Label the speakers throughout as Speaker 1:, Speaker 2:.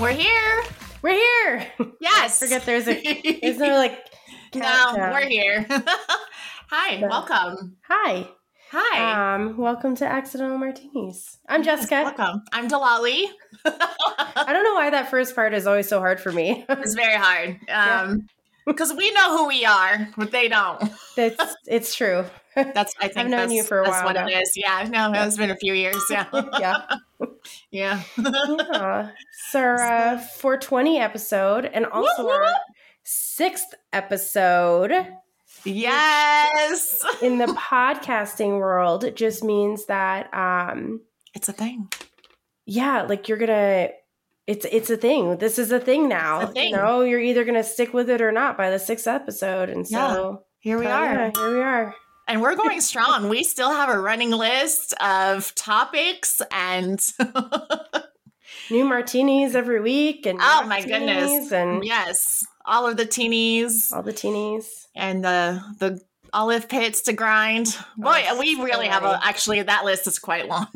Speaker 1: We're here.
Speaker 2: We're here.
Speaker 1: Yes.
Speaker 2: Forget there's a there's no like
Speaker 1: no,
Speaker 2: countdown.
Speaker 1: we're here. Hi,
Speaker 2: Yeah.
Speaker 1: welcome.
Speaker 2: Hi.
Speaker 1: Hi.
Speaker 2: Um, welcome to Accidental Martinis. I'm Jessica.
Speaker 1: Welcome. I'm Delali.
Speaker 2: I don't know why that first part is always so hard for me.
Speaker 1: It's very hard. Um because we know who we are, but they don't.
Speaker 2: That's it's true.
Speaker 1: That's I think
Speaker 2: known
Speaker 1: that's,
Speaker 2: you for a
Speaker 1: that's
Speaker 2: while
Speaker 1: what
Speaker 2: now.
Speaker 1: it is. Yeah, no,
Speaker 2: Yeah.
Speaker 1: it's been a few years. Yeah,
Speaker 2: yeah. Uh-huh.
Speaker 1: yeah.
Speaker 2: Yeah. It's our uh, 420 episode and also
Speaker 1: Whoop,
Speaker 2: our sixth episode
Speaker 1: Yes,
Speaker 2: in the podcasting world It just means that um
Speaker 1: it's a thing.
Speaker 2: yeah, like you're gonna it's it's a thing. This is a thing now.
Speaker 1: It's a thing.
Speaker 2: You know, you're either gonna stick with it or not by the sixth episode. And so
Speaker 1: Here we
Speaker 2: uh,
Speaker 1: are.
Speaker 2: yeah, here we are.
Speaker 1: And we're going strong. We still have a running list of topics and
Speaker 2: Mm-hmm. New martinis every week and new
Speaker 1: Oh, my goodness.
Speaker 2: martinis And
Speaker 1: yes, all of the teenies.
Speaker 2: all the teenies.
Speaker 1: and the the olive pits to grind. Boy,
Speaker 2: Oh,
Speaker 1: we
Speaker 2: so
Speaker 1: really have a
Speaker 2: many.
Speaker 1: actually that list is quite long.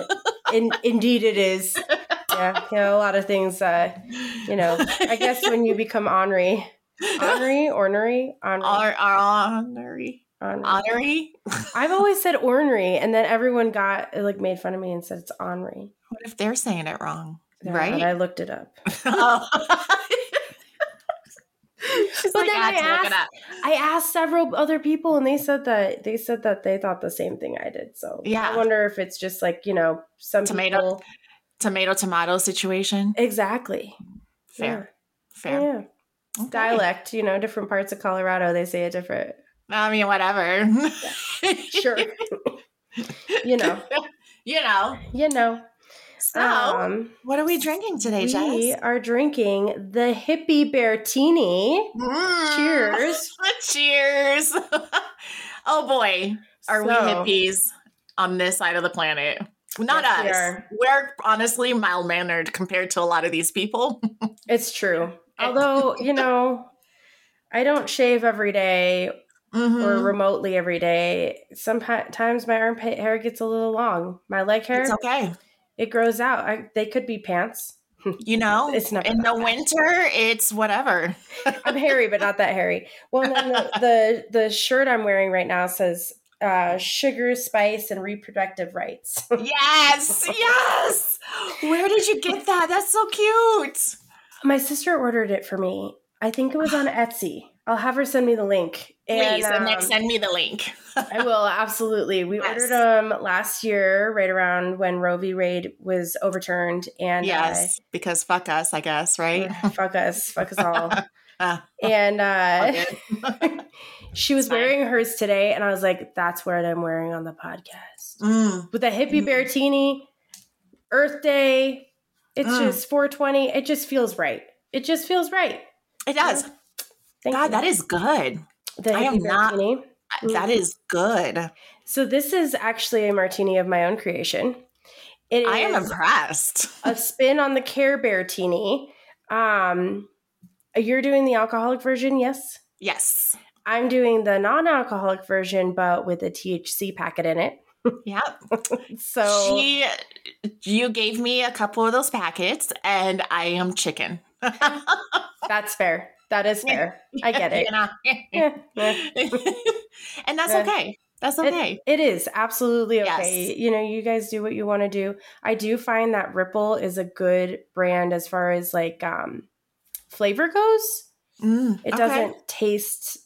Speaker 2: In, indeed it is. Yeah, you know, a lot of things uh, you know, I guess when you become ornery, ornery, ornery, ornery,
Speaker 1: Our, our honorary
Speaker 2: ornery.
Speaker 1: honorary.
Speaker 2: I've always said ornery and then everyone got like made fun of me and said it's ornery.
Speaker 1: What if they're saying it wrong?
Speaker 2: They're
Speaker 1: Right.
Speaker 2: not. I looked it up.
Speaker 1: Oh. She's like,
Speaker 2: But then
Speaker 1: I had
Speaker 2: I
Speaker 1: to look it
Speaker 2: asked-
Speaker 1: up.
Speaker 2: I asked several other people, and they said that they said that they thought the same thing I did. So
Speaker 1: Yeah.
Speaker 2: I wonder if it's just like you know some
Speaker 1: Tomato.
Speaker 2: people-
Speaker 1: Tomato tomato situation.
Speaker 2: exactly
Speaker 1: Fair,
Speaker 2: Yeah.
Speaker 1: fair.
Speaker 2: yeah.
Speaker 1: Okay.
Speaker 2: Dialect, you know, different parts of Colorado, they say it different.
Speaker 1: I mean, whatever.
Speaker 2: Sure, you know,
Speaker 1: you know.
Speaker 2: you know.
Speaker 1: So,
Speaker 2: um,
Speaker 1: what are we drinking today,
Speaker 2: we
Speaker 1: Jess?
Speaker 2: are drinking the hippie beartini.
Speaker 1: Mm.
Speaker 2: Cheers!
Speaker 1: Cheers. oh boy. Are we
Speaker 2: So,
Speaker 1: hippies on this side of the planet? Not
Speaker 2: Yes, we
Speaker 1: us.
Speaker 2: are.
Speaker 1: We are honestly mild mannered compared to a lot of these people.
Speaker 2: It's true. Although you know, I don't shave every day or
Speaker 1: Mhm.
Speaker 2: remotely every day. Sometimes my armpit hair gets a little long. My leg hair,
Speaker 1: It's okay.
Speaker 2: it grows out. I, they could be pants.
Speaker 1: You know,
Speaker 2: It's never
Speaker 1: in
Speaker 2: that
Speaker 1: the winter, it's whatever.
Speaker 2: I'm hairy, but not that hairy. Well, and then the, the the shirt I'm wearing right now says uh, "sugar, spice, and reproductive rights."
Speaker 1: Yes, yes. Where did you get that? That's so cute.
Speaker 2: my sister ordered it for me. I think it was on Etsy. I'll have her send me the link.
Speaker 1: Please, and
Speaker 2: um,
Speaker 1: next, send me the link.
Speaker 2: I will absolutely. We
Speaker 1: Yes.
Speaker 2: ordered them last year, right around when Roe v. Wade was overturned, and I-
Speaker 1: yes, because fuck us, I guess, right?
Speaker 2: Mm, fuck us, fuck us all.
Speaker 1: Ah.
Speaker 2: and uh,
Speaker 1: Okay.
Speaker 2: she was
Speaker 1: It's fine.
Speaker 2: wearing hers today, and I was like, "That's what I'm wearing on the podcast
Speaker 1: Mm,
Speaker 2: with a hippie
Speaker 1: Mm.
Speaker 2: beartini, Earth Day. It's
Speaker 1: Mm.
Speaker 2: just 420. It just feels right. It just feels right.
Speaker 1: it does.
Speaker 2: Thank
Speaker 1: God,
Speaker 2: you.
Speaker 1: that is good.
Speaker 2: the
Speaker 1: I am
Speaker 2: hippie
Speaker 1: not-
Speaker 2: beartini. Mm.
Speaker 1: That is good.
Speaker 2: So this is actually a martini of my own creation. It is
Speaker 1: I am impressed.
Speaker 2: a spin on the Care Bear Teeny. Um, you're doing the alcoholic version, yes?
Speaker 1: Yes.
Speaker 2: I'm doing the non-alcoholic version, but with a THC packet in it.
Speaker 1: Yep.
Speaker 2: So
Speaker 1: she, you gave me a couple of those packets, and I am chicken.
Speaker 2: that's fair. That is fair. I get it.
Speaker 1: You know?
Speaker 2: Yeah, yeah.
Speaker 1: and that's
Speaker 2: Yeah.
Speaker 1: okay. That's okay.
Speaker 2: It is absolutely okay.
Speaker 1: Yes.
Speaker 2: You know, you guys do what you want to do. I do find that Ripple is a good brand as far as like um flavor goes.
Speaker 1: Mm,
Speaker 2: It
Speaker 1: okay.
Speaker 2: doesn't taste.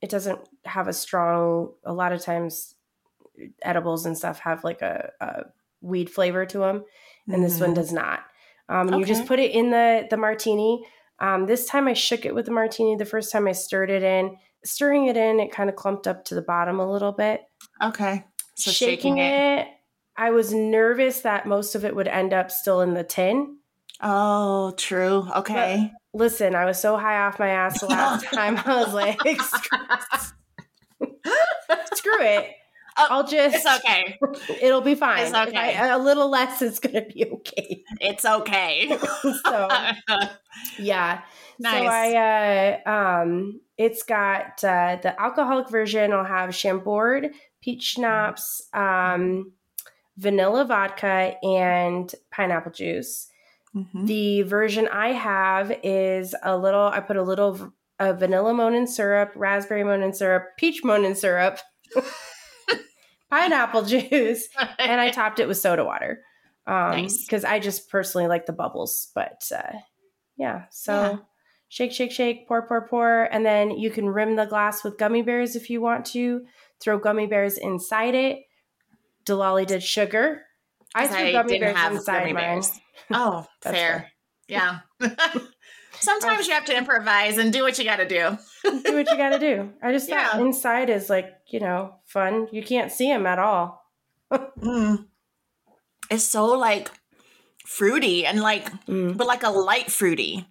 Speaker 2: It doesn't have a strong. A lot of times, edibles and stuff have like a, a weed flavor to them, and this one
Speaker 1: Mhm.
Speaker 2: does not. Um, and You just
Speaker 1: Okay.
Speaker 2: put it in the the martini. Um, this time I shook it with the martini. The first time I stirred it in, stirring it in, it kind of clumped up to the bottom a little bit.
Speaker 1: Mm, Okay. So shaking, it.
Speaker 2: I was nervous that most of it would end up still in the tin.
Speaker 1: Oh, true. Okay.
Speaker 2: Listen, I was so high off my ass the last time. I was like, screw, screw it.
Speaker 1: Oh,
Speaker 2: I'll just,
Speaker 1: it's okay.
Speaker 2: it'll be fine.
Speaker 1: It's
Speaker 2: If I-
Speaker 1: okay.
Speaker 2: a little less is going to be okay.
Speaker 1: It's okay.
Speaker 2: so, yeah. So
Speaker 1: nice.
Speaker 2: I, uh, um, it's got uh, the alcoholic version. I'll have Chambord, peach schnapps, um, vanilla vodka, and pineapple juice.
Speaker 1: Mhm.
Speaker 2: The version I have is a little, I put a little v- uh, vanilla Monin syrup, raspberry Monin syrup, peach Monin syrup, pineapple juice, and I topped it with soda water. Um,
Speaker 1: Nice.
Speaker 2: because I just personally like the bubbles, but uh, yeah, so
Speaker 1: Yeah.
Speaker 2: shake, shake, shake, pour, pour, pour, and then you can rim the glass with gummy bears if you want to, throw gummy bears inside it. Delali did sugar. I
Speaker 1: 'Cause
Speaker 2: threw gummy bears inside
Speaker 1: gummy
Speaker 2: mine.
Speaker 1: bears. Oh, fair.
Speaker 2: That's Oh.
Speaker 1: Yeah. Sometimes you have to improvise and do what you got to do.
Speaker 2: do what you got to do. I just
Speaker 1: Yeah.
Speaker 2: thought inside is like, you know, fun. You can't see them at all.
Speaker 1: Mm. It's so like fruity and like, but like a light fruity,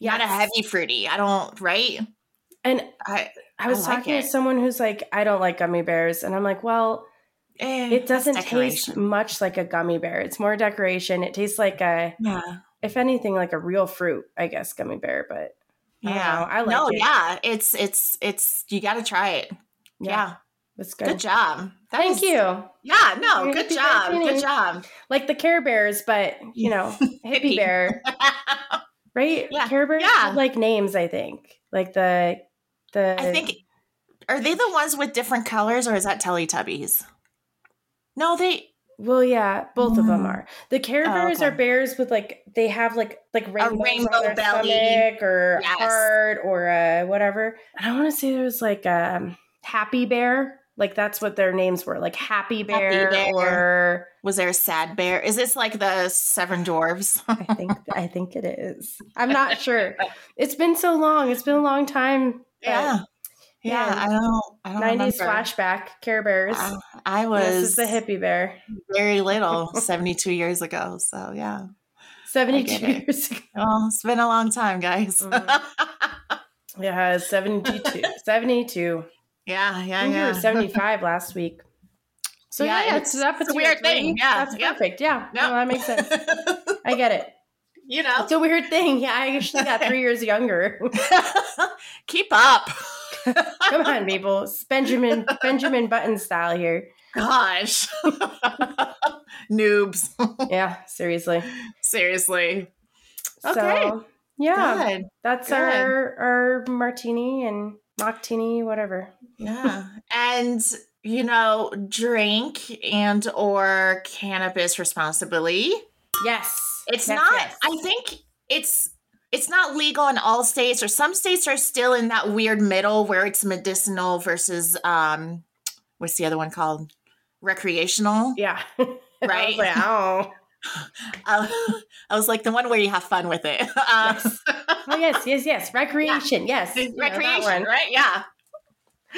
Speaker 1: not a
Speaker 2: Yes.
Speaker 1: heavy fruity. I don't, right?
Speaker 2: And
Speaker 1: I,
Speaker 2: I was
Speaker 1: I like
Speaker 2: talking
Speaker 1: it.
Speaker 2: to someone who's like, I don't like gummy bears. And I'm like, well,
Speaker 1: eh,
Speaker 2: it
Speaker 1: that's
Speaker 2: doesn't taste
Speaker 1: decoration.
Speaker 2: much like a gummy bear. It's more decoration. It tastes like a,
Speaker 1: Yeah.
Speaker 2: if anything, like a real fruit, I guess, gummy bear. But I don't
Speaker 1: Yeah.
Speaker 2: know. I like
Speaker 1: no,
Speaker 2: it.
Speaker 1: yeah. It's, it's, it's, you got to try it. Yeah.
Speaker 2: it's good.
Speaker 1: Good. job. That
Speaker 2: Thank
Speaker 1: was-
Speaker 2: you.
Speaker 1: Yeah. No,
Speaker 2: You're
Speaker 1: good
Speaker 2: happy
Speaker 1: job. Good
Speaker 2: Valentine.
Speaker 1: job.
Speaker 2: Like the Care Bears, but, you know,
Speaker 1: Hippie.
Speaker 2: hippie bear. Right?
Speaker 1: Yeah.
Speaker 2: Care Bears
Speaker 1: Yeah.
Speaker 2: have, like names, I think. Like the the
Speaker 1: I think are they the ones with different colors or is that Teletubbies? No, they
Speaker 2: Well, yeah, both of them
Speaker 1: Mm.
Speaker 2: are. The Care
Speaker 1: Oh,
Speaker 2: Bears
Speaker 1: okay.
Speaker 2: are bears with like they have like like rainbows
Speaker 1: rainbow
Speaker 2: on their
Speaker 1: belly.
Speaker 2: stomach or
Speaker 1: Yes.
Speaker 2: heart or uh, whatever. And I want to say there was like um Happy Bear, like that's what their names were, like Happy Bear,
Speaker 1: Bear.
Speaker 2: or
Speaker 1: was there a sad bear? Is this like the seven dwarves?
Speaker 2: I think I think it is. I'm not sure. It's been so long. It's been a long time. but
Speaker 1: yeah. Yeah,
Speaker 2: yeah.
Speaker 1: I don't I don't
Speaker 2: 90s
Speaker 1: remember.
Speaker 2: flashback Care Bears.
Speaker 1: I, I
Speaker 2: this is
Speaker 1: was
Speaker 2: the hippie bear.
Speaker 1: very little 72 years ago. So yeah.
Speaker 2: 72
Speaker 1: it.
Speaker 2: years ago.
Speaker 1: Well, it's been a long time, guys.
Speaker 2: Mhm. Yeah, 72. 72.
Speaker 1: yeah, yeah,
Speaker 2: I think you
Speaker 1: yeah.
Speaker 2: were 75 last week. So
Speaker 1: Yeah,
Speaker 2: yeah, yeah
Speaker 1: it's-
Speaker 2: so that puts
Speaker 1: it's a
Speaker 2: you at
Speaker 1: weird thing.
Speaker 2: three.
Speaker 1: Yeah,
Speaker 2: That's
Speaker 1: yep.
Speaker 2: perfect. Yeah. No, that makes sense. I get it.
Speaker 1: you know.
Speaker 2: It's a weird thing. Yeah, I actually got three years younger.
Speaker 1: Keep up.
Speaker 2: Come on, people. It's Benjamin Benjamin Button style here.
Speaker 1: Gosh. Noobs.
Speaker 2: Yeah, seriously.
Speaker 1: Seriously. Okay.
Speaker 2: So yeah.
Speaker 1: Good.
Speaker 2: That's
Speaker 1: Good.
Speaker 2: our our martini and mocktini, whatever.
Speaker 1: Yeah. and you know, drink and or cannabis responsibly.
Speaker 2: Yes.
Speaker 1: It's
Speaker 2: Yes,
Speaker 1: not
Speaker 2: yes.
Speaker 1: I think it's it's not legal in all states or some states are still in that weird middle where it's medicinal versus um what's the other one called? Recreational.
Speaker 2: Yeah. I was
Speaker 1: Right.
Speaker 2: like, oh.
Speaker 1: Uh, I was like the one where you have fun with it. Uh,
Speaker 2: Yes. oh yes, yes, yes. Recreation, yes. You know, that
Speaker 1: Recreation,
Speaker 2: one.
Speaker 1: right? Yeah.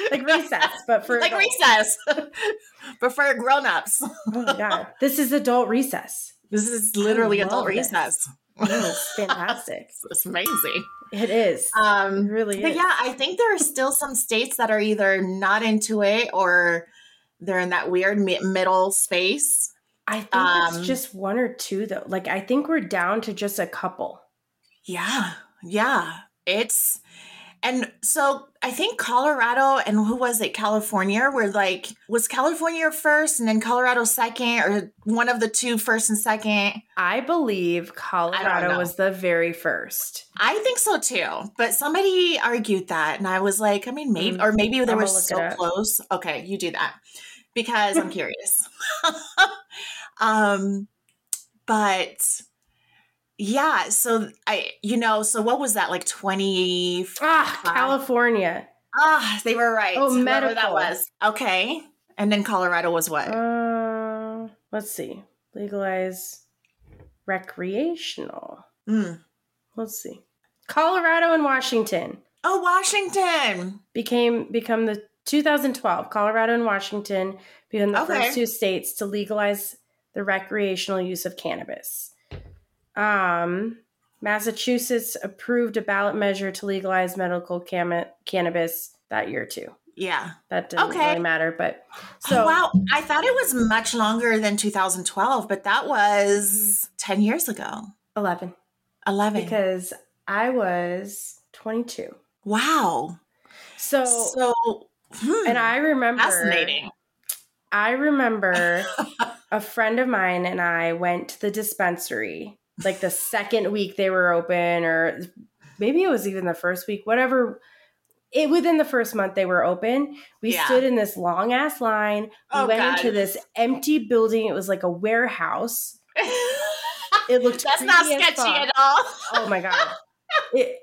Speaker 2: Like recess, but for
Speaker 1: like
Speaker 2: adults.
Speaker 1: recess. but for grown-ups.
Speaker 2: Oh my god, this is adult recess.
Speaker 1: This is literally
Speaker 2: I
Speaker 1: adult
Speaker 2: love this.
Speaker 1: recess.
Speaker 2: It's fantastic.
Speaker 1: It's- It's amazing.
Speaker 2: it is. It
Speaker 1: Um,
Speaker 2: really
Speaker 1: but
Speaker 2: is.
Speaker 1: yeah, I think there are still some states that are either not into it or they're in that weird mi- middle space.
Speaker 2: I think
Speaker 1: um,
Speaker 2: it's just one or two though. Like I think we're down to just a couple.
Speaker 1: Yeah, yeah. It's and so I think Colorado and who was it? California were like was California first and then Colorado second or one of the two first and second.
Speaker 2: I believe Colorado
Speaker 1: know.
Speaker 2: was the very first.
Speaker 1: I think so too, but somebody argued that, and I was like, I mean, maybe,
Speaker 2: Mm.
Speaker 1: or maybe they
Speaker 2: I'm
Speaker 1: were
Speaker 2: gonna look
Speaker 1: so
Speaker 2: it up.
Speaker 1: close. Okay, you do that because I'm curious. um, but yeah, so I, you know, so what was that like? Twenty?
Speaker 2: Ah,
Speaker 1: Five.
Speaker 2: California.
Speaker 1: Ah, they were right.
Speaker 2: Oh,
Speaker 1: Whoever that
Speaker 2: medical.
Speaker 1: was okay. And then Colorado was what?
Speaker 2: Uh, let's see. Legalize recreational.
Speaker 1: Mm.
Speaker 2: Let's see. Colorado and Washington.
Speaker 1: Oh, Washington.
Speaker 2: became become the 2012 Colorado and Washington became the
Speaker 1: Okay.
Speaker 2: first two states to legalize the recreational use of cannabis. Um, Massachusetts approved a ballot measure to legalize medical cam- cannabis that year too.
Speaker 1: Yeah.
Speaker 2: That didn't
Speaker 1: Okay.
Speaker 2: really matter, but
Speaker 1: So
Speaker 2: so
Speaker 1: Oh, wow, I thought it was much longer than 2012, but that was 10 years ago.
Speaker 2: 11
Speaker 1: 11.
Speaker 2: because I was 22.
Speaker 1: wow.
Speaker 2: So,
Speaker 1: So, hmm,
Speaker 2: and I remember
Speaker 1: fascinating.
Speaker 2: I remember a friend of mine and I went to the dispensary like the second week they were open or maybe it was even the first week whatever it within the first month they were open we
Speaker 1: Yeah.
Speaker 2: stood in this long ass line we
Speaker 1: Oh,
Speaker 2: went
Speaker 1: God.
Speaker 2: into this empty building it was like a warehouse it looked
Speaker 1: That's not
Speaker 2: creepy as
Speaker 1: sketchy
Speaker 2: fuck.
Speaker 1: at all.
Speaker 2: oh my god it,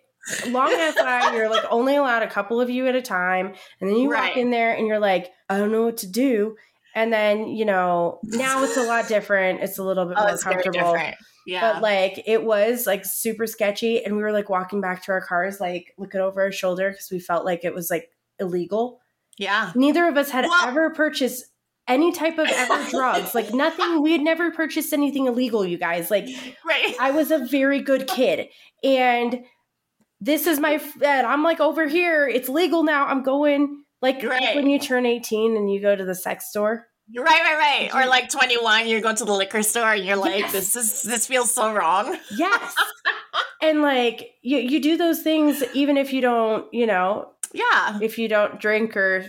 Speaker 2: long ass line you're like only allowed a couple of you at a time and then you
Speaker 1: Right.
Speaker 2: walk in there and you're like i don't know what to do and then you know now it's a lot different it's a little bit
Speaker 1: Oh,
Speaker 2: more
Speaker 1: it's very
Speaker 2: comfortable
Speaker 1: different. Yeah.
Speaker 2: but like it was like super sketchy and we were like walking back to our cars like looking over our shoulder because we felt like it was like illegal
Speaker 1: yeah.
Speaker 2: neither of us had
Speaker 1: Well-
Speaker 2: ever purchased any type of ever drugs like nothing we had never purchased anything illegal you guys like
Speaker 1: Right.
Speaker 2: I was a very good kid. And this is my, f- and I'm like over here. It's legal now. I'm going like, like
Speaker 1: Right.
Speaker 2: when you turn 18 and you go to the sex store.
Speaker 1: Right, right, right. Or
Speaker 2: You-
Speaker 1: like 21, you go to the liquor store and you're like,
Speaker 2: Yes.
Speaker 1: this is this feels so wrong.
Speaker 2: Yes. and like you, you do those things even if you don't, you know,
Speaker 1: Yeah.
Speaker 2: if you don't drink or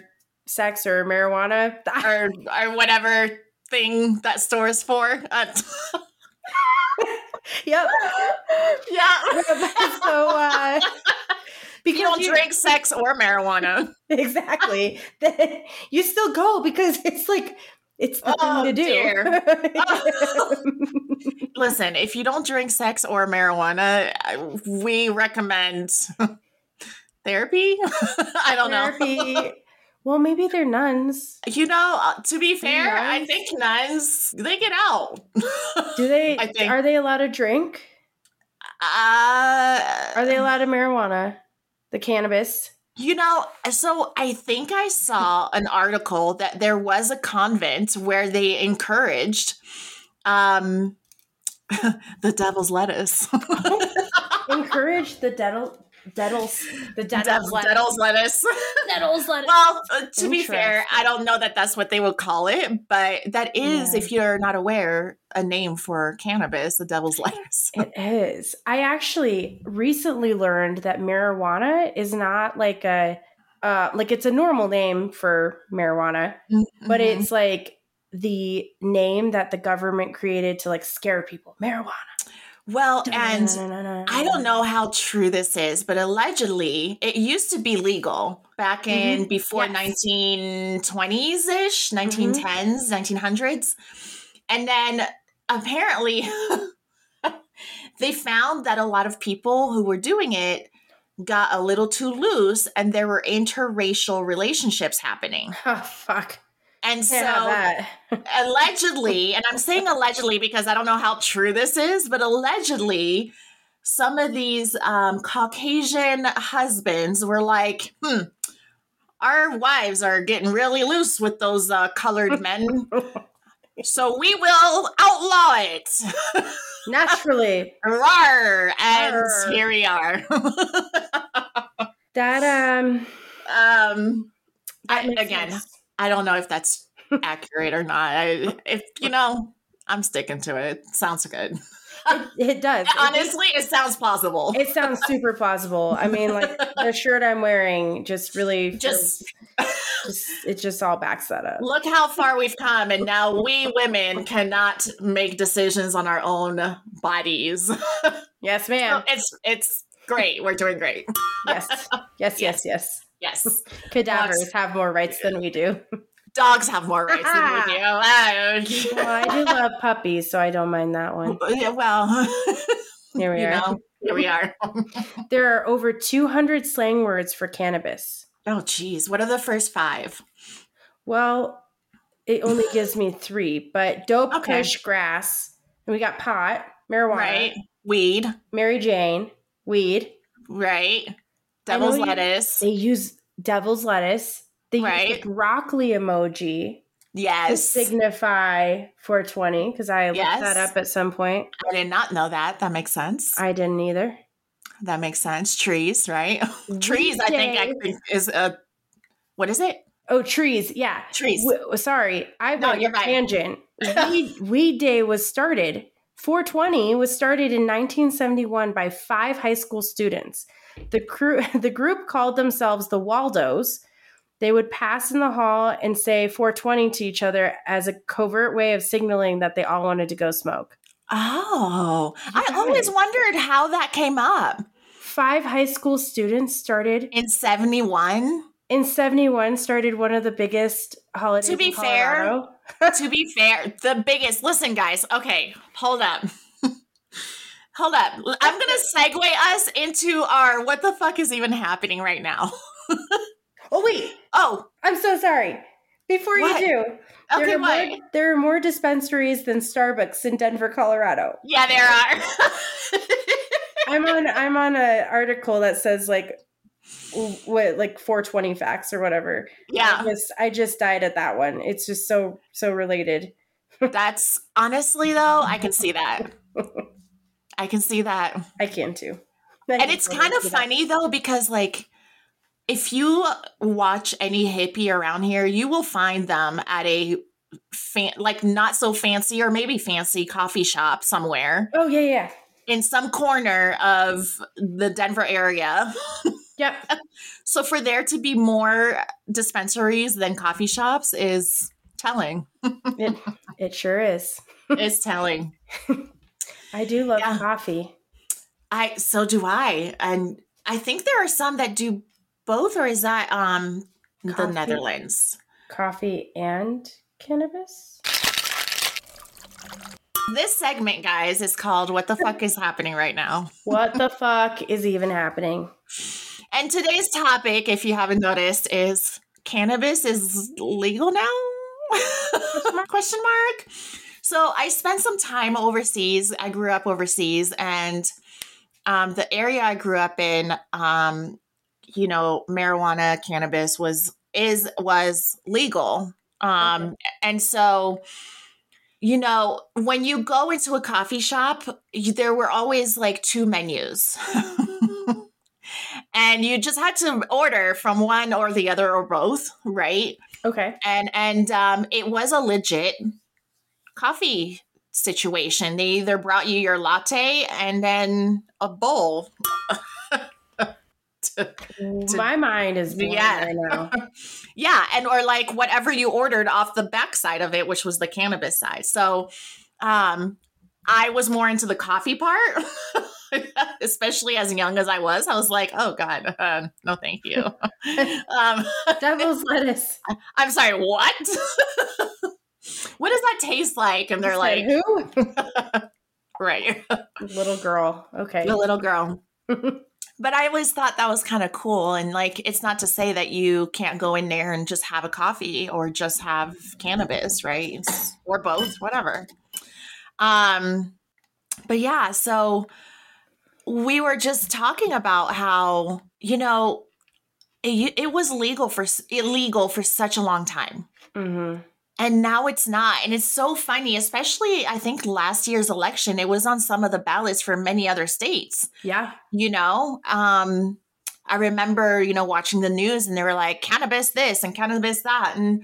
Speaker 2: sex or marijuana.
Speaker 1: Or or whatever thing that store is for. Uh,
Speaker 2: yep.
Speaker 1: yeah.
Speaker 2: so, uh,
Speaker 1: You don't
Speaker 2: you-
Speaker 1: drink sex or marijuana.
Speaker 2: exactly. you still go because it's like it's the
Speaker 1: Oh,
Speaker 2: thing to do.
Speaker 1: dear. Listen, if you don't drink sex or marijuana, I- we recommend therapy. I don't know.
Speaker 2: Therapy. Well, maybe they're nuns.
Speaker 1: You know, uh, to be fair, I
Speaker 2: Nuns?
Speaker 1: think nuns they get out.
Speaker 2: Do they?
Speaker 1: I think-
Speaker 2: Are they allowed to drink?
Speaker 1: uh,
Speaker 2: Are they allowed to marijuana? The cannabis.
Speaker 1: You know, so I think I saw an article that there was a convent where they encouraged um the devil's lettuce.
Speaker 2: Encourage the deadle, deadles, the deadles,
Speaker 1: Dev- devil's lettuce.
Speaker 2: deadles, lettuce.
Speaker 1: Well, uh, to be fair, I don't know that that's what they would call it, but that is,
Speaker 2: Yeah.
Speaker 1: if you're not aware, a name for cannabis, the devil's lettuce.
Speaker 2: It is. I actually recently learned that marijuana is not like a, uh, like it's a normal name for marijuana, but
Speaker 1: Mhm.
Speaker 2: it's like the name that the government created to like scare people. Marijuana.
Speaker 1: well, and I don't
Speaker 2: know.
Speaker 1: know how true this is, but allegedly it used to be legal back in before
Speaker 2: Yes.
Speaker 1: 1920s ish, 1910s, 1900s. And then apparently they found that a lot of people who were doing it got a little too loose and there were interracial relationships happening.
Speaker 2: Oh fuck!
Speaker 1: And
Speaker 2: Can't have
Speaker 1: so
Speaker 2: that.
Speaker 1: allegedly, and I'm saying allegedly because I don't know how true this is, but allegedly, some of these um, Caucasian husbands were like, hmm, our wives are getting really loose with those uh, colored men. So we will outlaw it.
Speaker 2: naturally
Speaker 1: Rar, and
Speaker 2: Rar.
Speaker 1: here we are.
Speaker 2: that um
Speaker 1: um,
Speaker 2: that
Speaker 1: I,
Speaker 2: makes
Speaker 1: again,
Speaker 2: sense.
Speaker 1: I don't know if that's accurate or not. I, if you know, I'm sticking to it. Sounds good.
Speaker 2: It, it does. It-
Speaker 1: Honestly, it sounds plausible.
Speaker 2: it, sounds super plausible. I mean, like the shirt I'm wearing just really
Speaker 1: Just
Speaker 2: just it just all backs that up.
Speaker 1: look how far we've come, and now we women cannot make decisions on our own bodies.
Speaker 2: Yes, ma'am.
Speaker 1: It's it's great. We're doing great.
Speaker 2: Yes, yes, yes, yes.
Speaker 1: Yes,
Speaker 2: Cadavers have more rights than we do.
Speaker 1: dogs have more rights than we do. Ah,
Speaker 2: Well, I do love puppies, so I don't mind that one.
Speaker 1: Yeah, well,
Speaker 2: Here we
Speaker 1: you
Speaker 2: are.
Speaker 1: know, here we are.
Speaker 2: There are over 200 slang words for cannabis.
Speaker 1: Oh, geez, what are the first five?
Speaker 2: Well, it only gives me three, but dope
Speaker 1: Okay.
Speaker 2: kush grass. And we got pot, marijuana,
Speaker 1: Right, weed.
Speaker 2: Mary Jane, weed.
Speaker 1: Right,
Speaker 2: I know
Speaker 1: devil's
Speaker 2: you-
Speaker 1: lettuce.
Speaker 2: They use devil's lettuce. They use
Speaker 1: Right.
Speaker 2: the broccoli emoji to
Speaker 1: Yes, I
Speaker 2: signify 420 because I looked
Speaker 1: Yes.
Speaker 2: that up at some point.
Speaker 1: did not know that. That makes sense.
Speaker 2: I didn't either.
Speaker 1: That makes sense. Trees, right? trees i think i
Speaker 2: Weekday-
Speaker 1: think is a what is it
Speaker 2: Oh, trees. Yeah.
Speaker 1: trees
Speaker 2: W- sorry, I
Speaker 1: No,
Speaker 2: went
Speaker 1: you're right.
Speaker 2: tangent. Weed, weed Day was started. 420 was started in 1971 by five high school students. The crew, the group called themselves the Waldos. They would pass in the hall and say 420 to each other as a covert way of signaling that they all wanted to go smoke.
Speaker 1: Oh, I
Speaker 2: Yeah.
Speaker 1: always wondered how that came up
Speaker 2: Five high school students started
Speaker 1: in 71.
Speaker 2: in 71 started one of the biggest holidays.
Speaker 1: To be
Speaker 2: in
Speaker 1: fair,
Speaker 2: Colorado.
Speaker 1: to be fair, the biggest. Listen, guys. Okay, hold up. hold up. L- I'm going to segue us into our what the fuck is even happening right now.
Speaker 2: Oh wait,
Speaker 1: Oh,
Speaker 2: I'm so sorry. Before
Speaker 1: What?
Speaker 2: you do,
Speaker 1: okay,
Speaker 2: there, are
Speaker 1: what?
Speaker 2: More, there are more dispensaries than Starbucks in Denver, Colorado.
Speaker 1: Yeah, there are.
Speaker 2: I'm on I'm on an article that says like w- what like 420 facts or whatever. I
Speaker 1: yeah,
Speaker 2: just, I just died at that one. It's just so so related.
Speaker 1: that's honestly, though, I can see that. I can see that.
Speaker 2: I can too.
Speaker 1: And it's kind of funny though because like if you watch any hippie around here, you will find them at a fan like not so fancy or maybe fancy coffee shop somewhere
Speaker 2: Oh yeah, yeah.
Speaker 1: in some corner of the Denver area.
Speaker 2: Yep.
Speaker 1: So for there to be more dispensaries than coffee shops is telling.
Speaker 2: it, it sure is.
Speaker 1: It's telling.
Speaker 2: I do love
Speaker 1: Yeah.
Speaker 2: coffee.
Speaker 1: I so do I. And I think there are some that do both or is that um the
Speaker 2: Coffee.
Speaker 1: Netherlands?
Speaker 2: Coffee and cannabis?
Speaker 1: This segment, guys, is called What the Fuck is Happening Right Now?
Speaker 2: What the fuck is even happening?
Speaker 1: And today's topic, if you haven't noticed, is cannabis is legal now? Question mark. So I spent some time overseas. I grew up overseas, and um, the area I grew up in, um, you know, marijuana, cannabis was is was legal. Um,
Speaker 2: Okay.
Speaker 1: And so, you know, when you go into a coffee shop, you, there were always like two menus. and you just had to order from one or the other or both, right?
Speaker 2: Okay.
Speaker 1: and and um, it was a legit coffee situation. They either brought you your latte and then a bowl.
Speaker 2: My mind is blown
Speaker 1: Yeah.
Speaker 2: right now.
Speaker 1: Yeah, and or like whatever you ordered off the backside of it, which was the cannabis side. So, um, I was more into the coffee part, especially as young as I was. I was like, oh god, uh, no, thank you. um,
Speaker 2: Devil's lettuce.
Speaker 1: I'm sorry, what? what does that taste like? And they're like,
Speaker 2: Said who?
Speaker 1: right.
Speaker 2: Little girl. Okay.
Speaker 1: the little girl. but I always thought that was kind of cool. And like, it's not to say that you can't go in there and just have a coffee or just have cannabis, right? It's- Or both, whatever. Um, but yeah, so we were just talking about how, you know, it, it was legal for s- illegal for such a long time
Speaker 2: Mm-hmm.
Speaker 1: and now it's not and it's so funny especially i think last year's election it was on some of the ballots for many other states
Speaker 2: Yeah.
Speaker 1: you know um i remember you know watching the news and they were like cannabis this and cannabis that and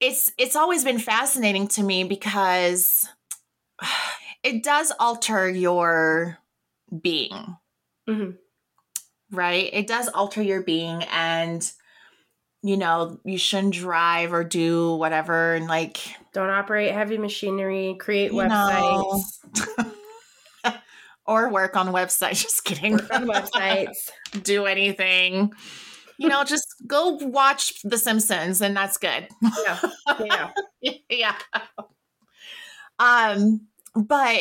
Speaker 1: it's it's always been fascinating to me because it does alter your being
Speaker 2: Mhm.
Speaker 1: right it does alter your being and you know you shouldn't drive or do whatever and like
Speaker 2: Don't operate heavy machinery. Create
Speaker 1: You know.
Speaker 2: websites.
Speaker 1: or work on websites. Just kidding.
Speaker 2: Work on websites.
Speaker 1: Do anything. You know, just go watch The Simpsons and that's good.
Speaker 2: Yeah. Yeah.
Speaker 1: yeah. Um, but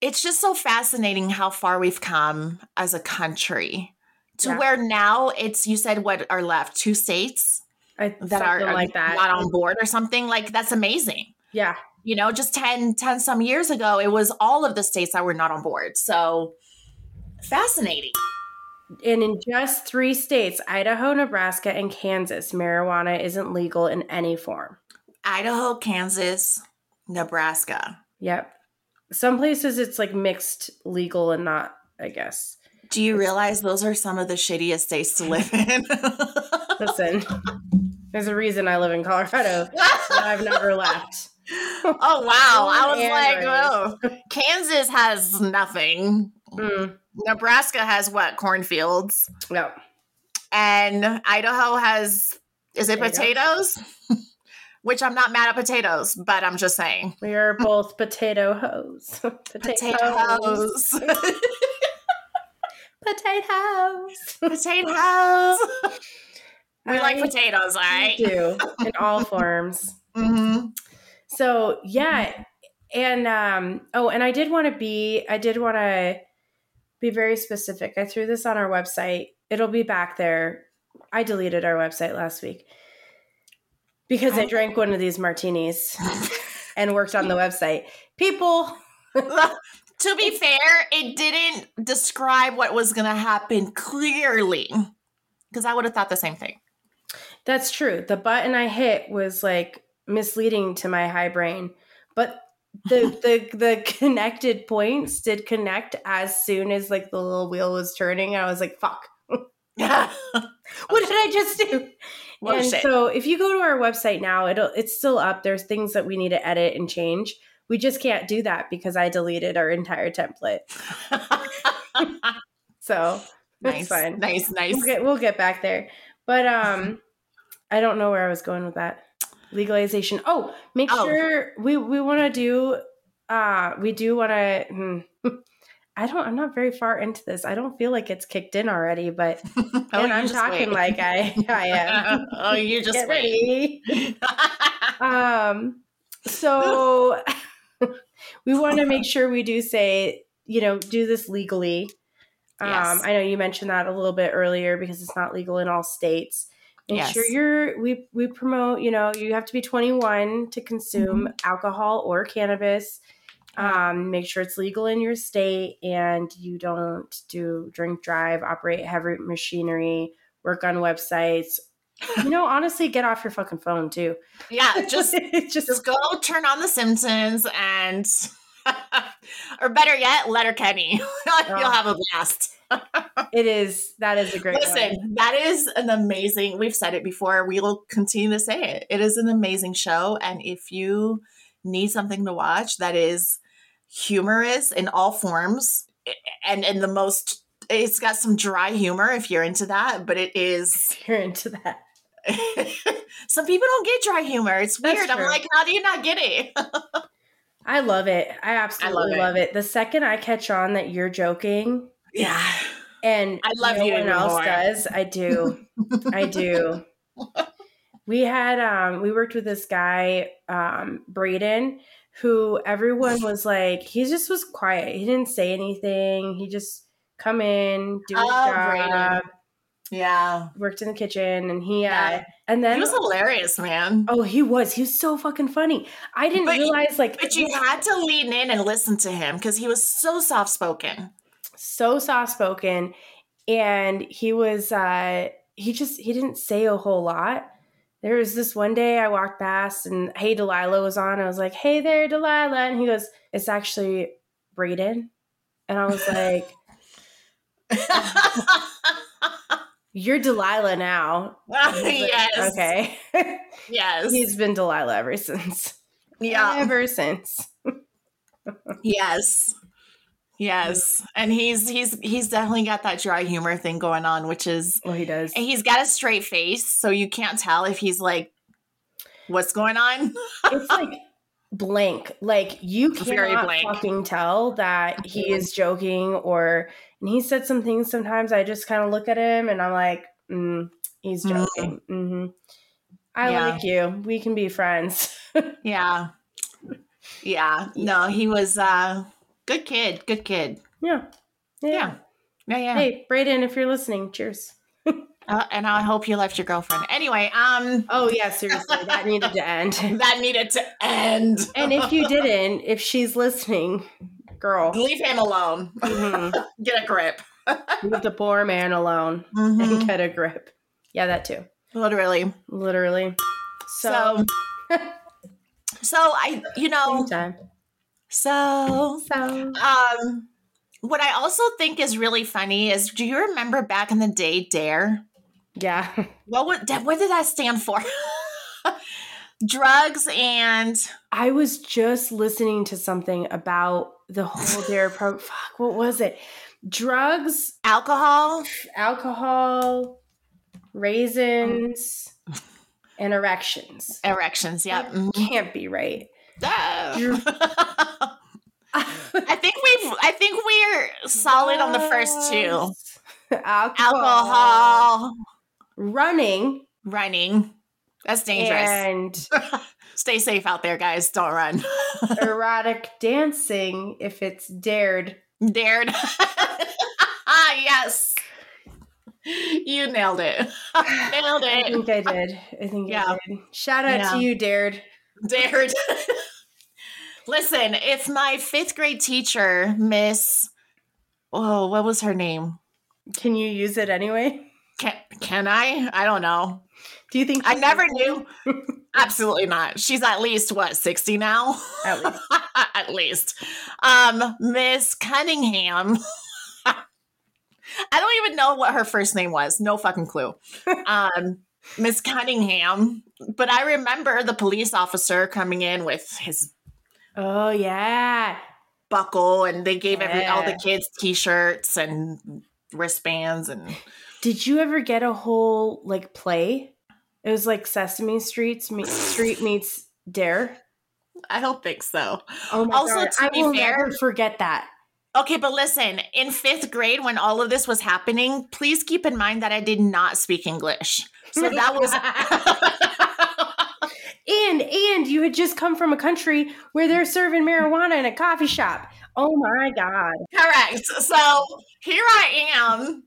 Speaker 1: it's just so fascinating how far we've come as a country to
Speaker 2: Yeah.
Speaker 1: where now it's you said what are left two states
Speaker 2: I,
Speaker 1: that are,
Speaker 2: something
Speaker 1: are
Speaker 2: like that.
Speaker 1: not on board or something like that's amazing
Speaker 2: yeah.
Speaker 1: you know just 10 10 some years ago it was all of the states that were not on board so fascinating
Speaker 2: And in just three states, Idaho, Nebraska, and Kansas, marijuana isn't legal in any form.
Speaker 1: idaho kansas nebraska
Speaker 2: Yep. Some places it's like mixed legal and not, I guess.
Speaker 1: do you realize those are some of the shittiest states to live in
Speaker 2: Listen, there's a reason I live in Colorado. and I've never left.
Speaker 1: oh wow i was
Speaker 2: Born
Speaker 1: like
Speaker 2: and
Speaker 1: oh
Speaker 2: raised.
Speaker 1: kansas has nothing
Speaker 2: Mm,
Speaker 1: nebraska has what cornfields
Speaker 2: no.
Speaker 1: and idaho has is it
Speaker 2: Potato.
Speaker 1: potatoes which I'm not mad at potatoes, but I'm just saying.
Speaker 2: We are both potato hoes. potatoes.
Speaker 1: Potatoes.
Speaker 2: Potatoes.
Speaker 1: potatoes. We like
Speaker 2: I
Speaker 1: potatoes, all right?
Speaker 2: do in all forms.
Speaker 1: Mm-hmm.
Speaker 2: So yeah, and um oh, and I did want to be I did want to be very specific. I threw this on our website. It'll be back there. I deleted our website last week because
Speaker 1: Oh.
Speaker 2: I drank one of these martinis and worked on the website. People,
Speaker 1: to be fair, it didn't describe what was going to happen clearly because I would have thought the same thing.
Speaker 2: that's true. The button I hit was like misleading to my high brain, but the the the connected points did connect as soon as like the little wheel was turning. I was like, "Fuck." what did I just do?
Speaker 1: Well,
Speaker 2: and
Speaker 1: Oh, shit.
Speaker 2: so if you go to our website now, it'll it's still up. There's things that we need to edit and change. We just can't do that because I deleted our entire template. So
Speaker 1: nice,
Speaker 2: that's fine.
Speaker 1: nice, nice.
Speaker 2: We'll get we'll get back there. But um I don't know where I was going with that. Legalization. Oh, make
Speaker 1: Oh.
Speaker 2: sure we we want to do uh we do want to hmm. I don't I'm not very far into this. I don't feel like it's kicked in already, but
Speaker 1: Oh,
Speaker 2: and
Speaker 1: you
Speaker 2: I'm
Speaker 1: just
Speaker 2: talking
Speaker 1: wait.
Speaker 2: like I I am.
Speaker 1: oh, you just
Speaker 2: Get
Speaker 1: wait.
Speaker 2: ready. Um, so we want to make sure we do say, you know, do this legally. Um,
Speaker 1: Yes.
Speaker 2: I know you mentioned that a little bit earlier because it's not legal in all states. Make
Speaker 1: Yes.
Speaker 2: sure you're we we promote, you know, you have to be 21 to consume
Speaker 1: Mm-hmm.
Speaker 2: alcohol or cannabis. Um, make sure it's legal in your state and you don't do drink drive, operate heavy machinery, work on websites. You know, honestly, get off your fucking phone too.
Speaker 1: yeah, just
Speaker 2: just
Speaker 1: just go turn on the Simpsons and or better yet, letter Kenny.
Speaker 2: Ah.
Speaker 1: You'll have a blast.
Speaker 2: it is that is a great
Speaker 1: Listen,
Speaker 2: one.
Speaker 1: that is an amazing. We've said it before. We will continue to say it. It is an amazing show, and if you need something to watch that is humorous in all forms, and in the most, it's got some dry humor if you're into that. But it is.
Speaker 2: If you're into that.
Speaker 1: some people don't get dry humor. It's
Speaker 2: That's
Speaker 1: weird. I'm
Speaker 2: true.
Speaker 1: like, how do you not get it?
Speaker 2: I love it. I absolutely
Speaker 1: it.
Speaker 2: love, it. The second I catch on that you're joking
Speaker 1: yeah,
Speaker 2: and
Speaker 1: I love
Speaker 2: no
Speaker 1: you
Speaker 2: one
Speaker 1: even
Speaker 2: else
Speaker 1: more.
Speaker 2: does, I do. I do. We had um we worked with this guy, um, Braden, who everyone was like, he just was quiet. He didn't say anything. He just come in, do his
Speaker 1: Oh,
Speaker 2: job,
Speaker 1: Braden. yeah.
Speaker 2: worked in the kitchen and he uh
Speaker 1: Yeah.
Speaker 2: and
Speaker 1: He
Speaker 2: then
Speaker 1: was hilarious, man.
Speaker 2: Oh, he was. He was so fucking funny. I didn't
Speaker 1: But-
Speaker 2: realize like
Speaker 1: But you had to lean in and listen to him because he was so soft spoken.
Speaker 2: so soft spoken and he was uh he just he didn't say a whole lot. There was this one day I walked past and hey Delilah was on. I was like, Hey there, Delilah. And he goes, It's actually Braden. And I was like, You're Delilah now. And he was like,
Speaker 1: yes.
Speaker 2: Okay.
Speaker 1: Yes.
Speaker 2: He's been Delilah ever since.
Speaker 1: yeah.
Speaker 2: Ever since.
Speaker 1: Yes. Yes. And he's he's he's definitely got that dry humor thing going on, which is
Speaker 2: Well, he does.
Speaker 1: and he's got a straight face, so you can't tell if he's like what's going on.
Speaker 2: it's like blank. Like you
Speaker 1: Very
Speaker 2: cannot
Speaker 1: blank.
Speaker 2: fucking tell that he is joking or. And he said some things. Sometimes I just kind of look at him and I'm like, mm, he's
Speaker 1: Mhm.
Speaker 2: joking. hmm I
Speaker 1: Yeah.
Speaker 2: like you. We can be friends.
Speaker 1: Yeah. Yeah. No, he was uh good kid, good kid.
Speaker 2: Yeah.
Speaker 1: Yeah. Yeah, yeah.
Speaker 2: Hey, Brayden, if you're listening, cheers.
Speaker 1: Uh, and I hope you left your girlfriend. Anyway, um
Speaker 2: Oh yeah, seriously, that needed to end.
Speaker 1: that needed to end.
Speaker 2: And if you didn't, if she's listening, girl,
Speaker 1: Leave him alone.
Speaker 2: mhm,
Speaker 1: Get a grip.
Speaker 2: leave the poor man alone and
Speaker 1: Mm-hmm.
Speaker 2: get a grip. Yeah, that too.
Speaker 1: Literally.
Speaker 2: Literally. So,
Speaker 1: So, so I, you know,
Speaker 2: time.
Speaker 1: so
Speaker 2: So
Speaker 1: um, what I also think is really funny is, do you remember back in the day, Dare?
Speaker 2: yeah,
Speaker 1: What would that, what did that stand for? Drugs and
Speaker 2: I was just listening to something about the whole Dare program. Fuck, what was it? Drugs,
Speaker 1: alcohol.
Speaker 2: alcohol, raisins. and erections.
Speaker 1: Erections, yeah.
Speaker 2: That Can't be right.
Speaker 1: I think we've I think we're solid on the first two.
Speaker 2: Alcohol.
Speaker 1: Alcohol,
Speaker 2: Running.
Speaker 1: running. That's dangerous.
Speaker 2: And
Speaker 1: Stay safe out there, guys. Don't run.
Speaker 2: erotic dancing if it's dared.
Speaker 1: Dared. yes. You nailed it. nailed
Speaker 2: I
Speaker 1: it.
Speaker 2: think I did. I think
Speaker 1: Yeah.
Speaker 2: I did. Shout out
Speaker 1: Yeah.
Speaker 2: to you, Dared.
Speaker 1: Dared. Listen, if my fifth grade teacher, Miss, oh, what was her name?
Speaker 2: Can you use it anyway?
Speaker 1: Can, can I? I don't know.
Speaker 2: Do you think
Speaker 1: I
Speaker 2: you
Speaker 1: never
Speaker 2: can?
Speaker 1: knew. Absolutely not. She's at least what sixty now.
Speaker 2: At least.
Speaker 1: at least, um, Miss Cunningham. I don't even know what her first name was. No fucking clue. Um, Miss Cunningham. But I remember the police officer coming in with his
Speaker 2: Oh yeah.
Speaker 1: buckle, and they gave every all
Speaker 2: Yeah.
Speaker 1: the kids T-shirts and wristbands, and
Speaker 2: Did you ever get a whole like play? It was like Sesame Street's me- Street meets Dare.
Speaker 1: I don't think so.
Speaker 2: Oh my
Speaker 1: Also,
Speaker 2: god!
Speaker 1: to
Speaker 2: I
Speaker 1: be
Speaker 2: will
Speaker 1: fair-
Speaker 2: never forget that.
Speaker 1: Okay, but listen, in fifth grade, when all of this was happening, please keep in mind that I did not speak English. So that was.
Speaker 2: And and you had just come from a country where they're serving marijuana in a coffee shop. Oh my god!
Speaker 1: Correct. So here I am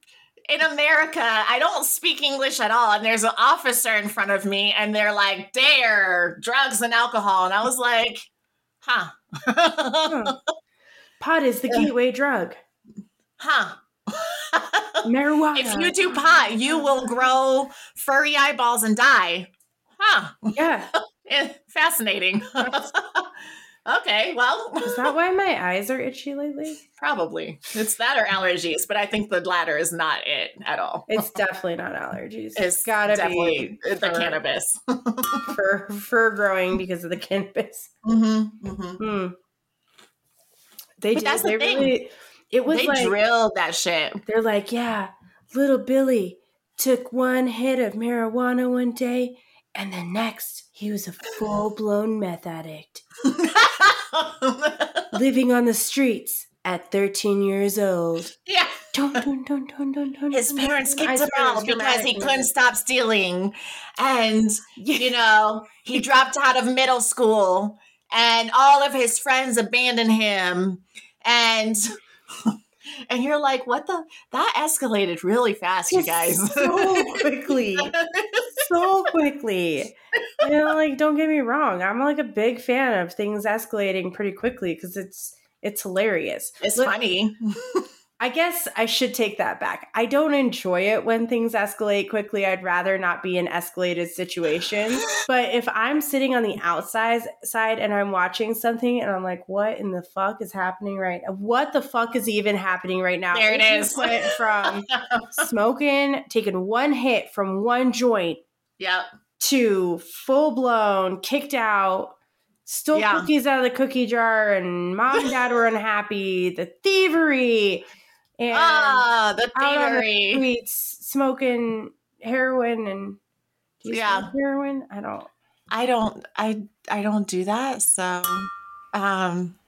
Speaker 1: in America. I don't speak English at all. And there's an officer in front of me, and they're like, dare, drugs and alcohol. And I was like, huh.
Speaker 2: Pot is the gateway drug.
Speaker 1: huh.
Speaker 2: Marijuana.
Speaker 1: If you do pot, you will grow furry eyeballs and die. Huh.
Speaker 2: yeah.
Speaker 1: Eh, Fascinating. okay, well,
Speaker 2: Is that why my eyes are itchy lately?
Speaker 1: probably. It's that or allergies, but I think the latter is not it at all.
Speaker 2: It's definitely not allergies.
Speaker 1: It's
Speaker 2: gotta
Speaker 1: definitely
Speaker 2: be
Speaker 1: the
Speaker 2: fur-
Speaker 1: cannabis.
Speaker 2: fur, fur growing because of the cannabis.
Speaker 1: Mm-hmm, mm-hmm.
Speaker 2: Hmm. They
Speaker 1: But
Speaker 2: did.
Speaker 1: that's the
Speaker 2: they
Speaker 1: thing.
Speaker 2: really. It was
Speaker 1: They
Speaker 2: like
Speaker 1: drilled that shit.
Speaker 2: they're like, yeah, little Billy took one hit of marijuana one day, and the next he was a full blown meth addict living on the streets at 13 years old.
Speaker 1: yeah,
Speaker 2: Dun, dun, dun, dun, dun, dun,
Speaker 1: his
Speaker 2: dun,
Speaker 1: parents
Speaker 2: dun. I
Speaker 1: kicked him
Speaker 2: swear it was
Speaker 1: out because he
Speaker 2: dramatic.
Speaker 1: couldn't stop stealing, and
Speaker 2: Yeah.
Speaker 1: you know he dropped out of middle school, and all of his friends abandoned him, and and you're like, what the? That escalated really fast, you guys.
Speaker 2: so quickly so quickly you know like don't get me wrong i'm like a big fan of things escalating pretty quickly because it's it's hilarious
Speaker 1: it's
Speaker 2: Look-
Speaker 1: funny.
Speaker 2: i guess i should take that back i don't enjoy it when things escalate quickly i'd rather not be in escalated situation but if i'm sitting on the outside side and i'm watching something and i'm like what in the fuck is happening right what the fuck is even happening right now
Speaker 1: There it
Speaker 2: If you
Speaker 1: is.
Speaker 2: went from smoking, taking one hit from one joint
Speaker 1: Yep.
Speaker 2: to full blown, kicked out, stole
Speaker 1: Yeah.
Speaker 2: cookies out of the cookie jar, and mom and dad were unhappy, the thievery, and
Speaker 1: Ah, the
Speaker 2: out on the
Speaker 1: theory.
Speaker 2: streets smoking heroin and. do you
Speaker 1: Yeah.
Speaker 2: smoke heroin? I don't.
Speaker 1: I don't. I I don't do that. So, um,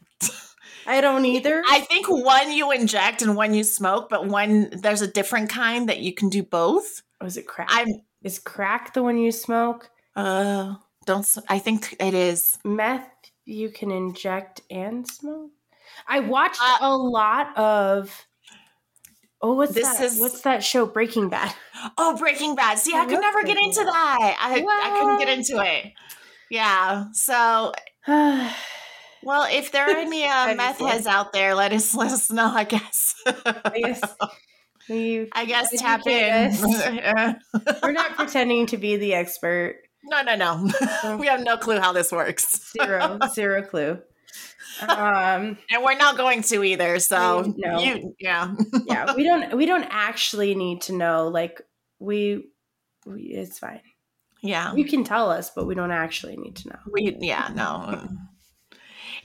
Speaker 2: I don't either.
Speaker 1: I think one you inject and one you smoke, but one there's a different kind that you can do both.
Speaker 2: Was it crack?
Speaker 1: I'm
Speaker 2: Is crack the one you smoke?
Speaker 1: uh don't. s- I think it is.
Speaker 2: meth you can inject and smoke. I watched
Speaker 1: Uh,
Speaker 2: a lot of. Oh, what's
Speaker 1: This
Speaker 2: that?
Speaker 1: is-
Speaker 2: what's that show? Breaking Bad.
Speaker 1: Oh, Breaking Bad. See,
Speaker 2: I
Speaker 1: I could
Speaker 2: love
Speaker 1: never get
Speaker 2: Breaking
Speaker 1: into
Speaker 2: Bad.
Speaker 1: that. I I couldn't get
Speaker 2: What?
Speaker 1: into it. Yeah. So,
Speaker 2: I
Speaker 1: well, if there are any
Speaker 2: I
Speaker 1: uh, meth
Speaker 2: just-
Speaker 1: heads out there, let us let us know. I guess.
Speaker 2: guess we
Speaker 1: I guess
Speaker 2: Educate
Speaker 1: tap in.
Speaker 2: we're not pretending to be the expert.
Speaker 1: no, no,
Speaker 2: Oh.
Speaker 1: no. we have no clue how this works.
Speaker 2: Zero, zero clue. Um,
Speaker 1: and we're not going to either. So
Speaker 2: No.
Speaker 1: you, yeah,
Speaker 2: yeah, we don't we don't actually need to know. Like we, we it's fine.
Speaker 1: yeah,
Speaker 2: You can tell us, but we don't actually need to know.
Speaker 1: we, yeah, no.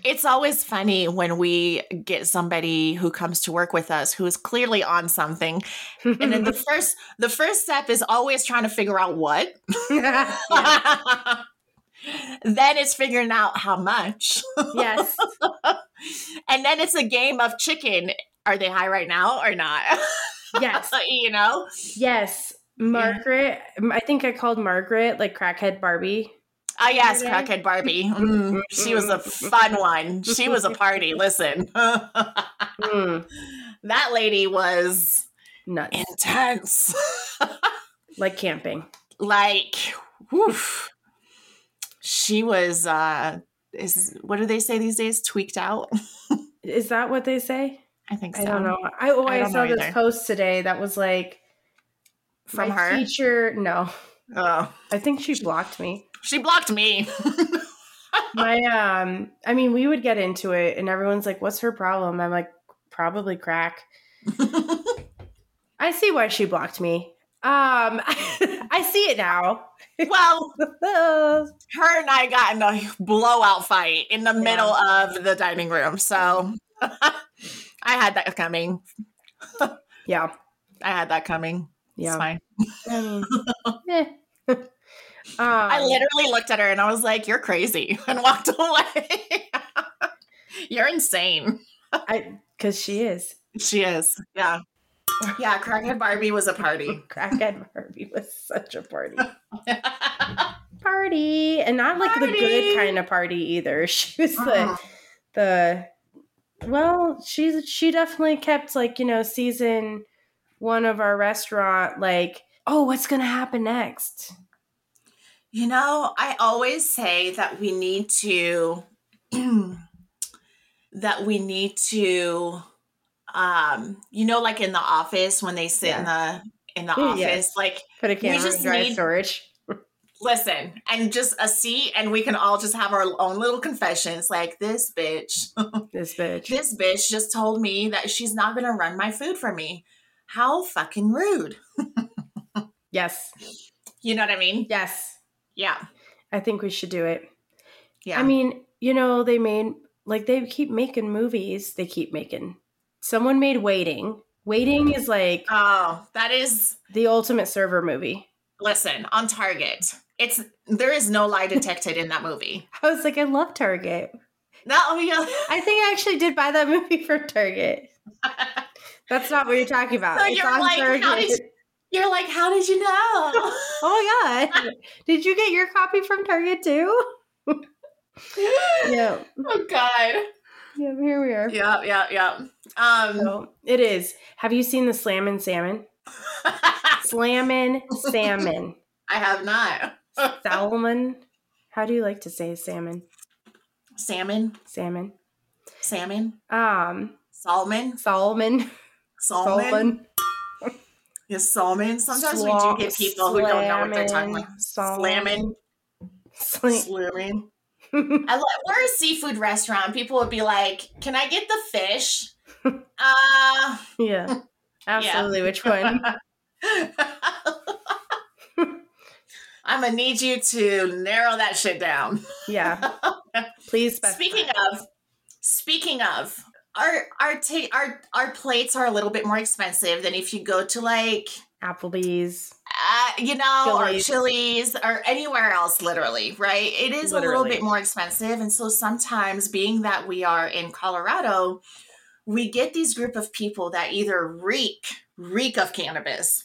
Speaker 1: It's always funny when we get somebody who comes to work with us who is clearly on something. And then the first the first step is always trying to figure out what.
Speaker 2: Yeah.
Speaker 1: then it's figuring out how much.
Speaker 2: yes.
Speaker 1: And then it's a game of chicken. Are they high right now or not?
Speaker 2: Yes.
Speaker 1: you know?
Speaker 2: Yes. Margaret, I think I called Margaret like crackhead Barbie.
Speaker 1: Oh yes,
Speaker 2: Yeah.
Speaker 1: crackhead Barbie. Mm, she was a fun one. She was a party. Listen.
Speaker 2: Mm,
Speaker 1: That lady was
Speaker 2: nuts.
Speaker 1: intense.
Speaker 2: Like camping.
Speaker 1: like, whew. She was uh is what do they say these days? Tweaked out?
Speaker 2: Is that what they say?
Speaker 1: I think so.
Speaker 2: I don't know. I, oh,
Speaker 1: I
Speaker 2: I,
Speaker 1: don't
Speaker 2: saw
Speaker 1: know
Speaker 2: this
Speaker 1: either.
Speaker 2: post today that was like
Speaker 1: From
Speaker 2: my
Speaker 1: her.
Speaker 2: teacher. No,
Speaker 1: Oh.
Speaker 2: I think she blocked me.
Speaker 1: She blocked me.
Speaker 2: My um, I mean, we would get into it, and everyone's like, "What's her problem?" I'm like, "Probably crack." I see why she blocked me. Um, I see it now. Uh,
Speaker 1: well, her and I got in a blowout fight in the
Speaker 2: Yeah.
Speaker 1: middle of the dining room. So I had that coming.
Speaker 2: yeah,
Speaker 1: I had that coming. It's
Speaker 2: yeah.
Speaker 1: fine.
Speaker 2: I mean, eh. um,
Speaker 1: I literally looked at her and I was like, "You're crazy," and walked away. You're insane.
Speaker 2: because she is
Speaker 1: She is. Yeah. Yeah, crackhead Barbie was a party.
Speaker 2: crackhead Barbie was such a party. party and not like the
Speaker 1: Party.
Speaker 2: good kind of party either she was
Speaker 1: Mm.
Speaker 2: the the well she she definitely kept like you know season one of our restaurant like oh what's gonna happen next
Speaker 1: You know, I always say that we need to that we need to um you know like in the office when they sit in the in the
Speaker 2: Yeah. Mm,
Speaker 1: office like
Speaker 2: put a camera in
Speaker 1: just
Speaker 2: dry
Speaker 1: need-
Speaker 2: storage
Speaker 1: listen and just a seat and we can all just have our own little confessions like this bitch
Speaker 2: this bitch
Speaker 1: this bitch just told me that she's not going to run my food for me. How fucking rude.
Speaker 2: yes
Speaker 1: You know what I mean?
Speaker 2: yes
Speaker 1: Yeah.
Speaker 2: i think we should do it
Speaker 1: Yeah.
Speaker 2: i mean you know they made like they keep making movies they keep making someone made waiting waiting is like
Speaker 1: oh, that is
Speaker 2: the ultimate server movie
Speaker 1: listen, on target. It's there is no lie detected in that movie. oh
Speaker 2: i was like i love target
Speaker 1: No, yeah.
Speaker 2: I think I actually did buy that movie from Target. That's not what you're talking about.
Speaker 1: So you're like, how did You're like, how did you know?
Speaker 2: Oh my god. did you get your copy from Target too? Yeah.
Speaker 1: oh god.
Speaker 2: Yeah, here we are.
Speaker 1: Yeah, yeah, yeah. Um
Speaker 2: So, it is. Have you seen the Slammin' Salmon?
Speaker 1: I
Speaker 2: Slammin' Salmon.
Speaker 1: have not.
Speaker 2: Salmon. How do you like to say salmon?
Speaker 1: Salmon,
Speaker 2: Salmon.
Speaker 1: salmon,
Speaker 2: Um,
Speaker 1: salmon,
Speaker 2: Solomon.
Speaker 1: salmon.
Speaker 2: Solomon.
Speaker 1: Yes, salmon. Sometimes
Speaker 2: Sla-
Speaker 1: we do get people who don't know what they're talking about.
Speaker 2: Salmon.
Speaker 1: Slamming,
Speaker 2: Slam-
Speaker 1: slamming. I lo- we're a seafood restaurant. People would be like, "Can I get the fish?" Uh,
Speaker 2: yeah. Absolutely. Which one?
Speaker 1: I'm gonna need you to narrow that shit down.
Speaker 2: Yeah. Please specify.
Speaker 1: Speaking of, speaking of, our our ta- our our plates are a little bit more expensive than if you go to like
Speaker 2: Applebee's.
Speaker 1: uh, you know,
Speaker 2: Chili's.
Speaker 1: or Chili's or anywhere else, literally, right? It is a
Speaker 2: Literally.
Speaker 1: little bit more expensive. And so sometimes, being that we are in Colorado, we get these group of people that either reek, reek of cannabis,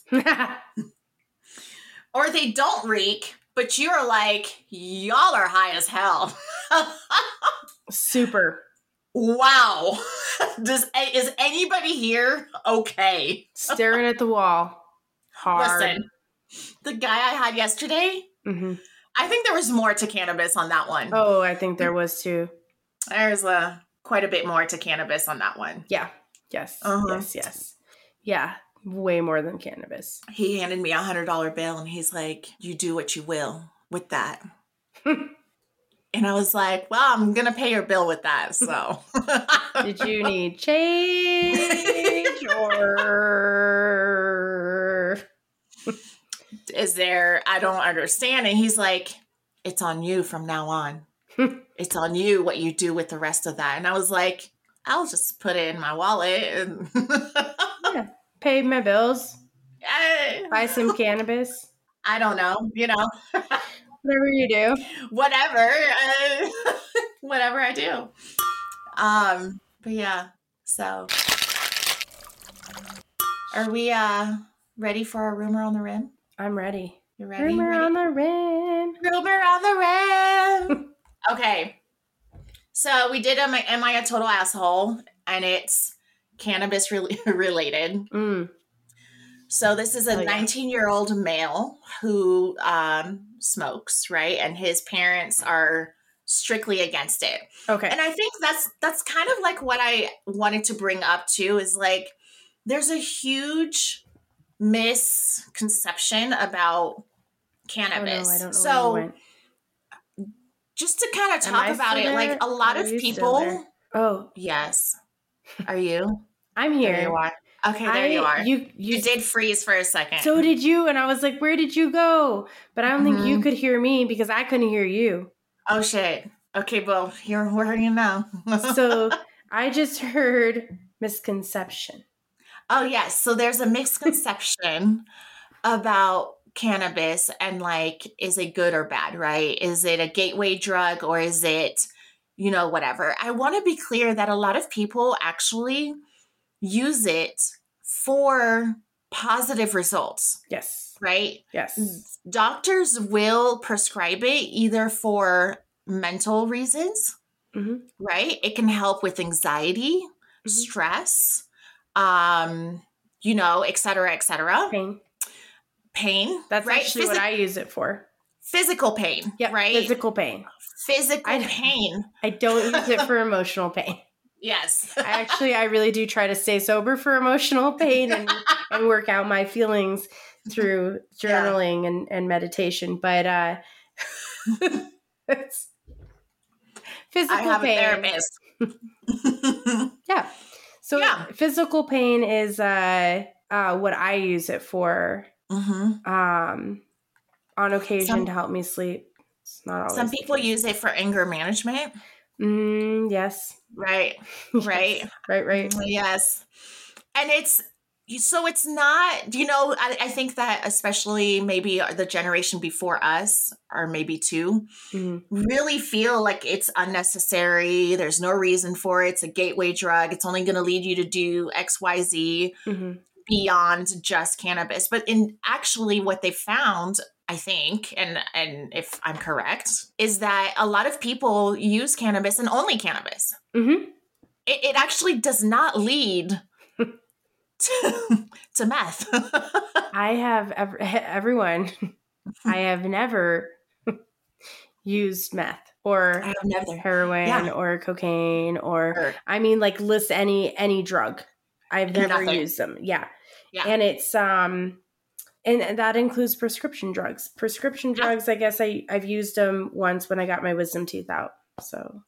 Speaker 1: or they don't reek, but you're like, y'all are high as hell.
Speaker 2: Super.
Speaker 1: wow. Does is anybody here okay?
Speaker 2: Staring at the wall. Hard.
Speaker 1: Listen, the guy I had yesterday,
Speaker 2: hmm
Speaker 1: I think there was more to cannabis on that one.
Speaker 2: Oh, I think there was too.
Speaker 1: There's uh, quite a bit more to cannabis on that one.
Speaker 2: Yeah. Yes.
Speaker 1: Uh-huh.
Speaker 2: Yes. Yes. Yeah. Way more than cannabis.
Speaker 1: He handed me a hundred dollar bill and he's like, "You do what you will with that." and I was like, "Well, I'm gonna pay your bill with that." So
Speaker 2: Did you need change or
Speaker 1: is there? I don't understand. And he's like, "It's on you from now on." it's on you what you do with the rest of that. And I was like, I'll just put it in my wallet and
Speaker 2: Pay my bills,
Speaker 1: I,
Speaker 2: buy some cannabis,
Speaker 1: I don't know, you know,
Speaker 2: whatever you do.
Speaker 1: whatever, uh, whatever I do. Um, but yeah, so are we uh ready for our rumor on the rim?
Speaker 2: I'm ready.
Speaker 1: You ready?
Speaker 2: Rumor
Speaker 1: ready?
Speaker 2: on the rim.
Speaker 1: Rumor on the rim. okay. So we did Am I, Am I a Total Asshole? And it's cannabis rel related.
Speaker 2: Mm.
Speaker 1: So this is a
Speaker 2: Oh, yeah.
Speaker 1: 19 year old male who um, smokes, right? And his parents are strictly against it.
Speaker 2: Okay.
Speaker 1: And I think that's that's kind of like what I wanted to bring up too is like there's a huge misconception about
Speaker 2: oh, no,
Speaker 1: cannabis.
Speaker 2: I don't know.
Speaker 1: so
Speaker 2: where you went.
Speaker 1: just to kind of
Speaker 2: Am
Speaker 1: talk
Speaker 2: I
Speaker 1: about it,
Speaker 2: still
Speaker 1: like
Speaker 2: there?
Speaker 1: a lot
Speaker 2: Are
Speaker 1: of
Speaker 2: you still
Speaker 1: people.
Speaker 2: there? oh,
Speaker 1: Yes. Are you?
Speaker 2: I'm
Speaker 1: There
Speaker 2: here.
Speaker 1: you are. Okay, there
Speaker 2: I,
Speaker 1: you are. You,
Speaker 2: You you,
Speaker 1: did freeze for a second.
Speaker 2: So did you, and I was like, "Where did you go?" But I don't think you
Speaker 1: Mhm.
Speaker 2: could hear me because I couldn't hear you.
Speaker 1: oh shit. Okay, well, here where are you now?
Speaker 2: So I just heard misconception.
Speaker 1: oh yes. So there's a misconception about cannabis and like is it good or bad, right? Is it a gateway drug or is it you know whatever. I want to be clear that a lot of people actually use it for positive results.
Speaker 2: Yes,
Speaker 1: right?
Speaker 2: yes,
Speaker 1: Mm. Doctors will prescribe it either for mental reasons,
Speaker 2: Mhm.
Speaker 1: right? It can help with anxiety,
Speaker 2: Mhm.
Speaker 1: stress, um, you know, et cetera, et cetera.
Speaker 2: pain.
Speaker 1: Pain.
Speaker 2: That's
Speaker 1: right?
Speaker 2: actually what I use it for.
Speaker 1: Physical pain,
Speaker 2: Yeah,
Speaker 1: right?
Speaker 2: Physical pain.
Speaker 1: Physical
Speaker 2: I-
Speaker 1: pain.
Speaker 2: I don't use it for emotional pain.
Speaker 1: Yes.
Speaker 2: I actually, I really do try to stay sober for emotional pain and, and work out my feelings through
Speaker 1: Yeah.
Speaker 2: journaling and, and meditation. But uh, it's physical
Speaker 1: I have
Speaker 2: pain.
Speaker 1: a therapist.
Speaker 2: Yeah. So
Speaker 1: Yeah.
Speaker 2: physical pain is uh, uh, what I use it for
Speaker 1: hmm
Speaker 2: um, on occasion
Speaker 1: Some-
Speaker 2: to help me sleep. It's not always.
Speaker 1: Some people use it for anger management,
Speaker 2: Mm, yes.
Speaker 1: right?
Speaker 2: Yes.
Speaker 1: Right.
Speaker 2: Right. Right.
Speaker 1: Yes. And it's so it's not, you know, I, I think that especially maybe the generation before us, or maybe two,
Speaker 2: Mhm.
Speaker 1: really feel like it's unnecessary. There's no reason for it. It's a gateway drug. It's only going to lead you to do XYZ
Speaker 2: Mhm.
Speaker 1: beyond just cannabis. But in actually, what they found, I think, and and if I'm correct, is that a lot of people use cannabis and only cannabis
Speaker 2: Mhm.
Speaker 1: it, it actually does not lead to, to meth.
Speaker 2: I have ev- everyone. I have never used meth or
Speaker 1: have never.
Speaker 2: heroin
Speaker 1: Yeah.
Speaker 2: or cocaine or
Speaker 1: Or-
Speaker 2: I mean like list any any drug. I've never
Speaker 1: Nothing.
Speaker 2: used them. Yeah.
Speaker 1: Yeah.
Speaker 2: And it's um and that includes prescription drugs. Prescription
Speaker 1: Yeah.
Speaker 2: drugs, I guess I I've used them once when I got my wisdom teeth out. So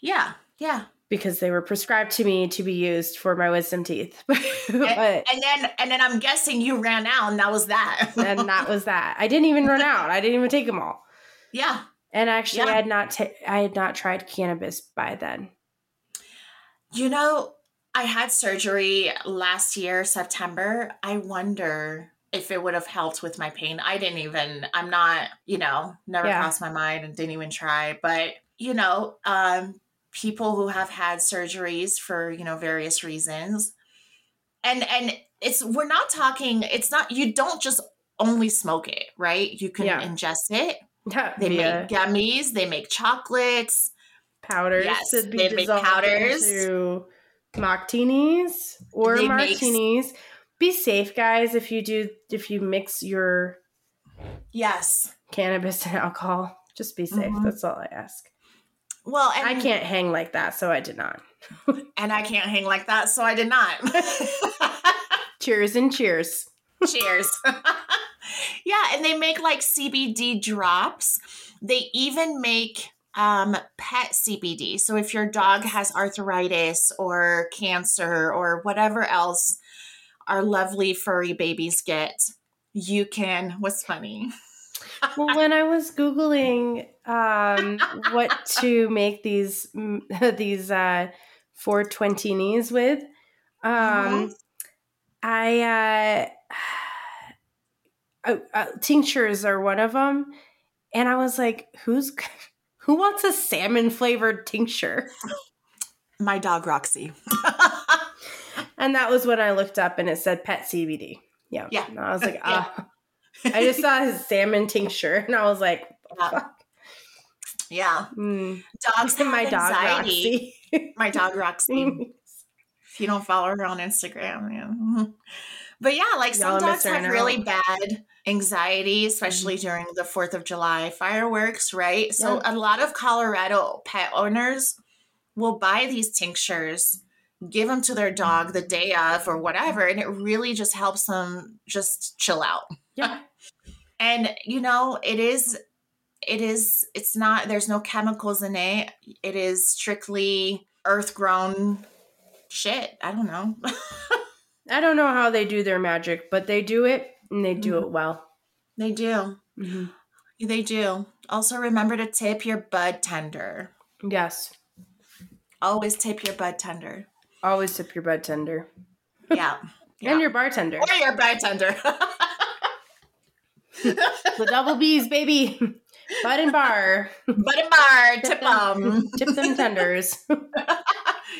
Speaker 1: Yeah, yeah.
Speaker 2: because they were prescribed to me to be used for my wisdom teeth. but
Speaker 1: And then and then I'm guessing you ran out, and that was that.
Speaker 2: and that was that. I didn't even run out. I didn't even take them all.
Speaker 1: yeah.
Speaker 2: And actually,
Speaker 1: Yeah.
Speaker 2: I had not ta- I had not tried cannabis by then.
Speaker 1: You know, I had surgery last year, September. I wonder if it would have helped with my pain. I didn't even. I'm not. You know, never
Speaker 2: Yeah.
Speaker 1: crossed my mind, and didn't even try. But you know, um, people who have had surgeries for you know various reasons, and and it's we're not talking. It's not. You don't just only smoke it, right? You can
Speaker 2: Yeah.
Speaker 1: ingest it.
Speaker 2: Yeah,
Speaker 1: They
Speaker 2: via
Speaker 1: make gummies. They make chocolates.
Speaker 2: powders
Speaker 1: Yes,
Speaker 2: to be
Speaker 1: they make
Speaker 2: dissolved
Speaker 1: powders.
Speaker 2: into martinis or
Speaker 1: They make-
Speaker 2: martinis. Be safe, guys. If you do, if you mix your
Speaker 1: Yes.
Speaker 2: cannabis and alcohol, just be safe.
Speaker 1: Mhm.
Speaker 2: That's all I ask.
Speaker 1: Well, and
Speaker 2: I can't hang like that, so I did not.
Speaker 1: and I can't hang like that, so I did not.
Speaker 2: Cheers and cheers.
Speaker 1: Cheers. yeah, and they make like CBD drops. They even make um pet CBD. So if your dog has arthritis or cancer or whatever else our lovely furry babies get, you can what's funny?
Speaker 2: well, when I was googling um, what to make these mm, these uh, four twentinis with, um,
Speaker 1: Mhm.
Speaker 2: I uh, uh, uh, tinctures are one of them, and I was like, "Who's who wants a salmon flavored tincture?"
Speaker 1: My dog Roxy.
Speaker 2: And that was when I looked up, and it said pet CBD. Yeah,
Speaker 1: Yeah.
Speaker 2: And I was like,
Speaker 1: Yeah.
Speaker 2: ah. I just saw his salmon tincture, and I was like,
Speaker 1: Yeah.
Speaker 2: "Fuck."
Speaker 1: yeah.
Speaker 2: Mm.
Speaker 1: Dogs have
Speaker 2: My dog
Speaker 1: anxiety.
Speaker 2: Roxy.
Speaker 1: My dog Roxy.
Speaker 2: Mm.
Speaker 1: if you don't follow her on Instagram. Yeah. Mhm. But yeah, like
Speaker 2: Y'all
Speaker 1: some
Speaker 2: are Mm-hmm.
Speaker 1: dogs
Speaker 2: missing
Speaker 1: have
Speaker 2: out.
Speaker 1: really bad anxiety, especially during the 4th of July fireworks, right? So a lot of Colorado pet owners will buy these tinctures, give them to their dog the day of or whatever, and it really just helps them just chill out.
Speaker 2: yeah.
Speaker 1: And you know, it is it is it's not there's no chemicals in it. It is strictly earth-grown shit. I don't know.
Speaker 2: I don't know how they do their magic, but they do it and they
Speaker 1: Mm-hmm.
Speaker 2: do it well.
Speaker 1: They do. Mm-hmm. They do. Also, remember to tip your bud tender.
Speaker 2: Yes.
Speaker 1: Always tip your bud tender.
Speaker 2: Always tip your bartender
Speaker 1: Yeah. Yeah.
Speaker 2: and your bartender.
Speaker 1: or your bud tender.
Speaker 2: the double B's, baby. Bud and bar.
Speaker 1: Bud and bar, tip them.
Speaker 2: Tip them tenders.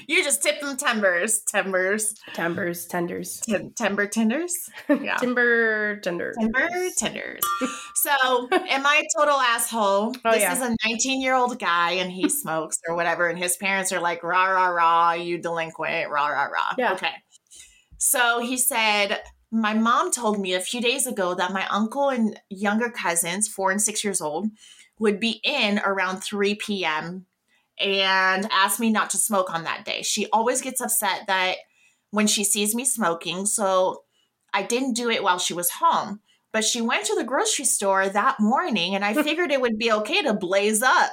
Speaker 1: You just tip them timbers. Timbers.
Speaker 2: Timbers, tenders.
Speaker 1: Tim- timber tenders? Yeah.
Speaker 2: Timber tenders.
Speaker 1: Timber tenders. So, am I a total asshole?
Speaker 2: Oh,
Speaker 1: this
Speaker 2: yeah.
Speaker 1: is a 19 year old guy and he smokes or whatever, and his parents are like, rah, rah, rah, you delinquent, rah, rah, rah.
Speaker 2: Yeah.
Speaker 1: Okay. So he said, My mom told me a few days ago that my uncle and younger cousins, four and six years old, would be in around 3 p.m. and asked me not to smoke on that day. She always gets upset that when she sees me smoking. So I didn't do it while she was home. But she went to the grocery store that morning and I figured it would be okay to blaze up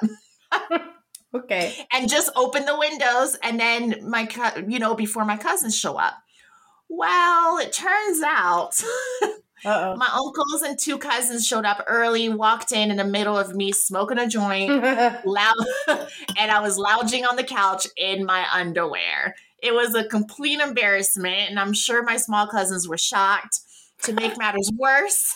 Speaker 2: Okay.
Speaker 1: and just open the windows and then my co- you know before my cousins show up. Well, it turns out
Speaker 2: Uh
Speaker 1: my uncles and two cousins showed up early, walked in in the middle of me smoking a joint,
Speaker 2: oh.
Speaker 1: loud and I was lounging on the couch in my underwear. It was a complete embarrassment, and I'm sure my small cousins were shocked. To make matters worse,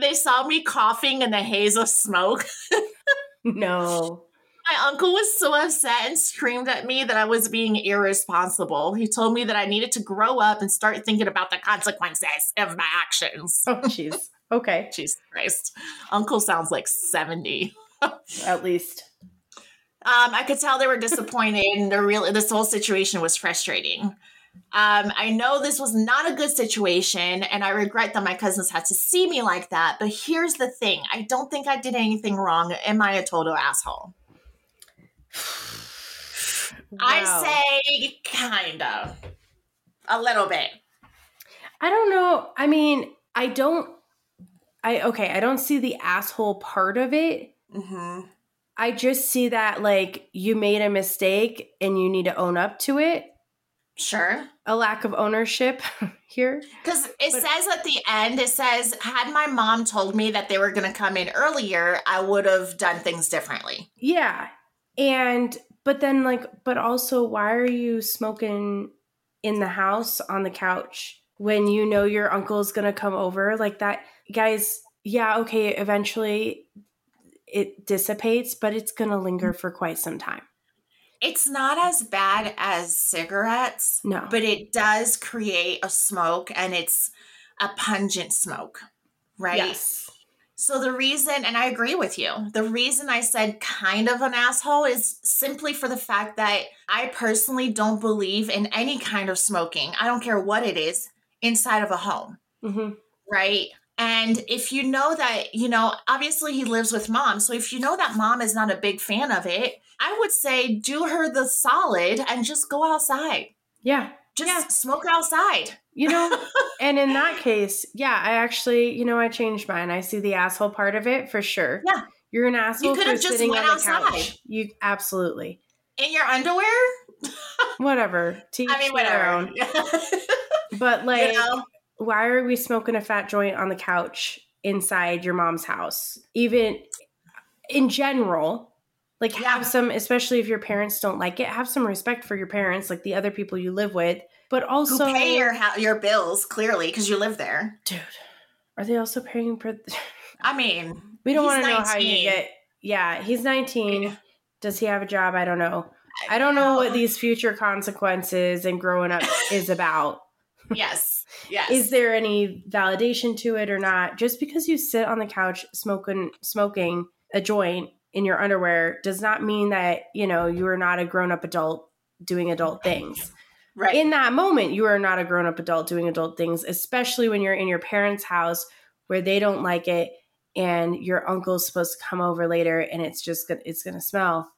Speaker 1: they saw me coughing in the haze of smoke.
Speaker 2: no.
Speaker 1: My uncle was so upset and screamed at me that I was being irresponsible. He told me that I needed to grow up and start thinking about the consequences of my actions.
Speaker 2: Oh, jeez. Okay.
Speaker 1: Jesus Christ. Uncle sounds like 70.
Speaker 2: At least.
Speaker 1: Um, I could tell they were disappointed, and the real this whole situation was frustrating. Um, I know this was not a good situation, and I regret that my cousins had to see me like that. But here's the thing: I don't think I did anything wrong. Am I a total asshole?
Speaker 2: Wow.
Speaker 1: I say kind of, a little bit.
Speaker 2: I don't know. I mean, I don't. I okay. I don't see the asshole part of it.
Speaker 1: Mm-hmm.
Speaker 2: I just see that like you made a mistake and you need to own up to it.
Speaker 1: Sure.
Speaker 2: A lack of ownership here.
Speaker 1: Because it
Speaker 2: But-
Speaker 1: says at the end, it says, had my mom told me that they were going to come in earlier, I would have done things differently.
Speaker 2: Yeah. And but then like but also why are you smoking in the house on the couch when you know your uncle's going to come over like that guys yeah okay eventually it dissipates but it's going to linger for quite some time.
Speaker 1: It's not as bad as cigarettes,
Speaker 2: No.
Speaker 1: but it does create a smoke and it's a pungent smoke, right?
Speaker 2: Yes.
Speaker 1: So the reason, and I agree with you, the reason I said kind of an asshole is simply for the fact that I personally don't believe in any kind of smoking. I don't care what it is inside of a home,
Speaker 2: Mhm.
Speaker 1: right? And if you know that, you know, obviously he lives with mom. So if you know that mom is not a big fan of it, I would say do her the solid and just go outside.
Speaker 2: Yeah.
Speaker 1: Just
Speaker 2: Yeah.
Speaker 1: smoke outside.
Speaker 2: You know, and in that case, yeah, I actually, you know, I changed mine. I see the asshole part of it for sure.
Speaker 1: Yeah.
Speaker 2: You're an asshole
Speaker 1: could
Speaker 2: for
Speaker 1: have just
Speaker 2: sitting
Speaker 1: went
Speaker 2: on the
Speaker 1: outside.
Speaker 2: couch. You absolutely.
Speaker 1: In your underwear?
Speaker 2: Whatever. To each
Speaker 1: I mean,
Speaker 2: their
Speaker 1: whatever.
Speaker 2: own. But like,
Speaker 1: you know?
Speaker 2: why are we smoking a fat joint on the couch inside your mom's house, even in general. Like,
Speaker 1: Yeah.
Speaker 2: have some, especially if your parents don't like it, have some respect for your parents, like the other people you live with, but
Speaker 1: Who
Speaker 2: also.
Speaker 1: pay your ho- your bills clearly because you live there.
Speaker 2: Dude, are they also paying for.
Speaker 1: I mean,
Speaker 2: We don't
Speaker 1: he's
Speaker 2: want to know how you
Speaker 1: 19.
Speaker 2: get. Yeah, he's 19.
Speaker 1: Yeah.
Speaker 2: Does he have a job? I don't know. I don't know what these future consequences and growing up is about.
Speaker 1: Yes, yes.
Speaker 2: Is there any validation to it or not? Just because you sit on the couch smoking smoking a joint in your underwear does not mean that, you know, you are not a grown-up adult doing adult things.
Speaker 1: right.
Speaker 2: In that moment, you are not a grown-up adult doing adult things, especially when you're in your parents' house where they don't like it and your uncle's supposed to come over later and it's just gonna it's gonna smell.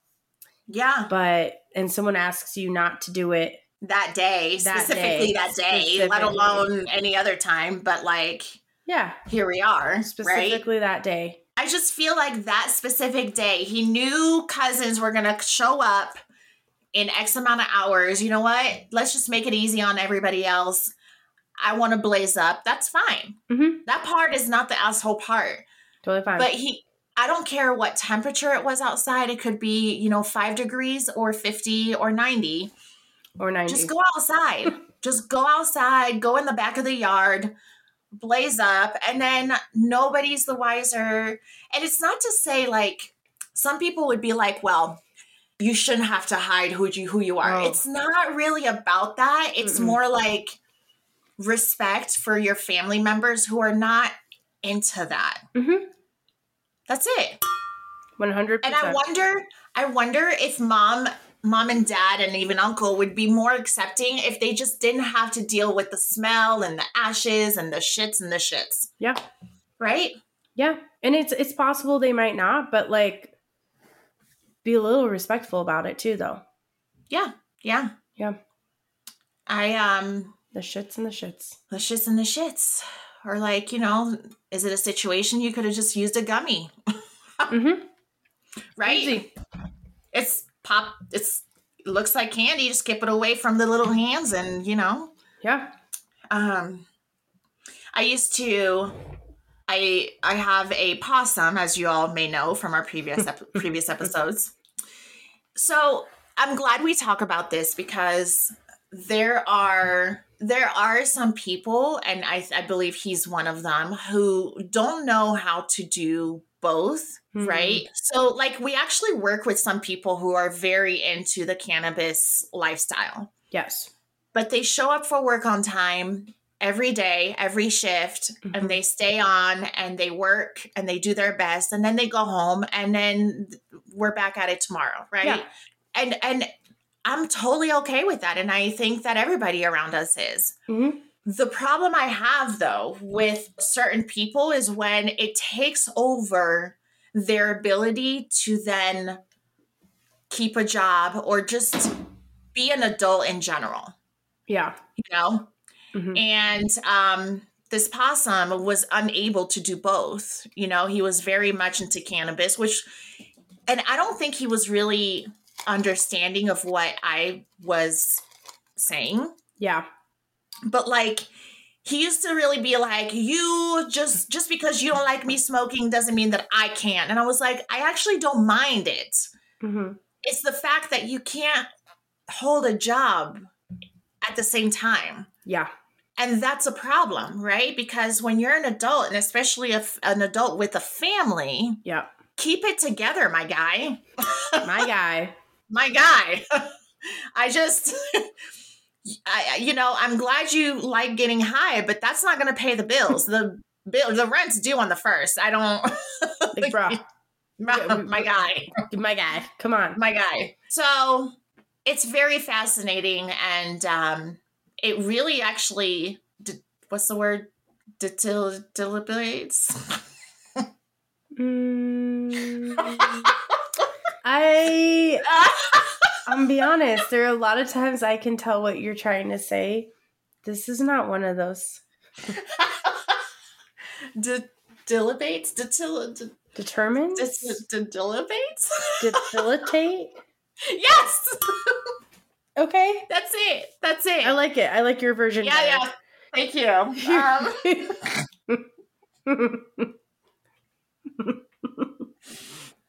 Speaker 1: yeah,
Speaker 2: But and someone asks you not to do it
Speaker 1: that day
Speaker 2: That
Speaker 1: specifically
Speaker 2: day,
Speaker 1: that day, let
Speaker 2: specifically.
Speaker 1: alone any other time. But like,
Speaker 2: Yeah,
Speaker 1: here we are. Right.
Speaker 2: specifically that day.
Speaker 1: I just feel like that specific day, he knew cousins were going to show up in X amount of hours. You know what? Let's just make it easy on everybody else. I want to blaze up. That's fine.
Speaker 2: Mhm.
Speaker 1: That part is not the asshole part.
Speaker 2: Totally fine.
Speaker 1: But he, I don't care what temperature it was outside. It could be, you know, five degrees or 50 or 90.
Speaker 2: or 90.
Speaker 1: Just go outside. just go outside, go in the back of the yard, blaze up, and then nobody's the wiser. And it's not to say like some people would be like, well, you shouldn't have to hide who you who you are.
Speaker 2: Oh.
Speaker 1: It's not really about that. It's
Speaker 2: Mm-mm.
Speaker 1: more like respect for your family members who are not into that.
Speaker 2: Mhm.
Speaker 1: That's it.
Speaker 2: 100%.
Speaker 1: And I wonder, I wonder if mom, mom and dad, and even uncle would be more accepting if they just didn't have to deal with the smell and the ashes and the shits and the shits,
Speaker 2: yeah.
Speaker 1: right?
Speaker 2: Yeah. And it's it's possible they might not, but like be a little respectful about it too though.
Speaker 1: Yeah, yeah,
Speaker 2: Yeah.
Speaker 1: I um,
Speaker 2: The shits and the shits.
Speaker 1: the shits and the shits, or like you know, is it a situation you could have just used a gummy,
Speaker 2: Mhm.
Speaker 1: right?
Speaker 2: Easy.
Speaker 1: It's pop. It's it looks like candy. Just skip it away from the little hands, and you know,
Speaker 2: Yeah.
Speaker 1: um i used to i i have a possum as you all may know from our previous ep- previous episodes so i'm glad we talk about this because there are there are some people and i i believe he's one of them who don't know how to do both
Speaker 2: Mhm.
Speaker 1: right so like we actually work with some people who are very into the cannabis lifestyle
Speaker 2: Yes.
Speaker 1: but they show up for work on time every day, every shift,
Speaker 2: Mhm.
Speaker 1: and they stay on and they work and they do their best and then they go home and then we're back at it tomorrow, right?
Speaker 2: Yeah.
Speaker 1: And and I'm totally okay with that and I think that everybody around us is.
Speaker 2: Mhm.
Speaker 1: The problem I have though with certain people is when it takes over their ability to then keep a job or just be an adult in general,
Speaker 2: Yeah.
Speaker 1: you know?
Speaker 2: Mhm.
Speaker 1: And um this possum was unable to do both. You know, he was very much into cannabis, which and I don't think he was really understanding of what I was saying
Speaker 2: Yeah.
Speaker 1: but like he used to really be like you just just because you don't like me smoking doesn't mean that i can't and i was like i actually don't mind it Mm-hmm.
Speaker 2: Mhm.
Speaker 1: it's the fact that you can't hold a job at the same time
Speaker 2: Yeah.
Speaker 1: and that's a problem right because when you're an adult and especially if an adult with a family
Speaker 2: Yeah.
Speaker 1: keep it together my guy
Speaker 2: My guy.
Speaker 1: my guy i just I, I- you know i'm glad you like getting high but that's not going to pay the bills the bill the rent's due on the first i don't
Speaker 2: Like, bruh.
Speaker 1: my, my guy
Speaker 2: My guy. Come on.
Speaker 1: my guy so it's very fascinating and um it really actually d- what's the word Detil- deliberates
Speaker 2: Mm. I
Speaker 1: Ah!
Speaker 2: I'm gonna be honest, there are a lot of times I can tell what you're trying to say. This is not one of those.
Speaker 1: D- delibates Detil- d-
Speaker 2: Determined?
Speaker 1: dis- d- delibates
Speaker 2: Debilitate?
Speaker 1: yes
Speaker 2: Okay.
Speaker 1: That's it. That's it.
Speaker 2: I like it. I like your version.
Speaker 1: yeah, Um. yeah. Thank you. Um,
Speaker 2: better.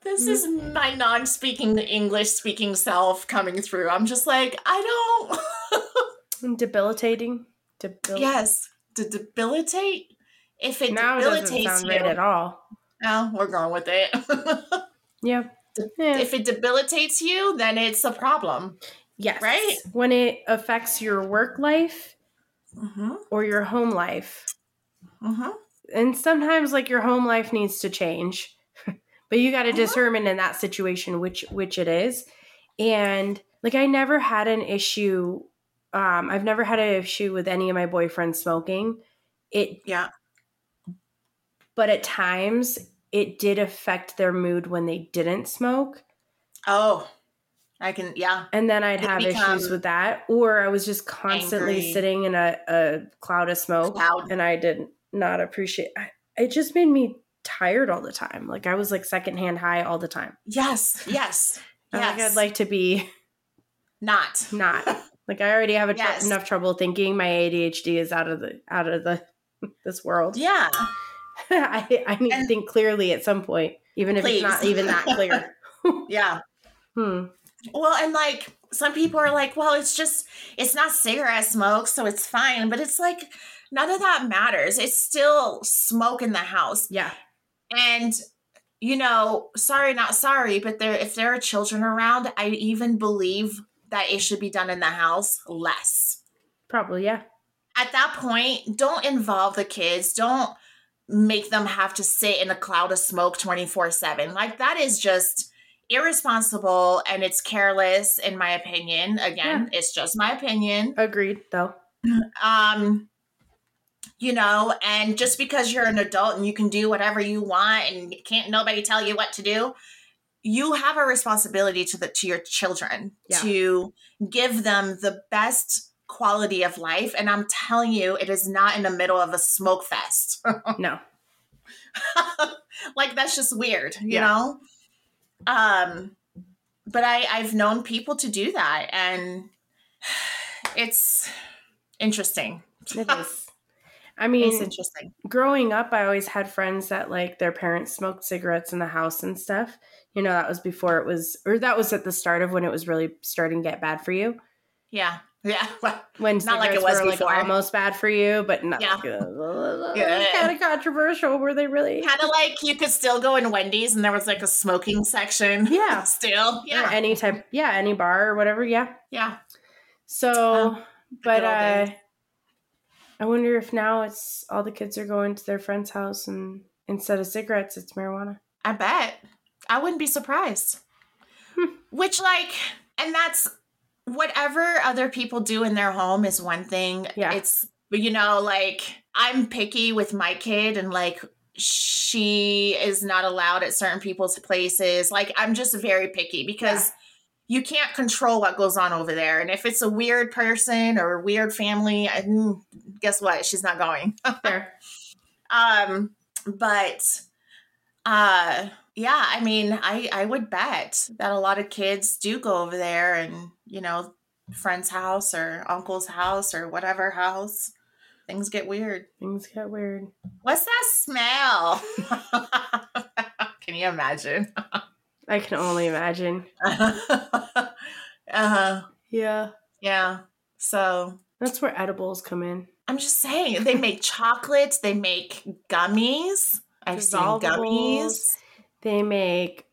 Speaker 1: This is my non speaking English speaking self coming through. I'm just like, I don't.
Speaker 2: Debilitating. Debil-
Speaker 1: yes, to debilitate. If it
Speaker 2: Now it doesn't
Speaker 1: debilitates
Speaker 2: sound
Speaker 1: you,
Speaker 2: right at all.
Speaker 1: no, we're going with it.
Speaker 2: Yeah.
Speaker 1: De-
Speaker 2: yeah.
Speaker 1: if it debilitates you, then it's a problem.
Speaker 2: yes.
Speaker 1: right?
Speaker 2: When it affects your work life
Speaker 1: Mm-hmm.
Speaker 2: or your home life.
Speaker 1: Mm-hmm.
Speaker 2: And sometimes like your home life needs to change. but you got to
Speaker 1: Mhm.
Speaker 2: determine in that situation which which it is. And like I never had an issue um I've never had an issue with any of my boyfriends smoking. It
Speaker 1: Yeah.
Speaker 2: but at times it did affect their mood when they didn't smoke.
Speaker 1: Oh, I can. Yeah.
Speaker 2: and then I'd
Speaker 1: They
Speaker 2: have issues
Speaker 1: become
Speaker 2: with that, or I was just constantly
Speaker 1: angry.
Speaker 2: sitting in a, a cloud of smoke,
Speaker 1: Cloud.
Speaker 2: and I did not appreciate. I, it just made me tired all the time. Like I was like secondhand high all the time.
Speaker 1: Yes. Yes.
Speaker 2: I think
Speaker 1: Yes.
Speaker 2: I'd like to be
Speaker 1: Not.
Speaker 2: not like I already have a tr-
Speaker 1: Yes.
Speaker 2: enough trouble thinking. My ADHD is out of the out of the this world.
Speaker 1: Yeah.
Speaker 2: I, I need to
Speaker 1: And-
Speaker 2: think clearly at some point, even if it's not
Speaker 1: Please.
Speaker 2: even that clear.
Speaker 1: Yeah.
Speaker 2: Hmm.
Speaker 1: Well, and like some people are like, well, it's just it's not cigarette smoke, so it's fine. But it's like none of that matters. It's still smoke in the house.
Speaker 2: Yeah.
Speaker 1: And you know, sorry, not sorry, but there if there are children around, I even believe that it should be done in the house less.
Speaker 2: Probably. Yeah.
Speaker 1: At that point, don't involve the kids. Don't make them have to sit in a cloud of smoke 24/7. Like that is just irresponsible and it's careless in my opinion again it's just my opinion
Speaker 2: Agreed. Though.
Speaker 1: um you know and just because you're an adult and you can do whatever you want and can't nobody tell you what to do you have a responsibility to the to your children
Speaker 2: Yeah.
Speaker 1: to give them the best quality of life and i'm telling you it is not in the middle of a smoke fest
Speaker 2: No.
Speaker 1: like that's just weird you
Speaker 2: Yeah.
Speaker 1: know um but i i've known people to do that and it's interesting
Speaker 2: It is. I
Speaker 1: it's
Speaker 2: mean,
Speaker 1: interesting
Speaker 2: growing up, I always had friends that like their parents smoked cigarettes in the house and stuff. You know, that was before it was, or that was at the start of when it was really starting to get bad for you.
Speaker 1: yeah yeah
Speaker 2: When
Speaker 1: Not like it
Speaker 2: cigarettes
Speaker 1: was
Speaker 2: were
Speaker 1: before.
Speaker 2: like almost bad for you, but not
Speaker 1: Yeah.
Speaker 2: like, uh,
Speaker 1: Yeah.
Speaker 2: kind of controversial. Were they really?
Speaker 1: kind of like you could still go in wendy's and there was like a smoking section
Speaker 2: Yeah.
Speaker 1: still
Speaker 2: Or
Speaker 1: yeah
Speaker 2: any type, yeah, any bar or whatever, yeah.
Speaker 1: yeah
Speaker 2: So, but
Speaker 1: good old
Speaker 2: uh,
Speaker 1: days.
Speaker 2: I wonder if now it's all the kids are going to their friend's house and instead of cigarettes, it's marijuana.
Speaker 1: i bet i wouldn't be surprised
Speaker 2: Hmm.
Speaker 1: which like and that's whatever other people do in their home is one thing.
Speaker 2: Yeah.
Speaker 1: It's, you know, like I'm picky with my kid and like she is not allowed at certain people's places. Like I'm just very picky because you can't control what goes on over there. And if it's a weird person or a weird family, I, mm, guess what? She's not going
Speaker 2: Fair.
Speaker 1: um but uh yeah i mean i i would bet that a lot of kids do go over there and you know friend's house or uncle's house or whatever house things get weird
Speaker 2: Things get weird.
Speaker 1: what's that smell can you imagine
Speaker 2: I can only imagine.
Speaker 1: uh
Speaker 2: Yeah.
Speaker 1: yeah so
Speaker 2: That's where edibles come in.
Speaker 1: i'm just saying they make chocolates they make gummies i've seen
Speaker 2: Dissolvables.
Speaker 1: gummies
Speaker 2: They make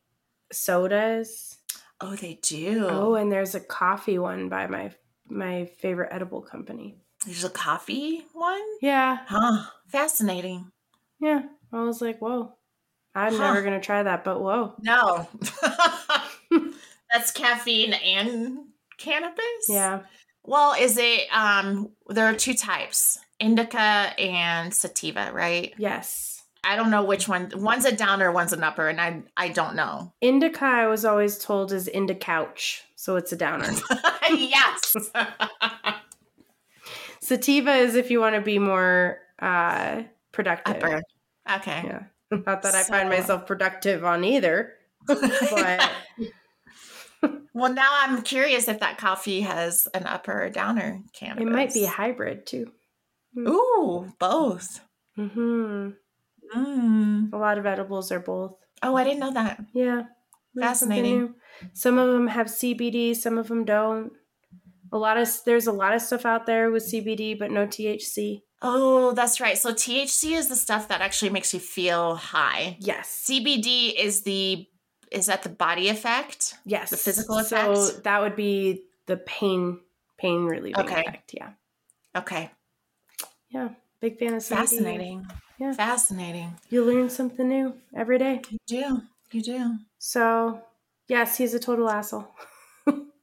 Speaker 2: sodas.
Speaker 1: oh they do
Speaker 2: Oh, and there's a coffee one by my my favorite edible company.
Speaker 1: There's a coffee one?
Speaker 2: Yeah.
Speaker 1: Huh. Fascinating.
Speaker 2: Yeah. I was like, whoa. I'm
Speaker 1: Huh.
Speaker 2: never gonna try that, but whoa.
Speaker 1: No. That's caffeine and cannabis?
Speaker 2: Yeah.
Speaker 1: Well, is it um there are two types, indica and sativa, right?
Speaker 2: Yes.
Speaker 1: I don't know which one. One's a downer, one's an upper, and I I don't know.
Speaker 2: Indica I was always told is indica couch, so it's a downer.
Speaker 1: yes.
Speaker 2: Sativa is if you want to be more uh productive.
Speaker 1: upper. Okay.
Speaker 2: Yeah. Not that I find
Speaker 1: So-
Speaker 2: myself productive on either, but
Speaker 1: Well, now I'm curious if that coffee has an upper or downer cannabis.
Speaker 2: It might be a hybrid too.
Speaker 1: Ooh, both.
Speaker 2: hmm
Speaker 1: Mm.
Speaker 2: A lot of edibles are both.
Speaker 1: Oh, I didn't know that.
Speaker 2: Yeah. Learn something
Speaker 1: Fascinating.
Speaker 2: new. Some of them have CBD, some of them don't. A lot of there's a lot of stuff out there with CBD but no THC.
Speaker 1: Oh, that's right. So THC is the stuff that actually makes you feel high.
Speaker 2: Yes.
Speaker 1: CBD is the is that the body effect?
Speaker 2: Yes.
Speaker 1: The physical
Speaker 2: So
Speaker 1: effect?
Speaker 2: that would be the pain pain relieving
Speaker 1: Okay.
Speaker 2: effect. Yeah.
Speaker 1: Okay.
Speaker 2: Big fan of CBD.
Speaker 1: Fascinating.
Speaker 2: Yeah.
Speaker 1: Fascinating.
Speaker 2: You learn something new every day.
Speaker 1: You do. You do.
Speaker 2: So, yes, he's a total asshole.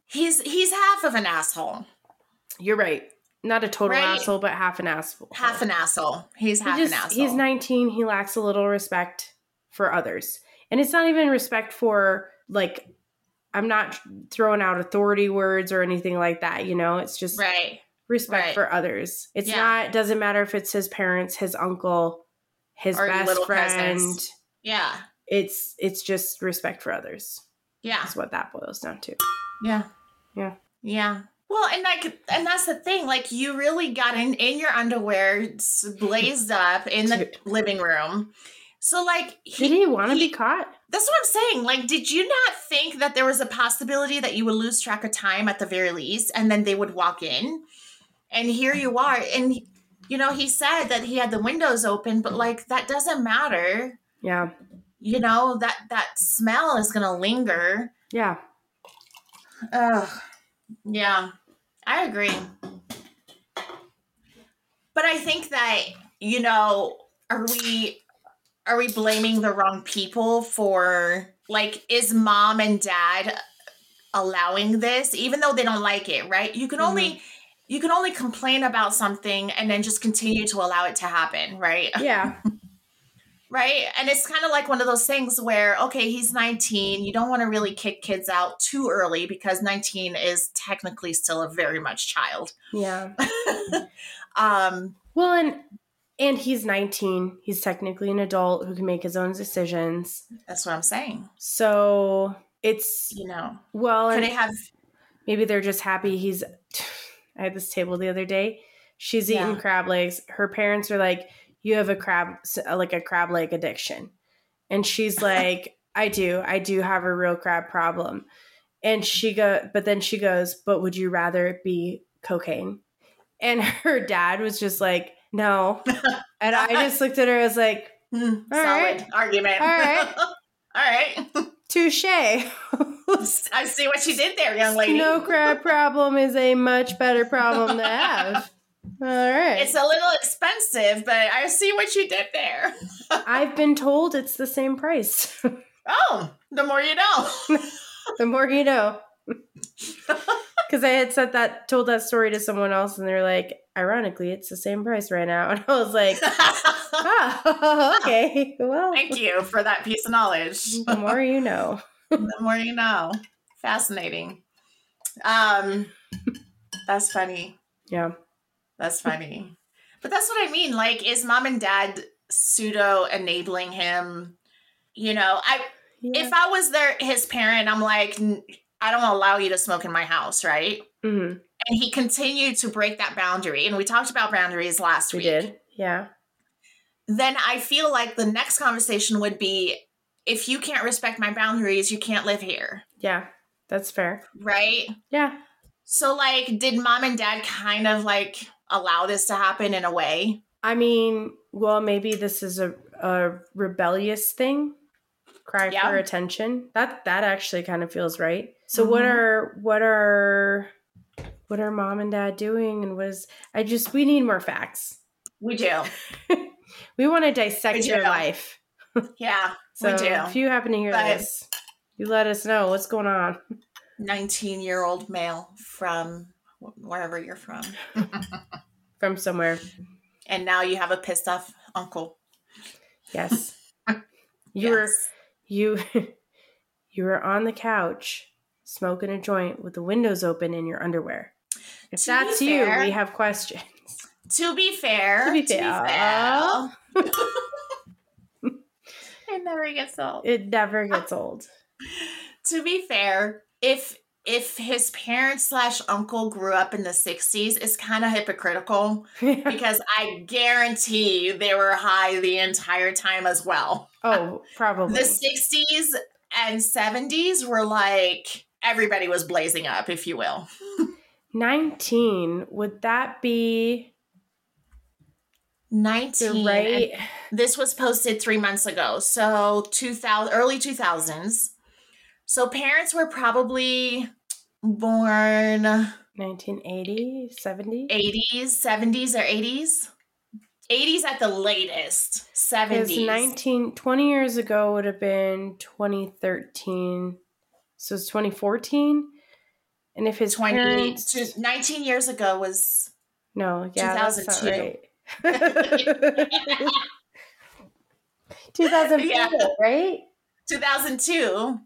Speaker 1: He's he's half of an asshole.
Speaker 2: You're right. Not a total
Speaker 1: Right.
Speaker 2: asshole, but half an asshole.
Speaker 1: Half an asshole. He's
Speaker 2: He
Speaker 1: half
Speaker 2: just-
Speaker 1: an asshole.
Speaker 2: He's 19. He lacks a little respect for others. And it's not even respect for, like, I'm not throwing out authority words or anything like that, you know? It's just
Speaker 1: right.
Speaker 2: respect
Speaker 1: right.
Speaker 2: for others. It's
Speaker 1: Yeah.
Speaker 2: not, doesn't matter if it's his parents, his uncle, his
Speaker 1: Or your
Speaker 2: best
Speaker 1: little
Speaker 2: friend.
Speaker 1: cousins. Yeah.
Speaker 2: It's it's just respect for others.
Speaker 1: Yeah.
Speaker 2: Is what that boils down to.
Speaker 1: Yeah.
Speaker 2: Yeah.
Speaker 1: Yeah. Well, and like, and that's the thing. Like, you really got in in your underwear, s- blazed up in the
Speaker 2: Dude.
Speaker 1: living room. So, like, he,
Speaker 2: Did he want to
Speaker 1: he-
Speaker 2: be caught?
Speaker 1: that's what I'm saying. Like, did you not think that there was a possibility that you would lose track of time at the very least, and then they would walk in, and here you are, and you know, he said that he had the windows open, but like, that doesn't matter.
Speaker 2: Yeah.
Speaker 1: You know that that smell is gonna linger.
Speaker 2: Yeah.
Speaker 1: Ugh. Yeah, I agree. But I think that, you know, are we are we blaming the wrong people for like is mom and dad allowing this even though they don't like it, right? You can only you can only complain about something and then just continue to allow it to happen, right?
Speaker 2: Yeah.
Speaker 1: Right? And it's kind of like one of those things where, okay, he's 19. You don't want to really kick kids out too early because 19 is technically still a very much child.
Speaker 2: Yeah.
Speaker 1: Um,
Speaker 2: Well, and and he's 19. He's technically an adult who can make his own decisions.
Speaker 1: that's what I'm saying.
Speaker 2: So it's
Speaker 1: You know,
Speaker 2: well,
Speaker 1: could
Speaker 2: and
Speaker 1: it have,
Speaker 2: maybe they're just happy he's. I had this table the other day. She's eating
Speaker 1: Yeah.
Speaker 2: crab legs. Her parents are like, "You have a crab, uh, like a crab leg addiction," and she's like, "I do. I do have a real crab problem." And she go, but then she goes, "But would you rather it be cocaine?" And her dad was just like, "No," and I just looked at her. I was like,
Speaker 1: hmm, solid
Speaker 2: All right.
Speaker 1: argument.
Speaker 2: All right.
Speaker 1: All right.
Speaker 2: Touche.
Speaker 1: I see what you did there, young lady.
Speaker 2: Snow crab problem is a much better problem to have. All right.
Speaker 1: It's a little expensive, but I see what you did there.
Speaker 2: I've been told it's the same price.
Speaker 1: Oh, the more you know.
Speaker 2: the more you know. Because I had said that, told that story to someone else, and they're like, ironically, it's the same price right now. And I was like, ah, okay. Well,
Speaker 1: Thank you for that piece of knowledge.
Speaker 2: the more you know.
Speaker 1: the more you know. Fascinating. Um, that's funny.
Speaker 2: Yeah.
Speaker 1: That's funny. But that's what I mean. Like, is mom and dad pseudo enabling him? You know, I
Speaker 2: yeah.
Speaker 1: if I was their his parent, I'm like, "N- I don't allow you to smoke in my house, right?
Speaker 2: Mhm,
Speaker 1: And he continued to break that boundary. And we talked about boundaries last
Speaker 2: we
Speaker 1: week.
Speaker 2: did. Yeah.
Speaker 1: Then I feel like the next conversation would be, if you can't respect my boundaries, you can't live here,
Speaker 2: Yeah. That's fair.
Speaker 1: right?
Speaker 2: Yeah.
Speaker 1: So, like, did mom and dad kind of like allow this to happen in a way?
Speaker 2: I mean, well, maybe this is a, a rebellious thing. Cry
Speaker 1: Yeah.
Speaker 2: for attention. That that actually kind of feels right. So what
Speaker 1: Mhm.
Speaker 2: are what are what are mom and dad doing and what is I just we need more facts.
Speaker 1: We do.
Speaker 2: We want to dissect
Speaker 1: do.
Speaker 2: your life.
Speaker 1: Yeah.
Speaker 2: So
Speaker 1: do.
Speaker 2: if you happen to hear
Speaker 1: But-
Speaker 2: this, you let us know what's going on.
Speaker 1: 19 year old male from wh- wherever you're from.
Speaker 2: From somewhere.
Speaker 1: And now you have a pissed off uncle.
Speaker 2: Yes. you were you you were on the couch smoking a joint with the windows open in your underwear.
Speaker 1: To
Speaker 2: If
Speaker 1: be
Speaker 2: that's you,
Speaker 1: fair-
Speaker 2: we have questions.
Speaker 1: To be fair.
Speaker 2: To be fair.
Speaker 1: it never gets old.
Speaker 2: It never gets old.
Speaker 1: To be fair, if if his parents slash uncle grew up in the 60s it's kind of hypocritical because i guarantee you they were high the entire time as well
Speaker 2: oh, probably.
Speaker 1: the 60s and 70s were like everybody was blazing up if you will
Speaker 2: 19. Would that be
Speaker 1: 19
Speaker 2: the right?
Speaker 1: this was posted three months ago so 2000 early 2000s so parents were probably born
Speaker 2: 1980, 70?
Speaker 1: 80s 70s or 80s 80s at the latest
Speaker 2: 'Cause
Speaker 1: 70s
Speaker 2: 19, 20 years ago would have been 2013. So it's 2014. And if his
Speaker 1: 20
Speaker 2: parents,
Speaker 1: to- 19 years ago was
Speaker 2: no, yeah, that's not
Speaker 1: 2002.
Speaker 2: right. 2004, right?
Speaker 1: 2002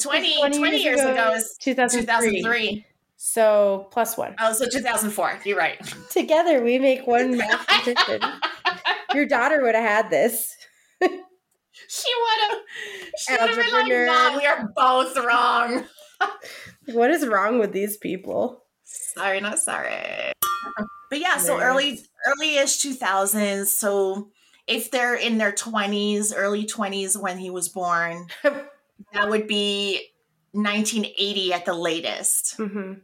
Speaker 1: 20
Speaker 2: 20
Speaker 1: 20 years ago is
Speaker 2: 2003.
Speaker 1: 2003
Speaker 2: So plus one.
Speaker 1: oh so 2004 you're right
Speaker 2: Together we make one mathematician. Your daughter would have had this.
Speaker 1: she would have she would have been like
Speaker 2: Algebra
Speaker 1: mom
Speaker 2: nerd.
Speaker 1: we are both wrong
Speaker 2: What is wrong with these people?
Speaker 1: sorry not sorry but yeah so
Speaker 2: Nerd.
Speaker 1: early early-ish 2000s so if they're in their 20s early 20s when he was born that would be 1980 at the latest
Speaker 2: Mhm.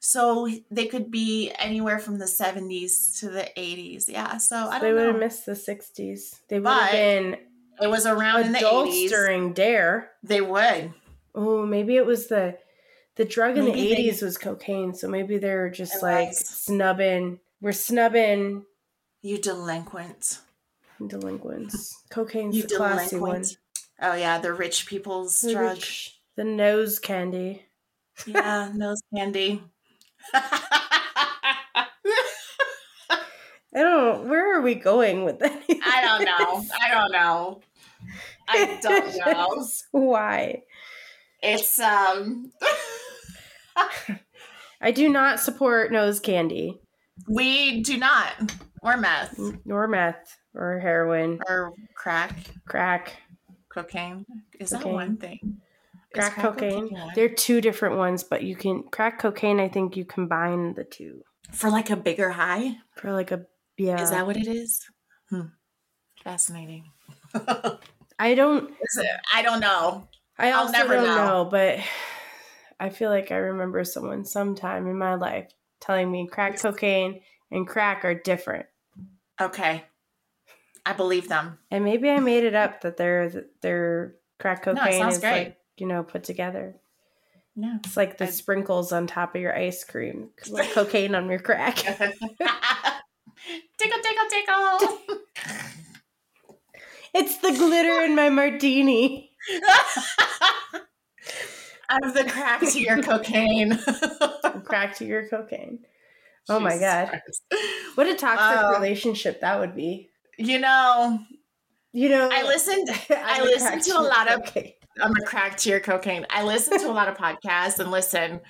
Speaker 1: so they could be anywhere from the 70s to the 80s yeah so Oh, i
Speaker 2: they
Speaker 1: don't
Speaker 2: would have
Speaker 1: know
Speaker 2: missed the 60s. They would have
Speaker 1: But
Speaker 2: been
Speaker 1: it was around in the
Speaker 2: adults
Speaker 1: 80s
Speaker 2: during Dare.
Speaker 1: they would
Speaker 2: Oh, maybe it was the the drug in
Speaker 1: Maybe
Speaker 2: the
Speaker 1: they-
Speaker 2: 80s was cocaine. So maybe they were just
Speaker 1: It
Speaker 2: like
Speaker 1: was.
Speaker 2: snubbing. We're snubbing
Speaker 1: you delinquent
Speaker 2: delinquents. Cocaine's
Speaker 1: you
Speaker 2: the classy one.
Speaker 1: delinquent oh yeah the rich people's
Speaker 2: The
Speaker 1: drug
Speaker 2: rich- The nose candy.
Speaker 1: yeah nose candy
Speaker 2: I don't. Where are we going with that?
Speaker 1: I don't know. I don't know. I don't know.
Speaker 2: Why?
Speaker 1: It's um
Speaker 2: I do not support nose candy,
Speaker 1: we do not or meth
Speaker 2: nor meth, or heroin,
Speaker 1: or crack,
Speaker 2: crack.
Speaker 1: cocaine. Is that
Speaker 2: Cocaine.
Speaker 1: one thing? Is
Speaker 2: Crack cocaine.
Speaker 1: one?
Speaker 2: They're two different ones, but you can crack cocaine. I think you combine the two
Speaker 1: For like a bigger high?
Speaker 2: for like a yeah.
Speaker 1: Is that what it is? Hmm. Fascinating.
Speaker 2: I don't.
Speaker 1: Is it- I don't know.
Speaker 2: I
Speaker 1: I'll
Speaker 2: also
Speaker 1: never
Speaker 2: don't
Speaker 1: know.
Speaker 2: know, but I feel like I remember someone sometime in my life telling me crack cocaine and crack are different.
Speaker 1: Okay. I believe them.
Speaker 2: And maybe I made it up that they're they're crack
Speaker 1: No, it
Speaker 2: cocaine
Speaker 1: sounds
Speaker 2: is
Speaker 1: great.
Speaker 2: like you know put together.
Speaker 1: Yeah.
Speaker 2: It's like the
Speaker 1: I-
Speaker 2: sprinkles on top of your ice cream, like cocaine on your crack.
Speaker 1: tickle, tickle, tickle.
Speaker 2: It's the glitter in my martini.
Speaker 1: Out of the crack to your cocaine.
Speaker 2: Crack to your cocaine. Oh my
Speaker 1: Jesus
Speaker 2: God.
Speaker 1: Christ.
Speaker 2: What a toxic
Speaker 1: Oh.
Speaker 2: relationship that would be.
Speaker 1: You know,
Speaker 2: You know,
Speaker 1: I listened.
Speaker 2: I'm
Speaker 1: I listen
Speaker 2: crack
Speaker 1: to a lot of-
Speaker 2: cocaine.
Speaker 1: I'm a crack to your cocaine. I listen to a lot of podcasts and listen.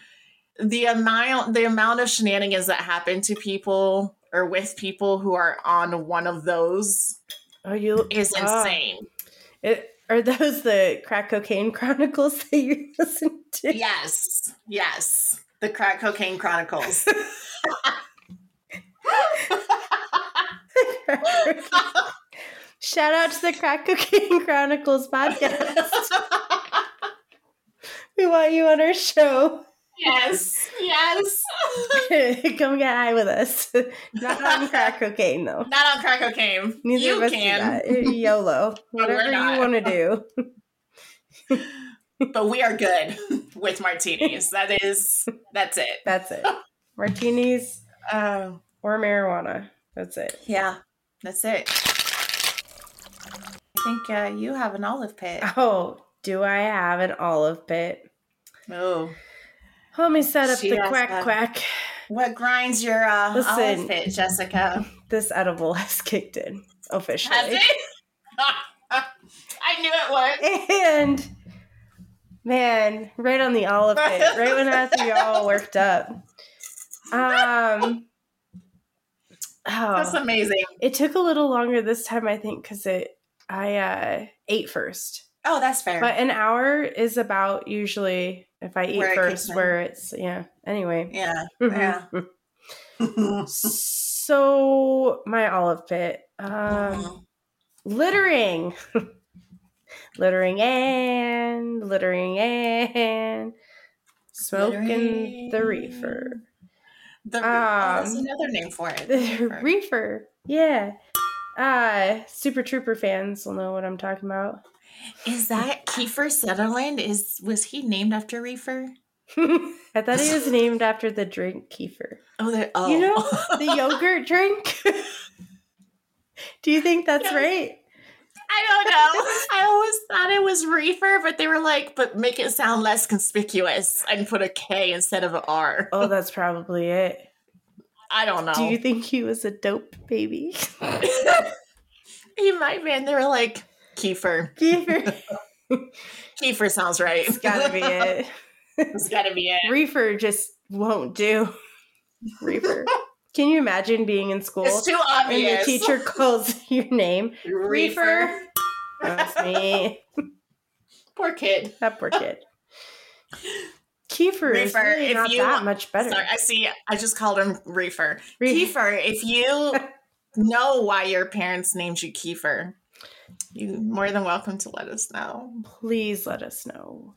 Speaker 1: The amount, the amount of shenanigans that happen to people or with people who are on one of those
Speaker 2: Oh, you
Speaker 1: is
Speaker 2: oh.
Speaker 1: insane.
Speaker 2: It, are those the crack cocaine chronicles that you listen to?
Speaker 1: Yes, yes, the crack cocaine chronicles.
Speaker 2: Shout out to the Crack Cocaine Chronicles podcast. we want you on our show.
Speaker 1: yes, yes.
Speaker 2: Come get high with us. Not on crack cocaine though.
Speaker 1: Not on crack cocaine.
Speaker 2: Neither
Speaker 1: you
Speaker 2: of us
Speaker 1: can,
Speaker 2: do that. YOLO.
Speaker 1: But we're
Speaker 2: Whatever
Speaker 1: not.
Speaker 2: you want to do.
Speaker 1: but we are good with martinis. That is, that's it.
Speaker 2: That's it. Martinis
Speaker 1: Um,
Speaker 2: or marijuana. That's it.
Speaker 1: yeah, that's it. I think uh, you have an olive pit.
Speaker 2: Oh, do I have an olive pit?
Speaker 1: Oh,
Speaker 2: Homie set up
Speaker 1: She
Speaker 2: the
Speaker 1: has
Speaker 2: quack
Speaker 1: that.
Speaker 2: quack.
Speaker 1: what grinds your uh, olive
Speaker 2: Listen.
Speaker 1: pit, Jessica?
Speaker 2: This edible has kicked in officially.
Speaker 1: Has it? I knew it would.
Speaker 2: And man, right on the olive pit, right when I had you all worked up. Um,
Speaker 1: That's
Speaker 2: oh,
Speaker 1: amazing.
Speaker 2: it took a little longer this time, I think, because it I uh, ate first.
Speaker 1: Oh, that's fair.
Speaker 2: But an hour is about usually if I eat
Speaker 1: Where it came
Speaker 2: first,
Speaker 1: from.
Speaker 2: where it's yeah. Anyway,
Speaker 1: Yeah. Um,
Speaker 2: Mhm.
Speaker 1: Yeah.
Speaker 2: So my olive pit, um,
Speaker 1: Mhm.
Speaker 2: littering, littering, and littering, and smoking the reefer.
Speaker 1: The re- oh, that's
Speaker 2: um,
Speaker 1: another name for it.
Speaker 2: The reefer, yeah. Uh, Super Trooper fans will know what I'm talking about.
Speaker 1: Is that Kiefer Sutherland? Is was he named after Reefer?
Speaker 2: I thought it was named after the drink kefir,
Speaker 1: Oh, that, oh.
Speaker 2: You know, the yogurt drink. Do you think that's
Speaker 1: Yeah.
Speaker 2: right?
Speaker 1: I don't know. I always thought it was Reefer, but they were like, but make it sound less conspicuous and put a K instead of an R.
Speaker 2: Oh, that's probably it.
Speaker 1: I don't know.
Speaker 2: Do you think he was a dope baby?
Speaker 1: he might be. And they were like, Kiefer.
Speaker 2: Kefir.
Speaker 1: Kiefer sounds right.
Speaker 2: It's gotta be it.
Speaker 1: it's gotta be it.
Speaker 2: Reefer just won't do. Reefer. Can you imagine being in school
Speaker 1: It's too
Speaker 2: and
Speaker 1: obvious.
Speaker 2: the teacher calls your name? Reefer. That's me.
Speaker 1: Poor kid.
Speaker 2: That poor kid. Kefir is
Speaker 1: Reefer,
Speaker 2: really
Speaker 1: if
Speaker 2: not
Speaker 1: you-
Speaker 2: that much better.
Speaker 1: Sorry, uh, I see. I just called him Reefer.
Speaker 2: Re-
Speaker 1: Kiefer, if you know why your parents named you Kiefer, you're more than welcome to let us know.
Speaker 2: please let us know.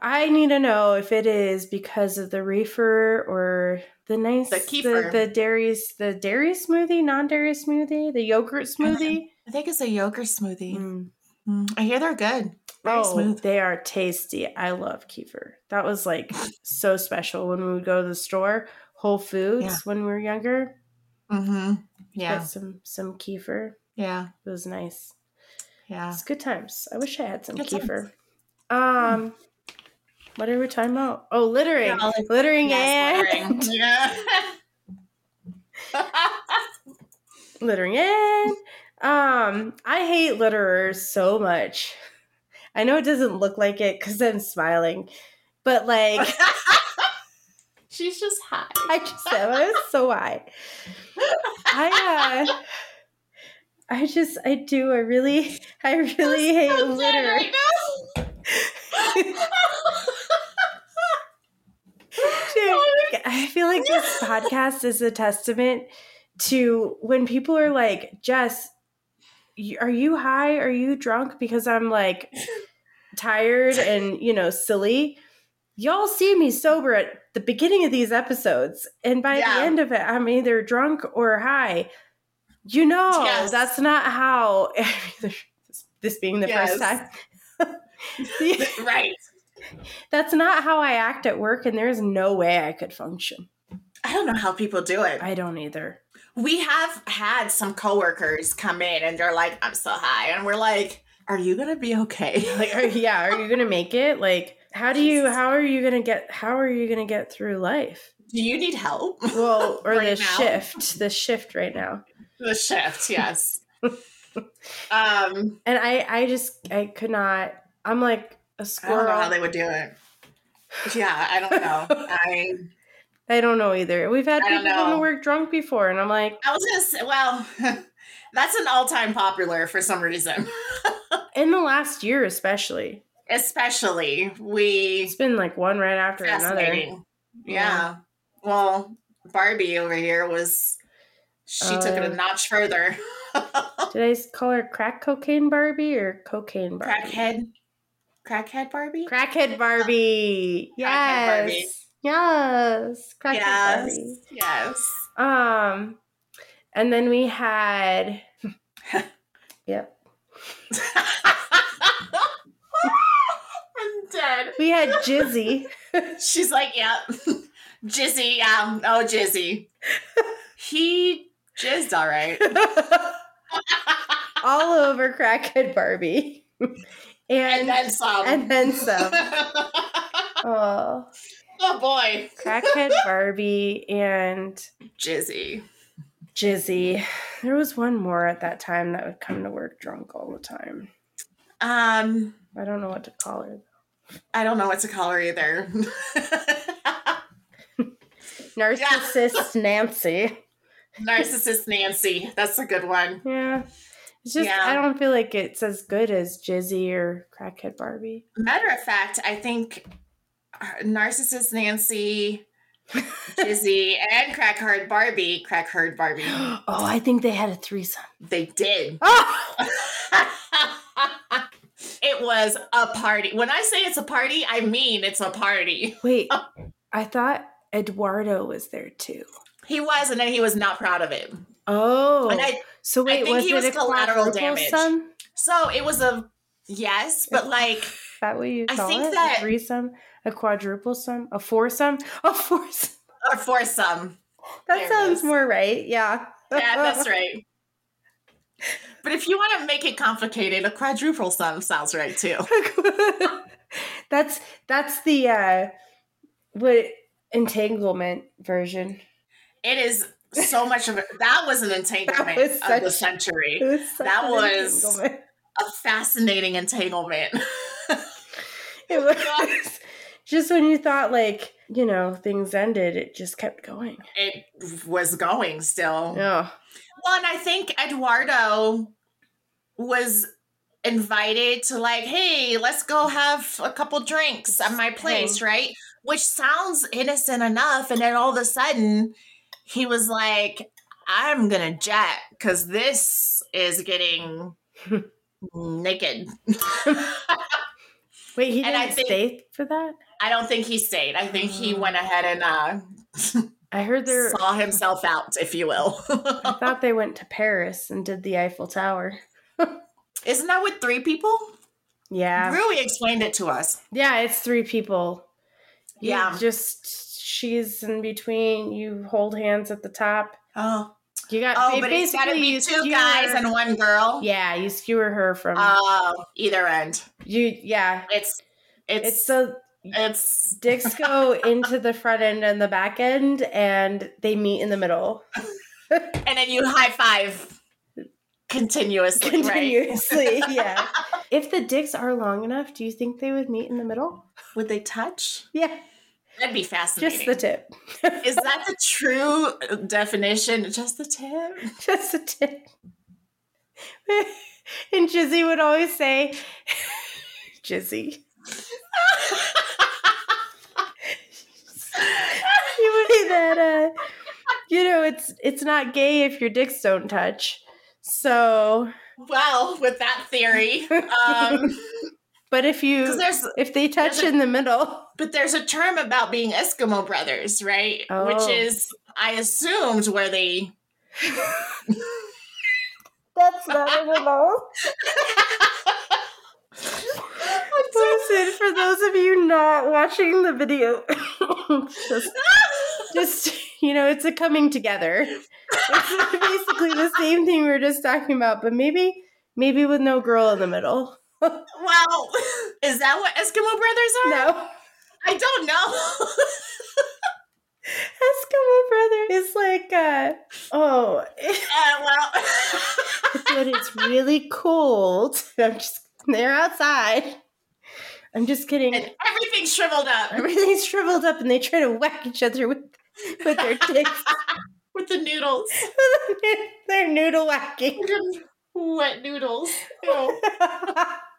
Speaker 2: I need to know if it is because of the reefer or the nice
Speaker 1: The
Speaker 2: the,
Speaker 1: kefir.
Speaker 2: the dairy the dairy smoothie, non-dairy smoothie, the yogurt smoothie.
Speaker 1: I think it's a yogurt smoothie.
Speaker 2: Mm.
Speaker 1: Mm, I hear they're good. Very
Speaker 2: Oh,
Speaker 1: smooth.
Speaker 2: they are tasty. I love kefir. That was like so special when we would go to the store, Whole Foods
Speaker 1: Yeah.
Speaker 2: when we were younger.
Speaker 1: Mm-hmm. Yeah.
Speaker 2: Got some some kefir.
Speaker 1: Yeah.
Speaker 2: It was nice.
Speaker 1: Yeah.
Speaker 2: It's good times. I wish I had some
Speaker 1: Good
Speaker 2: kefir. Um, what are we talking about? Oh, littering,
Speaker 1: Yeah, like-
Speaker 2: littering,
Speaker 1: Yes,
Speaker 2: and
Speaker 1: littering. Yeah.
Speaker 2: littering, and um, I hate litterers so much. I know it doesn't look like it because I'm smiling, but like
Speaker 1: She's just high.
Speaker 2: I just I was so high. I uh, I just I do. I really, I really hate
Speaker 1: I'm dead
Speaker 2: litter.
Speaker 1: right now.
Speaker 2: Dude, I feel like this podcast is a testament to when people are like, Jess, you- are you high? Are you drunk? Because I'm like tired and, you know, silly. Y'all see me sober at the beginning of these episodes. And by the
Speaker 1: Yeah.
Speaker 2: end of it, I'm either drunk or high. You know,
Speaker 1: Yes.
Speaker 2: that's not how, this being the first
Speaker 1: Yes.
Speaker 2: time.
Speaker 1: right.
Speaker 2: That's not how I act at work, and there's no way I could function.
Speaker 1: I don't know how people do it.
Speaker 2: I don't either.
Speaker 1: We have had some coworkers come in and they're like, I'm so high. And we're like, are you going to be okay?
Speaker 2: Like, are, yeah, are you gonna make it? Like, how do you?
Speaker 1: Jesus.
Speaker 2: How are you gonna get? How are you gonna get through life?
Speaker 1: Do you need help?
Speaker 2: Well, or
Speaker 1: Right
Speaker 2: the
Speaker 1: now.
Speaker 2: shift, the shift right now.
Speaker 1: the shift, yes. um,
Speaker 2: And I, I just, I could not. I'm like a
Speaker 1: I don't
Speaker 2: squirrel.
Speaker 1: know how they would do it. Yeah, I don't know. I
Speaker 2: I don't know either. We've had
Speaker 1: I don't
Speaker 2: people come to
Speaker 1: know.
Speaker 2: work drunk before, and I'm like,
Speaker 1: I was gonna say, well, that's an all-time popular for some reason.
Speaker 2: in the last year especially,
Speaker 1: Especially we
Speaker 2: it's been like one right after another.
Speaker 1: fascinating. Yeah. Well, Barbie over here was she took it
Speaker 2: Oh.
Speaker 1: a notch further.
Speaker 2: Did I call her crack cocaine Barbie or cocaine Barbie?
Speaker 1: Crackhead, crackhead Barbie.
Speaker 2: Crackhead Barbie. Yes.
Speaker 1: Crackhead Barbie.
Speaker 2: Yes. Crackhead
Speaker 1: yes, yes.
Speaker 2: Barbie. Um, and then we had. yep.
Speaker 1: I'm dead.
Speaker 2: We had Jizzy.
Speaker 1: She's like, yeah, Jizzy, yeah, oh Jizzy. He jizzed all right.
Speaker 2: All over Crackhead Barbie.
Speaker 1: and
Speaker 2: and,
Speaker 1: then some.
Speaker 2: and then some. Oh,
Speaker 1: oh boy,
Speaker 2: Crackhead Barbie and
Speaker 1: Jizzy.
Speaker 2: Jizzy. There was one more at that time that would come to work drunk all the time.
Speaker 1: Um,
Speaker 2: I don't know what to call her.
Speaker 1: I don't know what to call her either.
Speaker 2: Narcissist Nancy.
Speaker 1: Narcissist Nancy. That's a good one.
Speaker 2: Yeah. It's just
Speaker 1: Yeah.
Speaker 2: I don't feel like it's as good as Jizzy or Crackhead Barbie.
Speaker 1: Matter of fact, I think uh, narcissist Nancy, Jizzy, and crackhard Barbie, crackhard Barbie,
Speaker 2: oh, I think they had a threesome.
Speaker 1: they did.
Speaker 2: Oh,
Speaker 1: it was a party. When I say it's a party, I mean it's a party.
Speaker 2: wait, I thought Eduardo was there too.
Speaker 1: He was, and then he was not proud of it.
Speaker 2: Oh,
Speaker 1: And I,
Speaker 2: so wait,
Speaker 1: think
Speaker 2: was
Speaker 1: he
Speaker 2: it
Speaker 1: was
Speaker 2: a
Speaker 1: collateral
Speaker 2: quadruple
Speaker 1: damage.
Speaker 2: sum?
Speaker 1: so it was a yes, but like
Speaker 2: Is that what you
Speaker 1: I
Speaker 2: call
Speaker 1: think
Speaker 2: it?
Speaker 1: that-
Speaker 2: a threesome, a quadruple sum, a foursome, a foursome.
Speaker 1: a foursome. There
Speaker 2: That
Speaker 1: it
Speaker 2: sounds
Speaker 1: is.
Speaker 2: more right. Yeah.
Speaker 1: Yeah, that's right. But if you want to make it complicated, a quadruple sum sounds right too.
Speaker 2: that's that's the uh what entanglement version.
Speaker 1: It is so much of a, that was an entanglement
Speaker 2: was
Speaker 1: of the
Speaker 2: such-
Speaker 1: century.
Speaker 2: It was such
Speaker 1: That
Speaker 2: an
Speaker 1: was-
Speaker 2: entanglement.
Speaker 1: A fascinating entanglement.
Speaker 2: It was just when you thought like you know things ended, it just kept going.
Speaker 1: It was going still.
Speaker 2: Yeah.
Speaker 1: Well, and I think Eduardo was invited to like, hey, let's go have a couple drinks at my place, right? Which sounds innocent enough, and then all of a sudden, he was like, "I'm gonna jet because this is getting naked."
Speaker 2: Wait, he
Speaker 1: And I
Speaker 2: didn't
Speaker 1: think-
Speaker 2: stay for that.
Speaker 1: I don't think he stayed. I think he went ahead and uh,
Speaker 2: I heard Mm. there.
Speaker 1: saw himself out, if you will.
Speaker 2: I thought they went to Paris and did the Eiffel Tower.
Speaker 1: Isn't that with three people?
Speaker 2: Yeah.
Speaker 1: Rui explained it to us.
Speaker 2: Yeah, it's three people. You
Speaker 1: Yeah.
Speaker 2: just she's in between. You hold hands at the top.
Speaker 1: Oh,
Speaker 2: You got
Speaker 1: Oh,
Speaker 2: ba-
Speaker 1: but it's gotta be
Speaker 2: you
Speaker 1: two
Speaker 2: skewer-
Speaker 1: guys and one girl.
Speaker 2: yeah, you skewer her from
Speaker 1: Uh, either end.
Speaker 2: you. Yeah,
Speaker 1: It's it's
Speaker 2: it's
Speaker 1: it's,
Speaker 2: so
Speaker 1: it's
Speaker 2: dicks go into the front end and the back end, and they meet in the middle
Speaker 1: and then you high five continuously, right?
Speaker 2: continuously. Yeah. If the dicks are long enough, do you think they would meet in the middle?
Speaker 1: Would they touch?
Speaker 2: Yeah,
Speaker 1: That'd be
Speaker 2: just
Speaker 1: fascinating.
Speaker 2: the tip.
Speaker 1: Is that the true definition? Just the tip?
Speaker 2: just a tip. and Jizzy would always say, Jizzy. he would be that, uh, you know, it's it's not gay if your dicks don't touch. So,
Speaker 1: Well, with that theory, um,
Speaker 2: but if
Speaker 1: 'cause
Speaker 2: you
Speaker 1: there's
Speaker 2: if they touch in the middle,
Speaker 1: but there's a term about being Eskimo brothers, right?
Speaker 2: Oh.
Speaker 1: Which is I assumed where they
Speaker 2: that's not in the middle. Listen, for those of you not watching the video, just, just, you know, it's a coming together. It's basically the same thing we were just talking about, but maybe, maybe with no girl in the middle.
Speaker 1: Well, is that what Eskimo brothers are?
Speaker 2: No,
Speaker 1: I don't know.
Speaker 2: Eskimo brother is like, uh, oh,
Speaker 1: uh, well,
Speaker 2: but it's really cold. I'm just, they're outside. I'm just kidding.
Speaker 1: and everything shriveled up
Speaker 2: Everything's shriveled up, and they try to whack each other with with their dicks.
Speaker 1: with the noodles.
Speaker 2: They're noodle whacking.
Speaker 1: Wet noodles. Oh, Ew.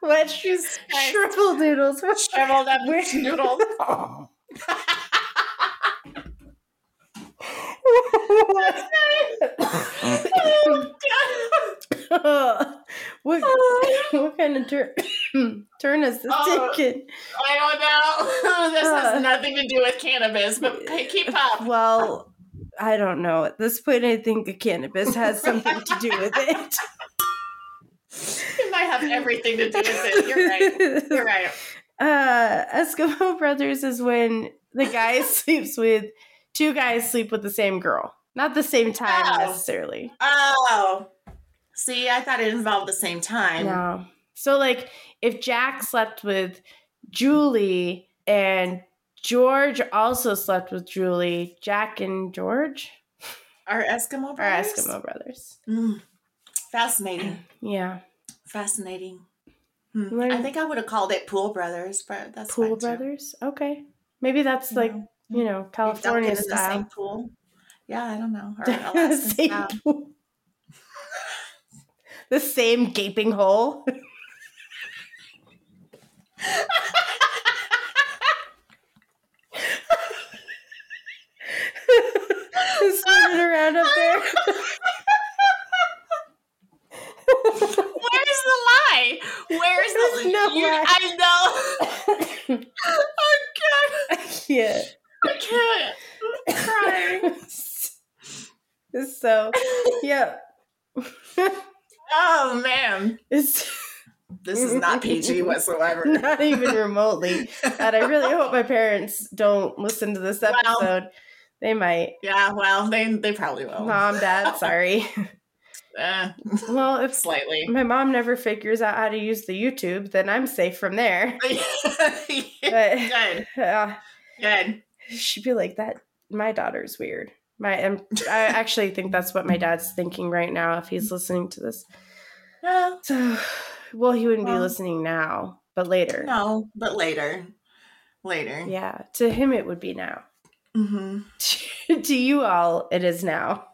Speaker 2: what sh-
Speaker 1: Jesus Christ.
Speaker 2: shrivel noodles?
Speaker 1: Shriveled up noodles. Oh.
Speaker 2: what what kind of turn turn is this
Speaker 1: Oh.
Speaker 2: taking?
Speaker 1: I don't know. this
Speaker 2: Uh.
Speaker 1: has nothing to do with cannabis, but hey, keep up.
Speaker 2: Well, I don't know. At this point, I think the cannabis has something to do with it.
Speaker 1: It might have everything to do with it. You're right. You're right.
Speaker 2: uh Eskimo Brothers is when the guy sleeps with two guys sleep with the same girl. Not the same time
Speaker 1: Oh.
Speaker 2: necessarily.
Speaker 1: Oh. See, I thought it involved the same time.
Speaker 2: No. So like if Jack slept with Julie and George also slept with Julie, Jack and George
Speaker 1: Are Eskimo
Speaker 2: are
Speaker 1: brothers?
Speaker 2: Eskimo brothers.
Speaker 1: Mm. Fascinating.
Speaker 2: Yeah.
Speaker 1: Fascinating. Hmm.
Speaker 2: Like-
Speaker 1: I think I would have called it Pool Brothers, but that's
Speaker 2: Pool
Speaker 1: fine, too.
Speaker 2: brothers? Okay. Maybe that's
Speaker 1: You
Speaker 2: like,
Speaker 1: know,
Speaker 2: you know,
Speaker 1: you dunk it
Speaker 2: California
Speaker 1: in the same
Speaker 2: style.
Speaker 1: pool. Yeah, I don't know. Or
Speaker 2: Same
Speaker 1: Alaskan style.
Speaker 2: pool. the same gaping hole. swimming around up there.
Speaker 1: Where's the lie? Where's
Speaker 2: There's
Speaker 1: the
Speaker 2: no
Speaker 1: you-
Speaker 2: lie.
Speaker 1: I know. oh god,
Speaker 2: yeah.
Speaker 1: I can't. I'm crying.
Speaker 2: so yeah.
Speaker 1: Oh man,
Speaker 2: it's
Speaker 1: this is not PG whatsoever.
Speaker 2: not even remotely. And I really hope my parents don't listen to this
Speaker 1: Well.
Speaker 2: episode. they might.
Speaker 1: Yeah, well, they they probably will.
Speaker 2: Mom, dad, sorry.
Speaker 1: Eh,
Speaker 2: well, if
Speaker 1: slightly.
Speaker 2: my mom never figures out how to use the YouTube, then I'm safe from there. But
Speaker 1: good,
Speaker 2: uh,
Speaker 1: good.
Speaker 2: she'd be like, "That my daughter's weird." My, um, I actually think that's what my dad's thinking right now if he's listening to this.
Speaker 1: Well,
Speaker 2: So, well, he wouldn't be
Speaker 1: Well.
Speaker 2: listening now, but later.
Speaker 1: no, but later, later.
Speaker 2: Yeah, to him it would be now.
Speaker 1: Mhm.
Speaker 2: to you all, it is now.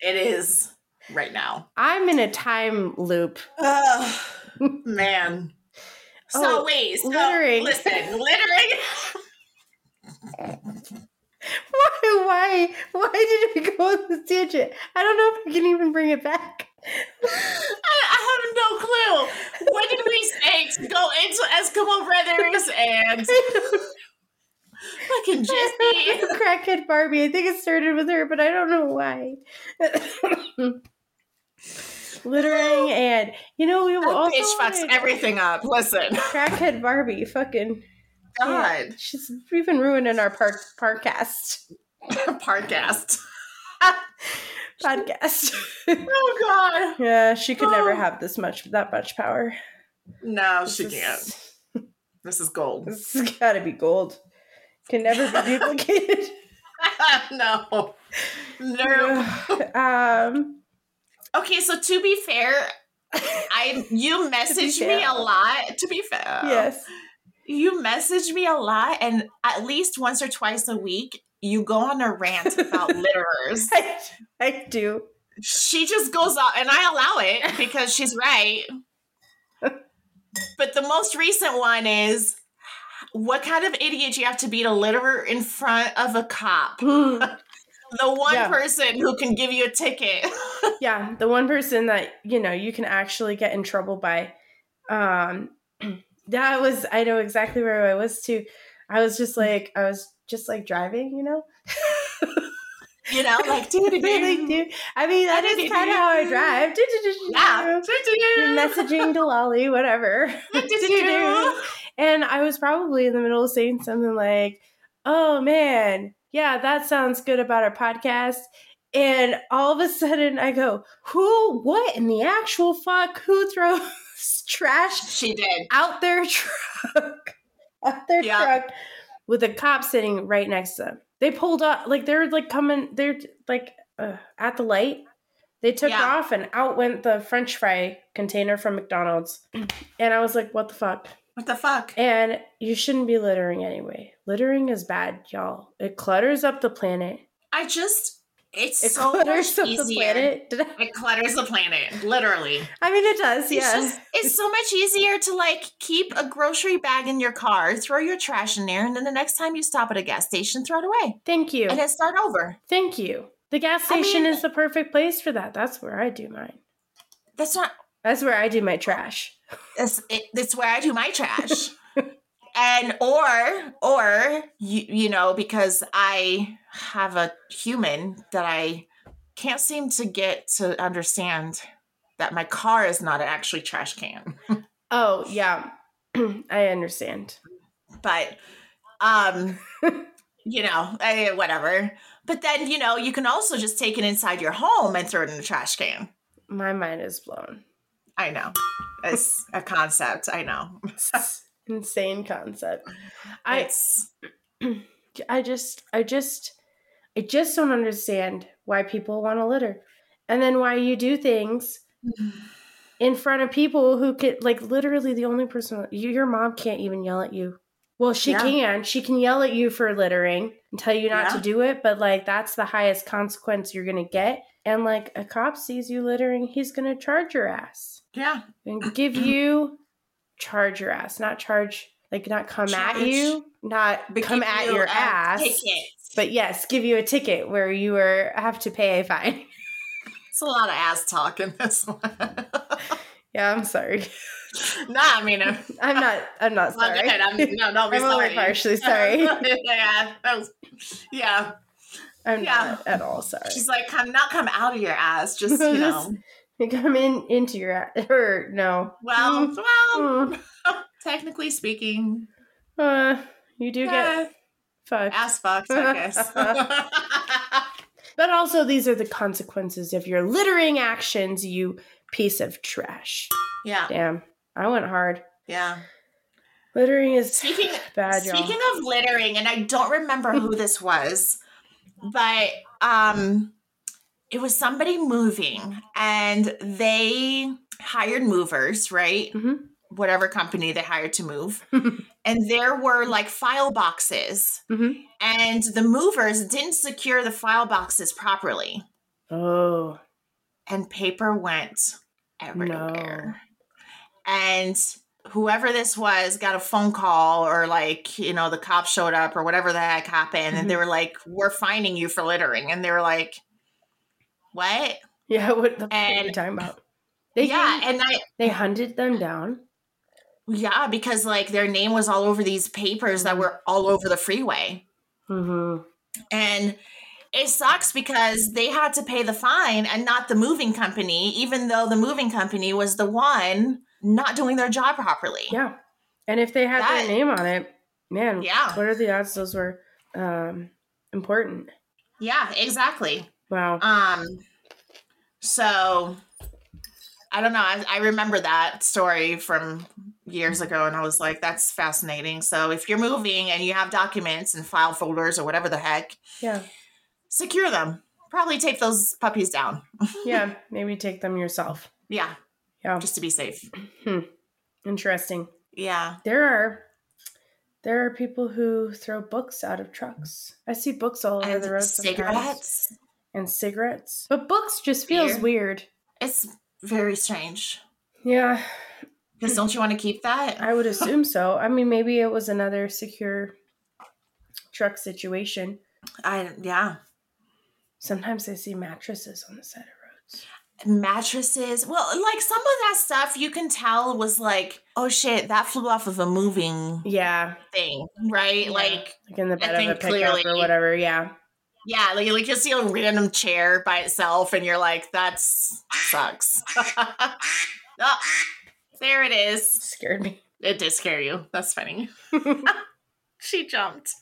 Speaker 1: It is right now.
Speaker 2: I'm in a time loop.
Speaker 1: Oh man. So
Speaker 2: Oh,
Speaker 1: wait, so
Speaker 2: littering.
Speaker 1: listen, littering.
Speaker 2: Why? Why? Why did we go on this tangent? I don't know if I can even bring it back.
Speaker 1: I, I have no clue. When did we say to go into Eskimo Brothers and fucking Jesse?
Speaker 2: Crackhead Barbie. I think it started with her, but I don't know why. Littering and you know we will
Speaker 1: That
Speaker 2: also
Speaker 1: bitch fucks
Speaker 2: wanna-
Speaker 1: everything up. Listen,
Speaker 2: Crackhead Barbie. Fucking
Speaker 1: God,
Speaker 2: she's even ruining our park parkcast
Speaker 1: podcast.
Speaker 2: podcast.
Speaker 1: Oh God,
Speaker 2: yeah, she could never
Speaker 1: Oh.
Speaker 2: have this much that much power.
Speaker 1: no,
Speaker 2: This
Speaker 1: she
Speaker 2: is-
Speaker 1: can't. This is gold.
Speaker 2: This has got to be gold. Can never be duplicated.
Speaker 1: no, no.
Speaker 2: um,
Speaker 1: Okay, so to be fair, I you messaged me
Speaker 2: fair.
Speaker 1: a lot. To be fair,
Speaker 2: yes.
Speaker 1: you message me a lot and at least once or twice a week you go on a rant about litterers
Speaker 2: I, I do.
Speaker 1: she just goes on and i allow it because she's right but the most recent one is what kind of idiot do you have to be to litter in front of a cop
Speaker 2: Mm.
Speaker 1: the one
Speaker 2: Yeah.
Speaker 1: person who can give you a ticket
Speaker 2: yeah, the one person that, you know, you can actually get in trouble by. Um, that was, I know exactly where I was too. I was just
Speaker 1: Mm.
Speaker 2: like, I was just like driving, you know?
Speaker 1: you know like do do
Speaker 2: Like, dude, I mean, that is kind of how I drive.
Speaker 1: yeah
Speaker 2: Messaging to Lolly, whatever.
Speaker 1: Do-do-do.
Speaker 2: And I was probably in the middle of saying something like, oh man, yeah, that sounds good about our podcast. And all of a sudden I go, who, what in the actual fuck? Who throws trash
Speaker 1: she did
Speaker 2: out their truck? out their
Speaker 1: Yeah.
Speaker 2: truck with a cop sitting right next to them. They pulled up, like they're like coming, they're like uh, at the light. They took
Speaker 1: Yeah.
Speaker 2: off and out went the french fry container from McDonald's.
Speaker 1: Mm.
Speaker 2: And I was like, what the fuck?
Speaker 1: what the fuck
Speaker 2: And you shouldn't be littering anyway. Littering is bad, y'all. It clutters up the planet.
Speaker 1: i just it's
Speaker 2: It
Speaker 1: so
Speaker 2: clutters
Speaker 1: much
Speaker 2: up
Speaker 1: easier
Speaker 2: the planet. Did I,
Speaker 1: It clutters the planet, literally.
Speaker 2: I mean, it does,
Speaker 1: It's,
Speaker 2: yes.
Speaker 1: just, it's so much easier to like keep a grocery bag in your car, throw your trash in there, and then the next time you stop at a gas station, throw it away
Speaker 2: Thank you.
Speaker 1: and then start over.
Speaker 2: Thank you. The gas
Speaker 1: I mean-
Speaker 2: station is the perfect place for that. That's where I do mine.
Speaker 1: That's not.
Speaker 2: That's where I do my trash.
Speaker 1: That's it, that's where I do my trash. and or or you you know because I have a human that I can't seem to get to understand that my car is not an actually trash can.
Speaker 2: Oh, yeah. I understand.
Speaker 1: but um you know eh, whatever but then you know you can also just take it inside your home and throw it in the trash can
Speaker 2: My mind is blown.
Speaker 1: i know it's a concept i know
Speaker 2: It's insane concept. I
Speaker 1: it's
Speaker 2: I just I just I just don't understand why people want to litter. And then why you do things in front of people who could like literally the only person you, your mom can't even yell at you. Well, she
Speaker 1: Yeah.
Speaker 2: can. She can yell at you for littering and tell you not to
Speaker 1: Yeah.
Speaker 2: do it, but like that's the highest consequence you're going to get and like a cop sees you littering, he's going to charge your ass
Speaker 1: Yeah.
Speaker 2: and give you charge your ass, not charge like not come at
Speaker 1: Charge.
Speaker 2: you, not
Speaker 1: But
Speaker 2: come
Speaker 1: give
Speaker 2: at
Speaker 1: you
Speaker 2: your
Speaker 1: a
Speaker 2: ass,
Speaker 1: Ticket.
Speaker 2: but yes, give you a ticket where you are have to pay a fine.
Speaker 1: It's a lot of ass talk in this one.
Speaker 2: Yeah, I'm sorry.
Speaker 1: nah, I mean, I'm,
Speaker 2: I'm not. I'm not
Speaker 1: well,
Speaker 2: sorry.
Speaker 1: good. I'm no, don't be
Speaker 2: I'm
Speaker 1: sorry.
Speaker 2: only partially sorry.
Speaker 1: yeah. that was- yeah.
Speaker 2: I'm
Speaker 1: Yeah.
Speaker 2: not at all sorry.
Speaker 1: She's like, come not come out of your ass, just you know.
Speaker 2: You come in into your a- or no.
Speaker 1: Well,
Speaker 2: Mm,
Speaker 1: well,
Speaker 2: mm.
Speaker 1: technically speaking,
Speaker 2: Uh, you do
Speaker 1: eh,
Speaker 2: get fucked.
Speaker 1: ass fucks, I guess.
Speaker 2: But also, these are the consequences of your littering actions, you piece of trash.
Speaker 1: yeah,
Speaker 2: Damn, I went hard.
Speaker 1: yeah.
Speaker 2: Littering is
Speaker 1: Speaking
Speaker 2: bad, y'all.
Speaker 1: Speaking of littering, and I don't remember who this was, but um it was somebody moving and they hired movers, right?
Speaker 2: Mhm.
Speaker 1: Whatever company they hired to move. and there were like file boxes.
Speaker 2: Mhm.
Speaker 1: And the movers didn't secure the file boxes properly.
Speaker 2: oh,
Speaker 1: And paper went everywhere. And whoever this was got a phone call or like you know the cops showed up or whatever the heck happened and they were like we're finding you for littering and they were like what
Speaker 2: yeah. What the fuck are you
Speaker 1: And-
Speaker 2: talking about? They
Speaker 1: yeah
Speaker 2: came-
Speaker 1: and i
Speaker 2: they hunted them down.
Speaker 1: yeah because like their name was all over these papers that were all over the freeway
Speaker 2: Mm-hmm.
Speaker 1: and it sucks because they had to pay the fine and not the moving company even though the moving company was the one not doing their job properly
Speaker 2: Yeah. And if they had
Speaker 1: That-
Speaker 2: their name on it, man,
Speaker 1: Yeah.
Speaker 2: what are the odds those were um, important?
Speaker 1: yeah exactly
Speaker 2: Wow.
Speaker 1: Um, so I don't know. I, I remember that story from years ago, and I was like, "That's fascinating." So if you're moving and you have documents and file folders or whatever the heck,
Speaker 2: Yeah.
Speaker 1: secure them. Probably take those puppies down.
Speaker 2: Yeah. Maybe take them yourself.
Speaker 1: Yeah,
Speaker 2: Yeah.
Speaker 1: just to be safe.
Speaker 2: Interesting.
Speaker 1: Yeah.
Speaker 2: There are there are people who throw books out of trucks. I see books all over
Speaker 1: And
Speaker 2: the road. sometimes.
Speaker 1: cigarettes.
Speaker 2: and cigarettes. But books just feels
Speaker 1: Beer.
Speaker 2: weird.
Speaker 1: It's very strange.
Speaker 2: Yeah,
Speaker 1: Because don't you want to keep that?
Speaker 2: I would assume so. I mean, maybe it was another secure truck situation.
Speaker 1: I yeah.
Speaker 2: Sometimes I see mattresses on the side of roads.
Speaker 1: mattresses. Well, like some of that stuff you can tell was like, oh shit, that flew off of a moving
Speaker 2: Yeah,
Speaker 1: thing, right?
Speaker 2: Yeah.
Speaker 1: Like,
Speaker 2: like in the bed of a
Speaker 1: think
Speaker 2: pickup or
Speaker 1: clearly-
Speaker 2: whatever. Yeah,
Speaker 1: yeah, like, like you'll see a random chair by itself and you're like, that sucks. Oh, there it is.
Speaker 2: scared me.
Speaker 1: It did scare you. That's funny. she jumped.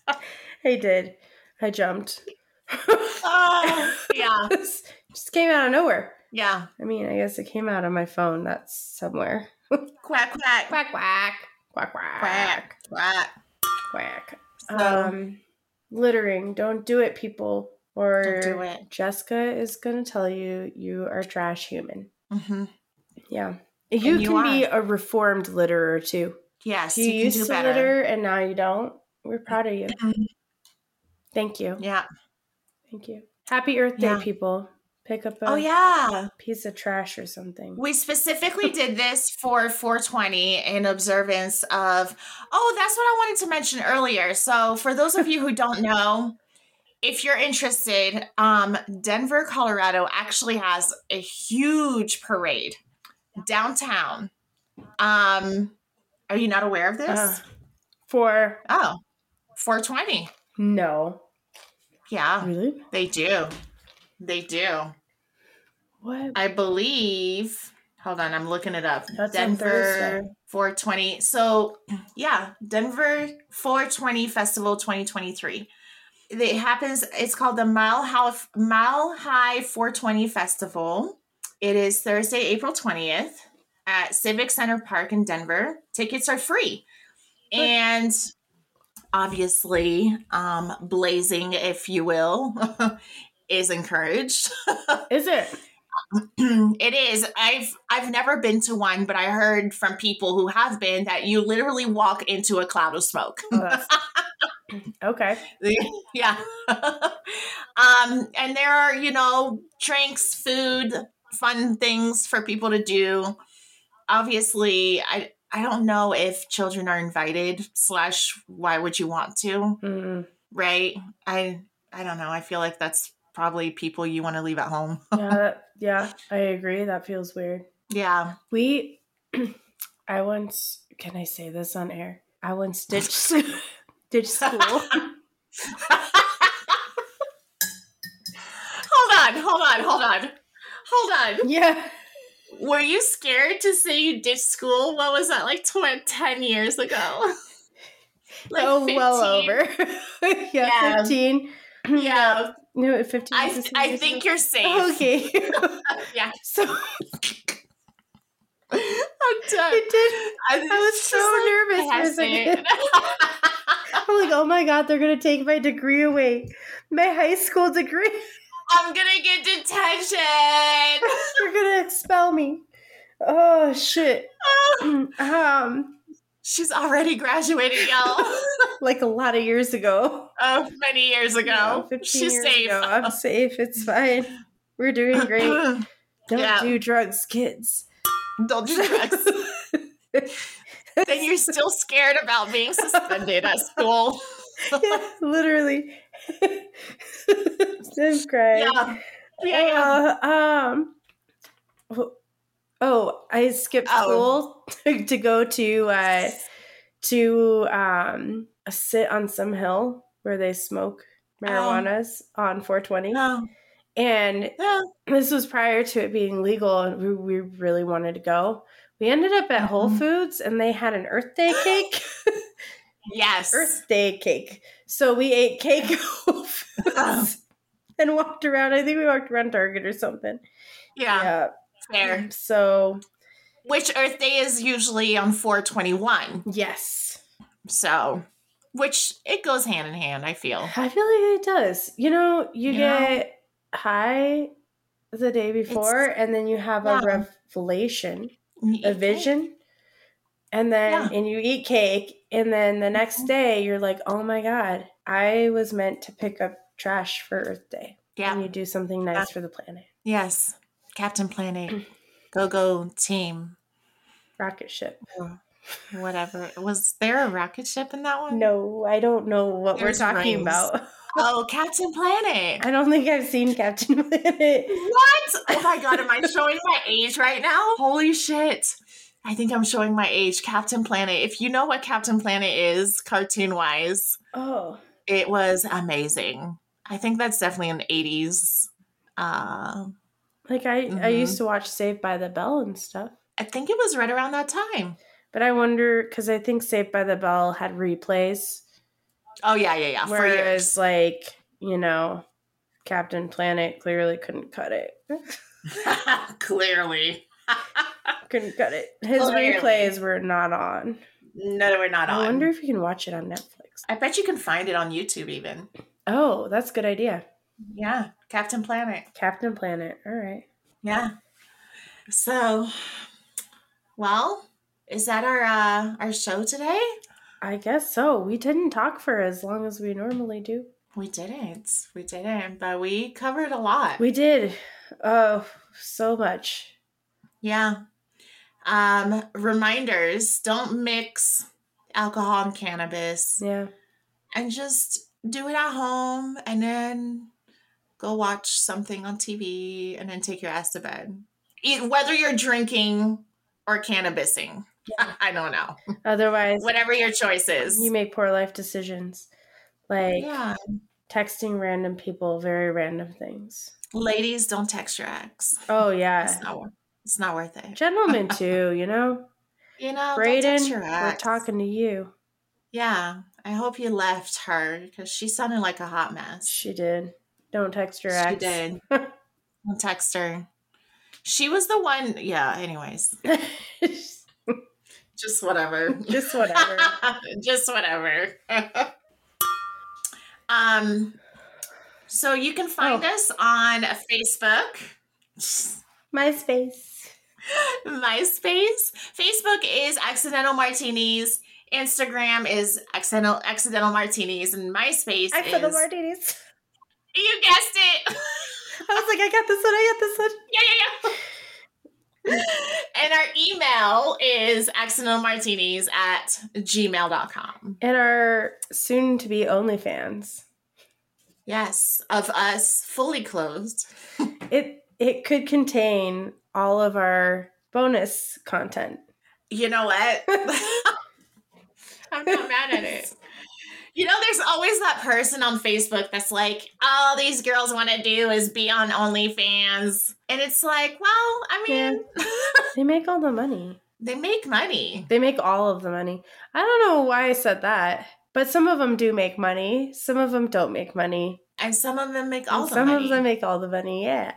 Speaker 2: I did. I jumped.
Speaker 1: Oh, yeah,
Speaker 2: just came out of nowhere.
Speaker 1: yeah.
Speaker 2: I mean, I guess it came out of my phone. That's somewhere.
Speaker 1: Quack, quack, quack,
Speaker 2: Quack quack quack quack
Speaker 1: Quack. quack.
Speaker 2: quack.
Speaker 1: So,
Speaker 2: Um, littering. Don't do it, people. Or
Speaker 1: Don't do it.
Speaker 2: Jessica is gonna tell you you are a trash human.
Speaker 1: mhm.
Speaker 2: Yeah, you,
Speaker 1: you
Speaker 2: can be a reformed litterer too.
Speaker 1: yes,
Speaker 2: you,
Speaker 1: you, can
Speaker 2: used
Speaker 1: do
Speaker 2: to
Speaker 1: better.
Speaker 2: litter and now you don't. We're proud of you. Thank you.
Speaker 1: Yeah. Oh,
Speaker 2: Thank you. Happy Earth Day,
Speaker 1: Yeah.
Speaker 2: people. Pick up a
Speaker 1: Oh, yeah.
Speaker 2: piece of trash or something.
Speaker 1: We specifically did this for 420 in observance of, oh, that's what I wanted to mention earlier. So, for those of you who don't know, if you're interested, um, Denver, Colorado actually has a huge parade downtown. Um, are you not aware of this?
Speaker 2: Uh, for
Speaker 1: oh, 420.
Speaker 2: no,
Speaker 1: Yeah,
Speaker 2: really?
Speaker 1: they do. They do.
Speaker 2: What?
Speaker 1: I believe. Hold on, I'm looking it up.
Speaker 2: That's on
Speaker 1: Denver
Speaker 2: Thursday.
Speaker 1: 420. So, yeah, Denver 420 Festival 2023. It happens. It's called the Mile High, Mile High 420 Festival. It is Thursday, April 20th at Civic Center Park in Denver. Tickets are free,
Speaker 2: Good.
Speaker 1: and obviously, um, blazing, if you will, is encouraged.
Speaker 2: Is it?
Speaker 1: it is. I've I've never been to one, but I heard from people who have been that you literally walk into a cloud of smoke.
Speaker 2: Oh, that's- okay.
Speaker 1: yeah. Um, and there are, you know, drinks, food, fun things for people to do. Obviously, I I don't know if children are invited. Slash, why would you want to?
Speaker 2: Mm,
Speaker 1: Right? I I don't know. I feel like that's probably people you want to leave at home.
Speaker 2: yeah, that, yeah, I agree. That feels weird.
Speaker 1: yeah.
Speaker 2: We, I once, can I say this on air? I once ditched, sc- ditched school.
Speaker 1: Hold on. Hold on. Hold on. Hold on.
Speaker 2: yeah.
Speaker 1: Were you scared to say you ditched school? What was that like tw- 10 years ago? Like
Speaker 2: oh, well
Speaker 1: 15.
Speaker 2: over. yeah,
Speaker 1: Yeah.
Speaker 2: 15.
Speaker 1: Yeah.
Speaker 2: No, 15.
Speaker 1: I,
Speaker 2: is
Speaker 1: I
Speaker 2: 16.
Speaker 1: think you're safe.
Speaker 2: Okay.
Speaker 1: Yeah.
Speaker 2: So
Speaker 1: I'm done.
Speaker 2: it did
Speaker 1: I
Speaker 2: I was so nervous for a second. I'm like, oh my god, they're gonna take my degree away, my high school degree.
Speaker 1: I'm gonna get detention.
Speaker 2: they're gonna expel me. Oh shit. um,
Speaker 1: She's already graduated, y'all.
Speaker 2: like a lot of years ago.
Speaker 1: oh, many years
Speaker 2: Yeah,
Speaker 1: ago.
Speaker 2: 15
Speaker 1: She's
Speaker 2: years
Speaker 1: safe.
Speaker 2: ago. I'm safe. It's fine. We're doing great. Don't
Speaker 1: Yeah.
Speaker 2: do drugs, kids.
Speaker 1: Don't do drugs. then you're still scared about being suspended at school.
Speaker 2: yeah, literally. Just crying.
Speaker 1: Yeah. Yeah, yeah.
Speaker 2: Uh, um. oh, Oh, I skipped
Speaker 1: Oh.
Speaker 2: school to go to uh, to um a sit on some hill where they smoke
Speaker 1: Oh.
Speaker 2: marijuanas on 420,
Speaker 1: No.
Speaker 2: and
Speaker 1: no.
Speaker 2: this was prior to it being legal, and we, we really wanted to go. We ended up at Whole
Speaker 1: Mhm.
Speaker 2: Foods, and they had an Earth Day cake.
Speaker 1: Yes.
Speaker 2: Earth Day cake. So we ate cake at Whole
Speaker 1: Uh-huh.
Speaker 2: Foods and walked around. I think we walked around Target or something.
Speaker 1: Yeah,
Speaker 2: yeah.
Speaker 1: fair.
Speaker 2: So
Speaker 1: Which Earth Day is usually on 421.
Speaker 2: yes,
Speaker 1: So, which it goes hand in hand, I feel.
Speaker 2: I feel like it does. You know, you
Speaker 1: Oh. You know?
Speaker 2: get high the day before, and then you have a
Speaker 1: Yeah.
Speaker 2: revelation, a vision, and then and you eat cake, and then the next
Speaker 1: Mhm.
Speaker 2: day you're like, oh my god, I was meant to pick up trash for Earth Day,
Speaker 1: Yeah.
Speaker 2: and you do something nice
Speaker 1: Yeah.
Speaker 2: for the planet.
Speaker 1: Yes. Captain Planet. Go go team.
Speaker 2: Rocket ship.
Speaker 1: Whatever. Was there a rocket ship in that one?
Speaker 2: No, I don't know what
Speaker 1: There's
Speaker 2: we're talking
Speaker 1: rings.
Speaker 2: about.
Speaker 1: Oh, Captain Planet.
Speaker 2: I don't think I've seen Captain Planet.
Speaker 1: What? Oh my god, am I showing my age right now? Holy shit. I think I'm showing my age. Captain Planet. If you know what Captain Planet is, cartoon wise,
Speaker 2: Oh,
Speaker 1: it was amazing. I think that's definitely an 80s. Uh,
Speaker 2: Like I, I
Speaker 1: Mhm.
Speaker 2: used to watch Saved by the Bell and stuff,
Speaker 1: I think it was right around that time.
Speaker 2: but I wonder because I think Saved by the Bell had replays,
Speaker 1: Oh, yeah, yeah, yeah. For
Speaker 2: whereas
Speaker 1: years.
Speaker 2: like you know, Captain Planet clearly couldn't cut it,
Speaker 1: Clearly.
Speaker 2: couldn't cut it. His
Speaker 1: Clearly.
Speaker 2: replays were not on.
Speaker 1: No, we're not
Speaker 2: I
Speaker 1: on.
Speaker 2: wonder if you can watch it on Netflix.
Speaker 1: I bet you can find it on YouTube even.
Speaker 2: Oh, that's a good idea,
Speaker 1: Yeah, Captain Planet.
Speaker 2: Captain Planet. All right,
Speaker 1: Yeah. So, well, is that our uh, our show today?
Speaker 2: I guess so. We didn't talk for as long as we normally do.
Speaker 1: We didn't. We didn't, but we covered a lot.
Speaker 2: We did, oh, so much.
Speaker 1: yeah. Um, reminders: don't mix alcohol and cannabis,
Speaker 2: Yeah,
Speaker 1: and just do it at home, and then go watch something on TV, and then take your ass to bed. E- Whether you're drinking or cannabising, I don't know.
Speaker 2: otherwise.
Speaker 1: Whatever your choice is.
Speaker 2: you make poor life decisions like
Speaker 1: yeah.
Speaker 2: texting random people very random things
Speaker 1: Ladies, don't text your ex.
Speaker 2: oh
Speaker 1: It's
Speaker 2: yeah
Speaker 1: not worth it's not worth it.
Speaker 2: gentlemen too you know
Speaker 1: You know, don't text
Speaker 2: braden
Speaker 1: your
Speaker 2: we're
Speaker 1: ex.
Speaker 2: talking to you
Speaker 1: Yeah. I hope you left her because she sounded like a hot mess.
Speaker 2: she did don't text your
Speaker 1: She
Speaker 2: ex
Speaker 1: did. Don't text her. She was the one yeah, anyways. Just whatever.
Speaker 2: just whatever
Speaker 1: Just whatever. um so you can find
Speaker 2: Oh.
Speaker 1: us on Facebook.
Speaker 2: myspace
Speaker 1: MySpace. Facebook is Accidental Martinis. Instagram is Accidental Accidental Martinis, and MySpace
Speaker 2: i for the
Speaker 1: is
Speaker 2: martinis
Speaker 1: You guessed it.
Speaker 2: I was like, I got this one. I got this one.
Speaker 1: yeah, yeah, yeah. and our email is accidentalmartinis at gmail.com.
Speaker 2: And our soon to be OnlyFans.
Speaker 1: Yes, of us fully closed.
Speaker 2: It it could contain all of our bonus content.
Speaker 1: You know what? I'm not mad at it. You know, there's always that person on Facebook that's like, all these girls want to do is be on OnlyFans. And it's like, well, I mean,
Speaker 2: They make all the money.
Speaker 1: they make money.
Speaker 2: They make all of the money. I don't know why I said that, but some of them do make money. Some of them don't make money.
Speaker 1: And some of them make
Speaker 2: and
Speaker 1: all the
Speaker 2: some
Speaker 1: money.
Speaker 2: of them make all the money. Yeah.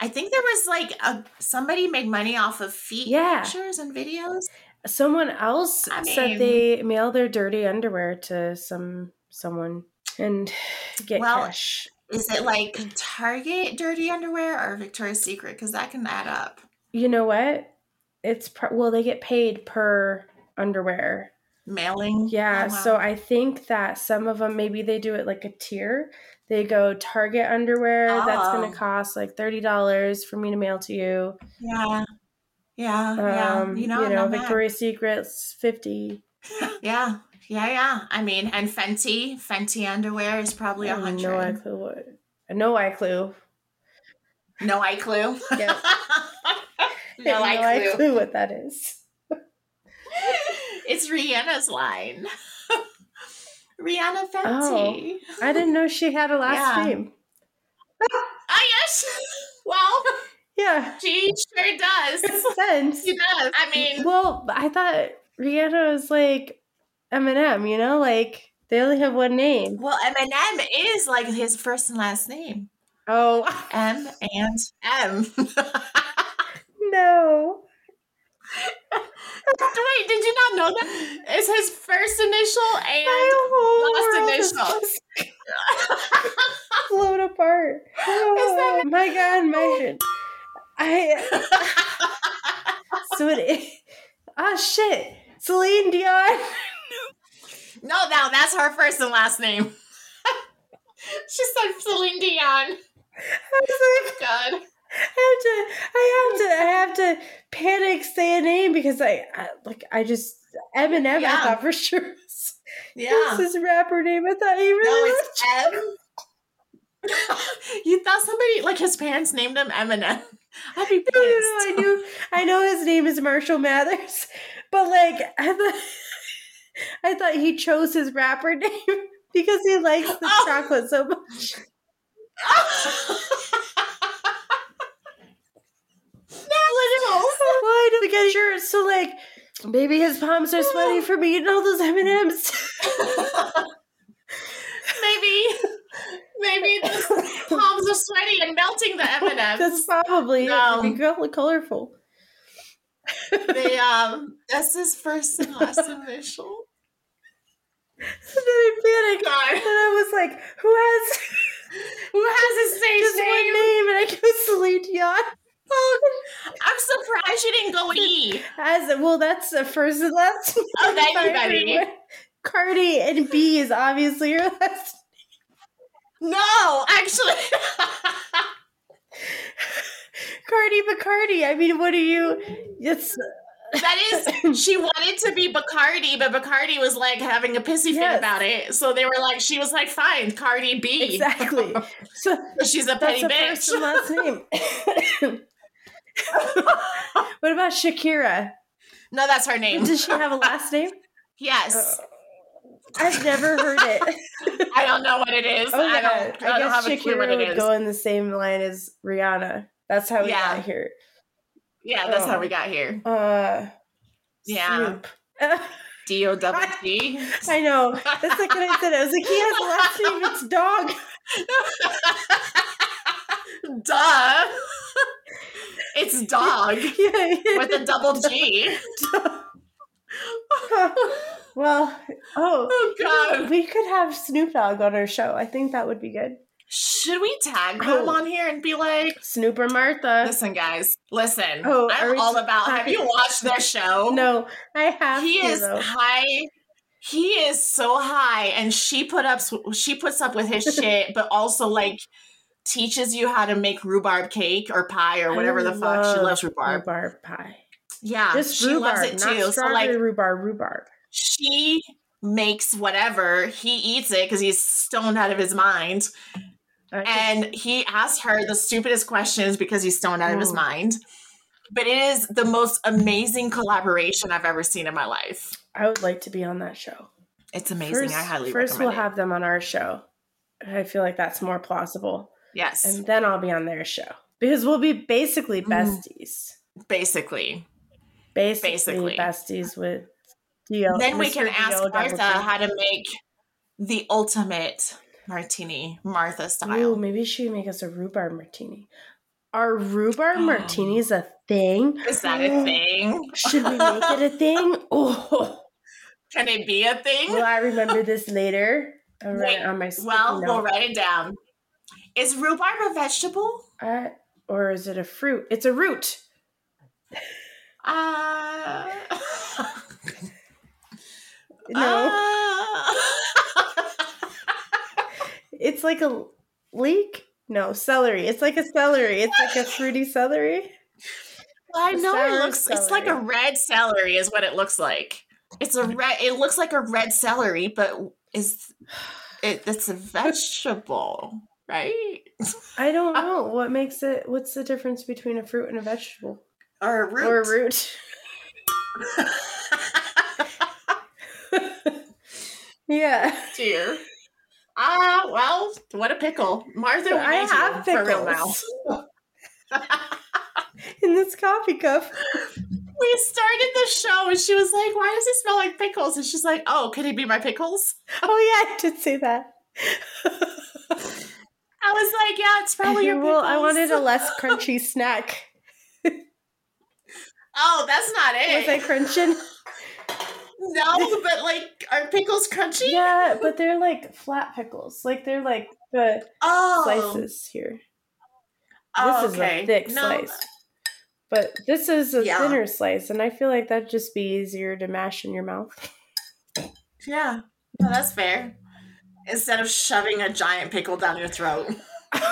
Speaker 1: I think there was like a somebody made money off of feet
Speaker 2: Yeah.
Speaker 1: pictures and videos.
Speaker 2: Someone else
Speaker 1: I mean-
Speaker 2: said they mail their dirty underwear to some someone and get
Speaker 1: Well,
Speaker 2: cash.
Speaker 1: Is it like Target dirty underwear or Victoria's Secret? Because that can add up.
Speaker 2: You know what? It's pr- well, they get paid per underwear.
Speaker 1: Mailing.
Speaker 2: Yeah,
Speaker 1: Oh, wow.
Speaker 2: so I think that some of them maybe they do it like a tier. They go Target underwear. That's going
Speaker 1: Oh.
Speaker 2: to cost like thirty dollars for me to mail to you.
Speaker 1: yeah, yeah,
Speaker 2: Um,
Speaker 1: Oh, yeah. You know, I'm not mad.
Speaker 2: Victoria's Secret's fifty.
Speaker 1: Yeah, yeah, yeah. I mean, and Fenty, Fenty underwear is probably
Speaker 2: I
Speaker 1: a
Speaker 2: have No eye
Speaker 1: hundred.
Speaker 2: clue. What, no eye clue.
Speaker 1: No eye clue.
Speaker 2: Yep.
Speaker 1: no eye clue.
Speaker 2: what that is.
Speaker 1: It's Rihanna's line. Rihanna Fenty. Oh,
Speaker 2: I didn't know she had a last
Speaker 1: Yeah.
Speaker 2: name.
Speaker 1: Ah, yes. Well,
Speaker 2: Yeah,
Speaker 1: she sure does.
Speaker 2: makes sense.
Speaker 1: She does. I mean,
Speaker 2: well, I thought Rihanna was like Eminem. You know, like they only have one name.
Speaker 1: well, Eminem is like his first and last name.
Speaker 2: Oh.
Speaker 1: M and M.
Speaker 2: No.
Speaker 1: Wait, did you not know that? It's his first initial and
Speaker 2: whole
Speaker 1: Lost
Speaker 2: world is just blown apart. Oh, my god, my I so it is Ah shit. Celine Dion.
Speaker 1: No, no, that's her first and last name. she said Celine Dion. Oh,
Speaker 2: I was like,
Speaker 1: God.
Speaker 2: I have to I have to I have to panic say a name because I, I like I just Eminem
Speaker 1: Yeah.
Speaker 2: I thought for sure was,
Speaker 1: Yeah.
Speaker 2: was his rapper name. I thought he
Speaker 1: No,
Speaker 2: really
Speaker 1: it's M. you thought somebody like his parents named him Eminem. I'd be pissed.
Speaker 2: No, no, no, I knew, I know his name is Marshall Mathers, but like I thought, I thought he chose his rapper name because he likes the
Speaker 1: Oh.
Speaker 2: chocolate so much. Why do we get shirts? So like, maybe his palms are
Speaker 1: Oh.
Speaker 2: sweaty from eating all those M and M's.
Speaker 1: maybe, maybe the palms are sweaty and melting the M&Ms.
Speaker 2: That's probably
Speaker 1: No.
Speaker 2: it. It'd be col- colorful.
Speaker 1: They, um, that's his first and last initial.
Speaker 2: And then I panicked,
Speaker 1: God.
Speaker 2: and I was like, "Who has
Speaker 1: Who has his stage
Speaker 2: just one name?" And I go Celine Dion.
Speaker 1: I'm surprised you didn't go E.
Speaker 2: As well, that's the first and last.
Speaker 1: Oh,
Speaker 2: name
Speaker 1: thank you,
Speaker 2: by
Speaker 1: buddy.
Speaker 2: everyone. Cardi and B is obviously your last.
Speaker 1: No, actually.
Speaker 2: Cardi Bacardi. I mean, what are you? It's
Speaker 1: that is, she wanted to be Bacardi, but Bacardi was like having a pissy fit
Speaker 2: Yes.
Speaker 1: about it. So they were like, she was like, fine, Cardi B.
Speaker 2: exactly. So
Speaker 1: But She's a
Speaker 2: that's
Speaker 1: petty
Speaker 2: the
Speaker 1: bitch.
Speaker 2: first and last name. what about Shakira?
Speaker 1: No, that's her name.
Speaker 2: Does she have a last name? Uh,
Speaker 1: Yes.
Speaker 2: I've never heard it.
Speaker 1: I don't know what it is.
Speaker 2: Oh
Speaker 1: I
Speaker 2: yeah, I,
Speaker 1: don't, I don't
Speaker 2: guess
Speaker 1: have a clue what
Speaker 2: Shakira
Speaker 1: it
Speaker 2: would
Speaker 1: is.
Speaker 2: go in the same line as Rihanna. That's how we
Speaker 1: Yeah.
Speaker 2: got here.
Speaker 1: yeah, that's how
Speaker 2: Oh.
Speaker 1: we got here.
Speaker 2: Uh,
Speaker 1: Yeah.
Speaker 2: Snoop.
Speaker 1: D O double G.
Speaker 2: I know. The second I said it, I was like, he has a last name. It's dog.
Speaker 1: Duh. it's dog
Speaker 2: Yeah.
Speaker 1: with a double G.
Speaker 2: well, oh,
Speaker 1: Oh, God.
Speaker 2: we could have Snoop Dogg on our show. I think that would be good.
Speaker 1: Should we tag
Speaker 2: Oh.
Speaker 1: them on here and be like,
Speaker 2: Snoop or Martha?
Speaker 1: Listen, guys, listen.
Speaker 2: Oh, are
Speaker 1: I'm
Speaker 2: we
Speaker 1: all about. Have
Speaker 2: talking-
Speaker 1: you watched their show?
Speaker 2: No, I have.
Speaker 1: He
Speaker 2: to,
Speaker 1: is
Speaker 2: though.
Speaker 1: high. He is so high, and she put up she puts up with his shit, but also like teaches you how to make rhubarb cake or pie or whatever the fuck. She loves rhubarb.
Speaker 2: Rhubarb pie.
Speaker 1: Yeah,
Speaker 2: Just
Speaker 1: she
Speaker 2: rhubarb,
Speaker 1: loves it
Speaker 2: not
Speaker 1: too. So
Speaker 2: strawberry
Speaker 1: like
Speaker 2: rhubarb, rhubarb.
Speaker 1: she makes whatever he eats it because he's stoned out of his mind
Speaker 2: I think-
Speaker 1: and he asks her the stupidest questions because he's stoned out of his
Speaker 2: Mm.
Speaker 1: mind but it is the most amazing collaboration i've ever seen in my life
Speaker 2: I would like to be on that show.
Speaker 1: it's amazing i highly
Speaker 2: First,
Speaker 1: recommend
Speaker 2: we'll have them on our show. I feel like that's more plausible,
Speaker 1: it yes
Speaker 2: and then I'll be on their show because we'll be basically
Speaker 1: Mm.
Speaker 2: besties,
Speaker 1: basically
Speaker 2: basically,
Speaker 1: Basically.
Speaker 2: besties with Dio.
Speaker 1: then we
Speaker 2: Mr.
Speaker 1: can ask
Speaker 2: Dio
Speaker 1: martha
Speaker 2: Doubletree.
Speaker 1: how to make the ultimate martini martha
Speaker 2: Ooh,
Speaker 1: style
Speaker 2: maybe she would make us a rhubarb martini. Are
Speaker 1: Oh.
Speaker 2: rhubarb martinis a thing?
Speaker 1: is that a thing
Speaker 2: Should we make it a thing? Oh,
Speaker 1: can it be a thing
Speaker 2: will I remember this later? All right,
Speaker 1: Wait,
Speaker 2: on my sticky
Speaker 1: Well, we'll
Speaker 2: note.
Speaker 1: write it down. Is rhubarb a vegetable?
Speaker 2: Uh, or is it a fruit? It's a root.
Speaker 1: Uh, Oh.
Speaker 2: No,
Speaker 1: uh,
Speaker 2: it's like a leek. No, celery. It's like a celery. It's like a fruity celery.
Speaker 1: I know
Speaker 2: Sour
Speaker 1: it looks. It's like a
Speaker 2: celery.
Speaker 1: red celery, is what it looks like. It's a red. It looks like a red celery, but is it? It's a vegetable, right?
Speaker 2: I don't know what makes it. What's the difference between a fruit and a vegetable
Speaker 1: Or a root?
Speaker 2: or a root? yeah.
Speaker 1: Dear. Ah, well, what a pickle, Martha.
Speaker 2: I
Speaker 1: we need
Speaker 2: have
Speaker 1: you for real
Speaker 2: pickles.
Speaker 1: now.
Speaker 2: in this coffee cup.
Speaker 1: we started the show and she was like, Why does it smell like pickles? And she's like, Oh, could it be my pickles?
Speaker 2: Oh yeah, I did say that.
Speaker 1: I was like, Yeah, it's probably your pickles.
Speaker 2: well, I wanted a less crunchy snack.
Speaker 1: Oh, that's not it.
Speaker 2: Was I crunching?
Speaker 1: no, but like, are pickles crunchy?
Speaker 2: yeah, but they're like flat pickles. Like they're like the
Speaker 1: Oh,
Speaker 2: slices here.
Speaker 1: oh,
Speaker 2: this
Speaker 1: okay.
Speaker 2: is a thick
Speaker 1: No,
Speaker 2: slice. But this is a
Speaker 1: Yeah.
Speaker 2: thinner slice, and I feel like that'd just be easier to mash in your mouth.
Speaker 1: Yeah, no, that's fair. Instead of shoving a giant pickle down your throat.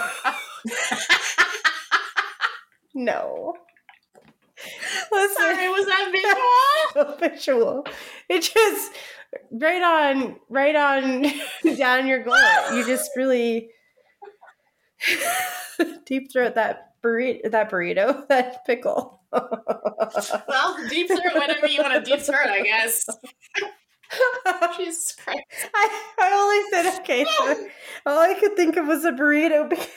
Speaker 2: No. Listen,
Speaker 1: Sorry, was that visual?
Speaker 2: so visual. It just right on, right on down your gullet. You just really deep throat that burrito, that burrito, that pickle.
Speaker 1: well, deep throat, whatever you want to deep throat, I guess.
Speaker 2: I,
Speaker 1: Jesus Christ.
Speaker 2: I only said okay. So all I could think of was a burrito because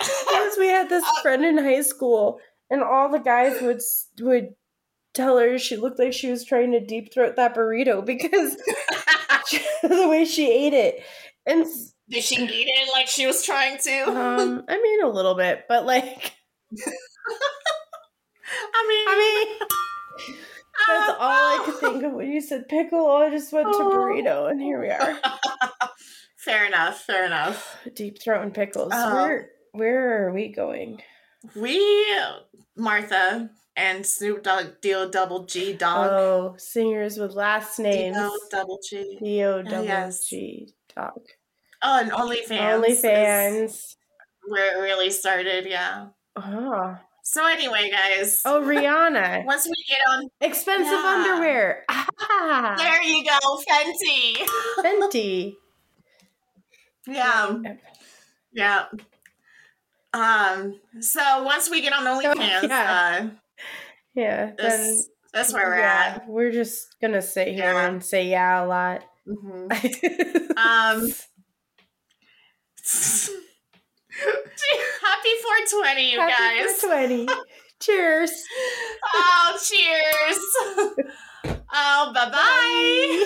Speaker 2: because we had this friend in high school, and all the guys would would tell her she looked like she was trying to deep throat that burrito because the way she ate it. And s-
Speaker 1: Did she eat it like she was trying to?
Speaker 2: um, I mean a little bit, but like
Speaker 1: I mean, uh-huh.
Speaker 2: I mean that's all I could think of when you said pickle. I just went to
Speaker 1: Oh.
Speaker 2: burrito, and here we are,
Speaker 1: Fair enough. Fair enough.
Speaker 2: deep throat and pickles.
Speaker 1: Oh.
Speaker 2: Where where are we going?
Speaker 1: We, Martha and Snoop Dogg, Deal Double G Dog,
Speaker 2: Oh, singers with last names.
Speaker 1: Deal Double G.
Speaker 2: D O double
Speaker 1: yes.
Speaker 2: G talk.
Speaker 1: Oh, and OnlyFans.
Speaker 2: Only
Speaker 1: is
Speaker 2: fans.
Speaker 1: Where it really started, yeah.
Speaker 2: Oh.
Speaker 1: So anyway, guys,
Speaker 2: oh, Rihanna.
Speaker 1: once we get on,
Speaker 2: Expensive
Speaker 1: Yeah.
Speaker 2: underwear. Ah,
Speaker 1: there you go, Fenty.
Speaker 2: Fenty.
Speaker 1: Yeah, yeah. Um. So once we get on OnlyFans,
Speaker 2: yeah.
Speaker 1: uh,
Speaker 2: Yeah. Then
Speaker 1: that's that's where we're
Speaker 2: yeah, We're just gonna sit here
Speaker 1: Yeah.
Speaker 2: and say yeah a lot.
Speaker 1: at.
Speaker 2: Mm-hmm.
Speaker 1: Mhm. Um, Happy 420, you guys.
Speaker 2: Twenty. Cheers.
Speaker 1: Oh, cheers. oh, bye-bye.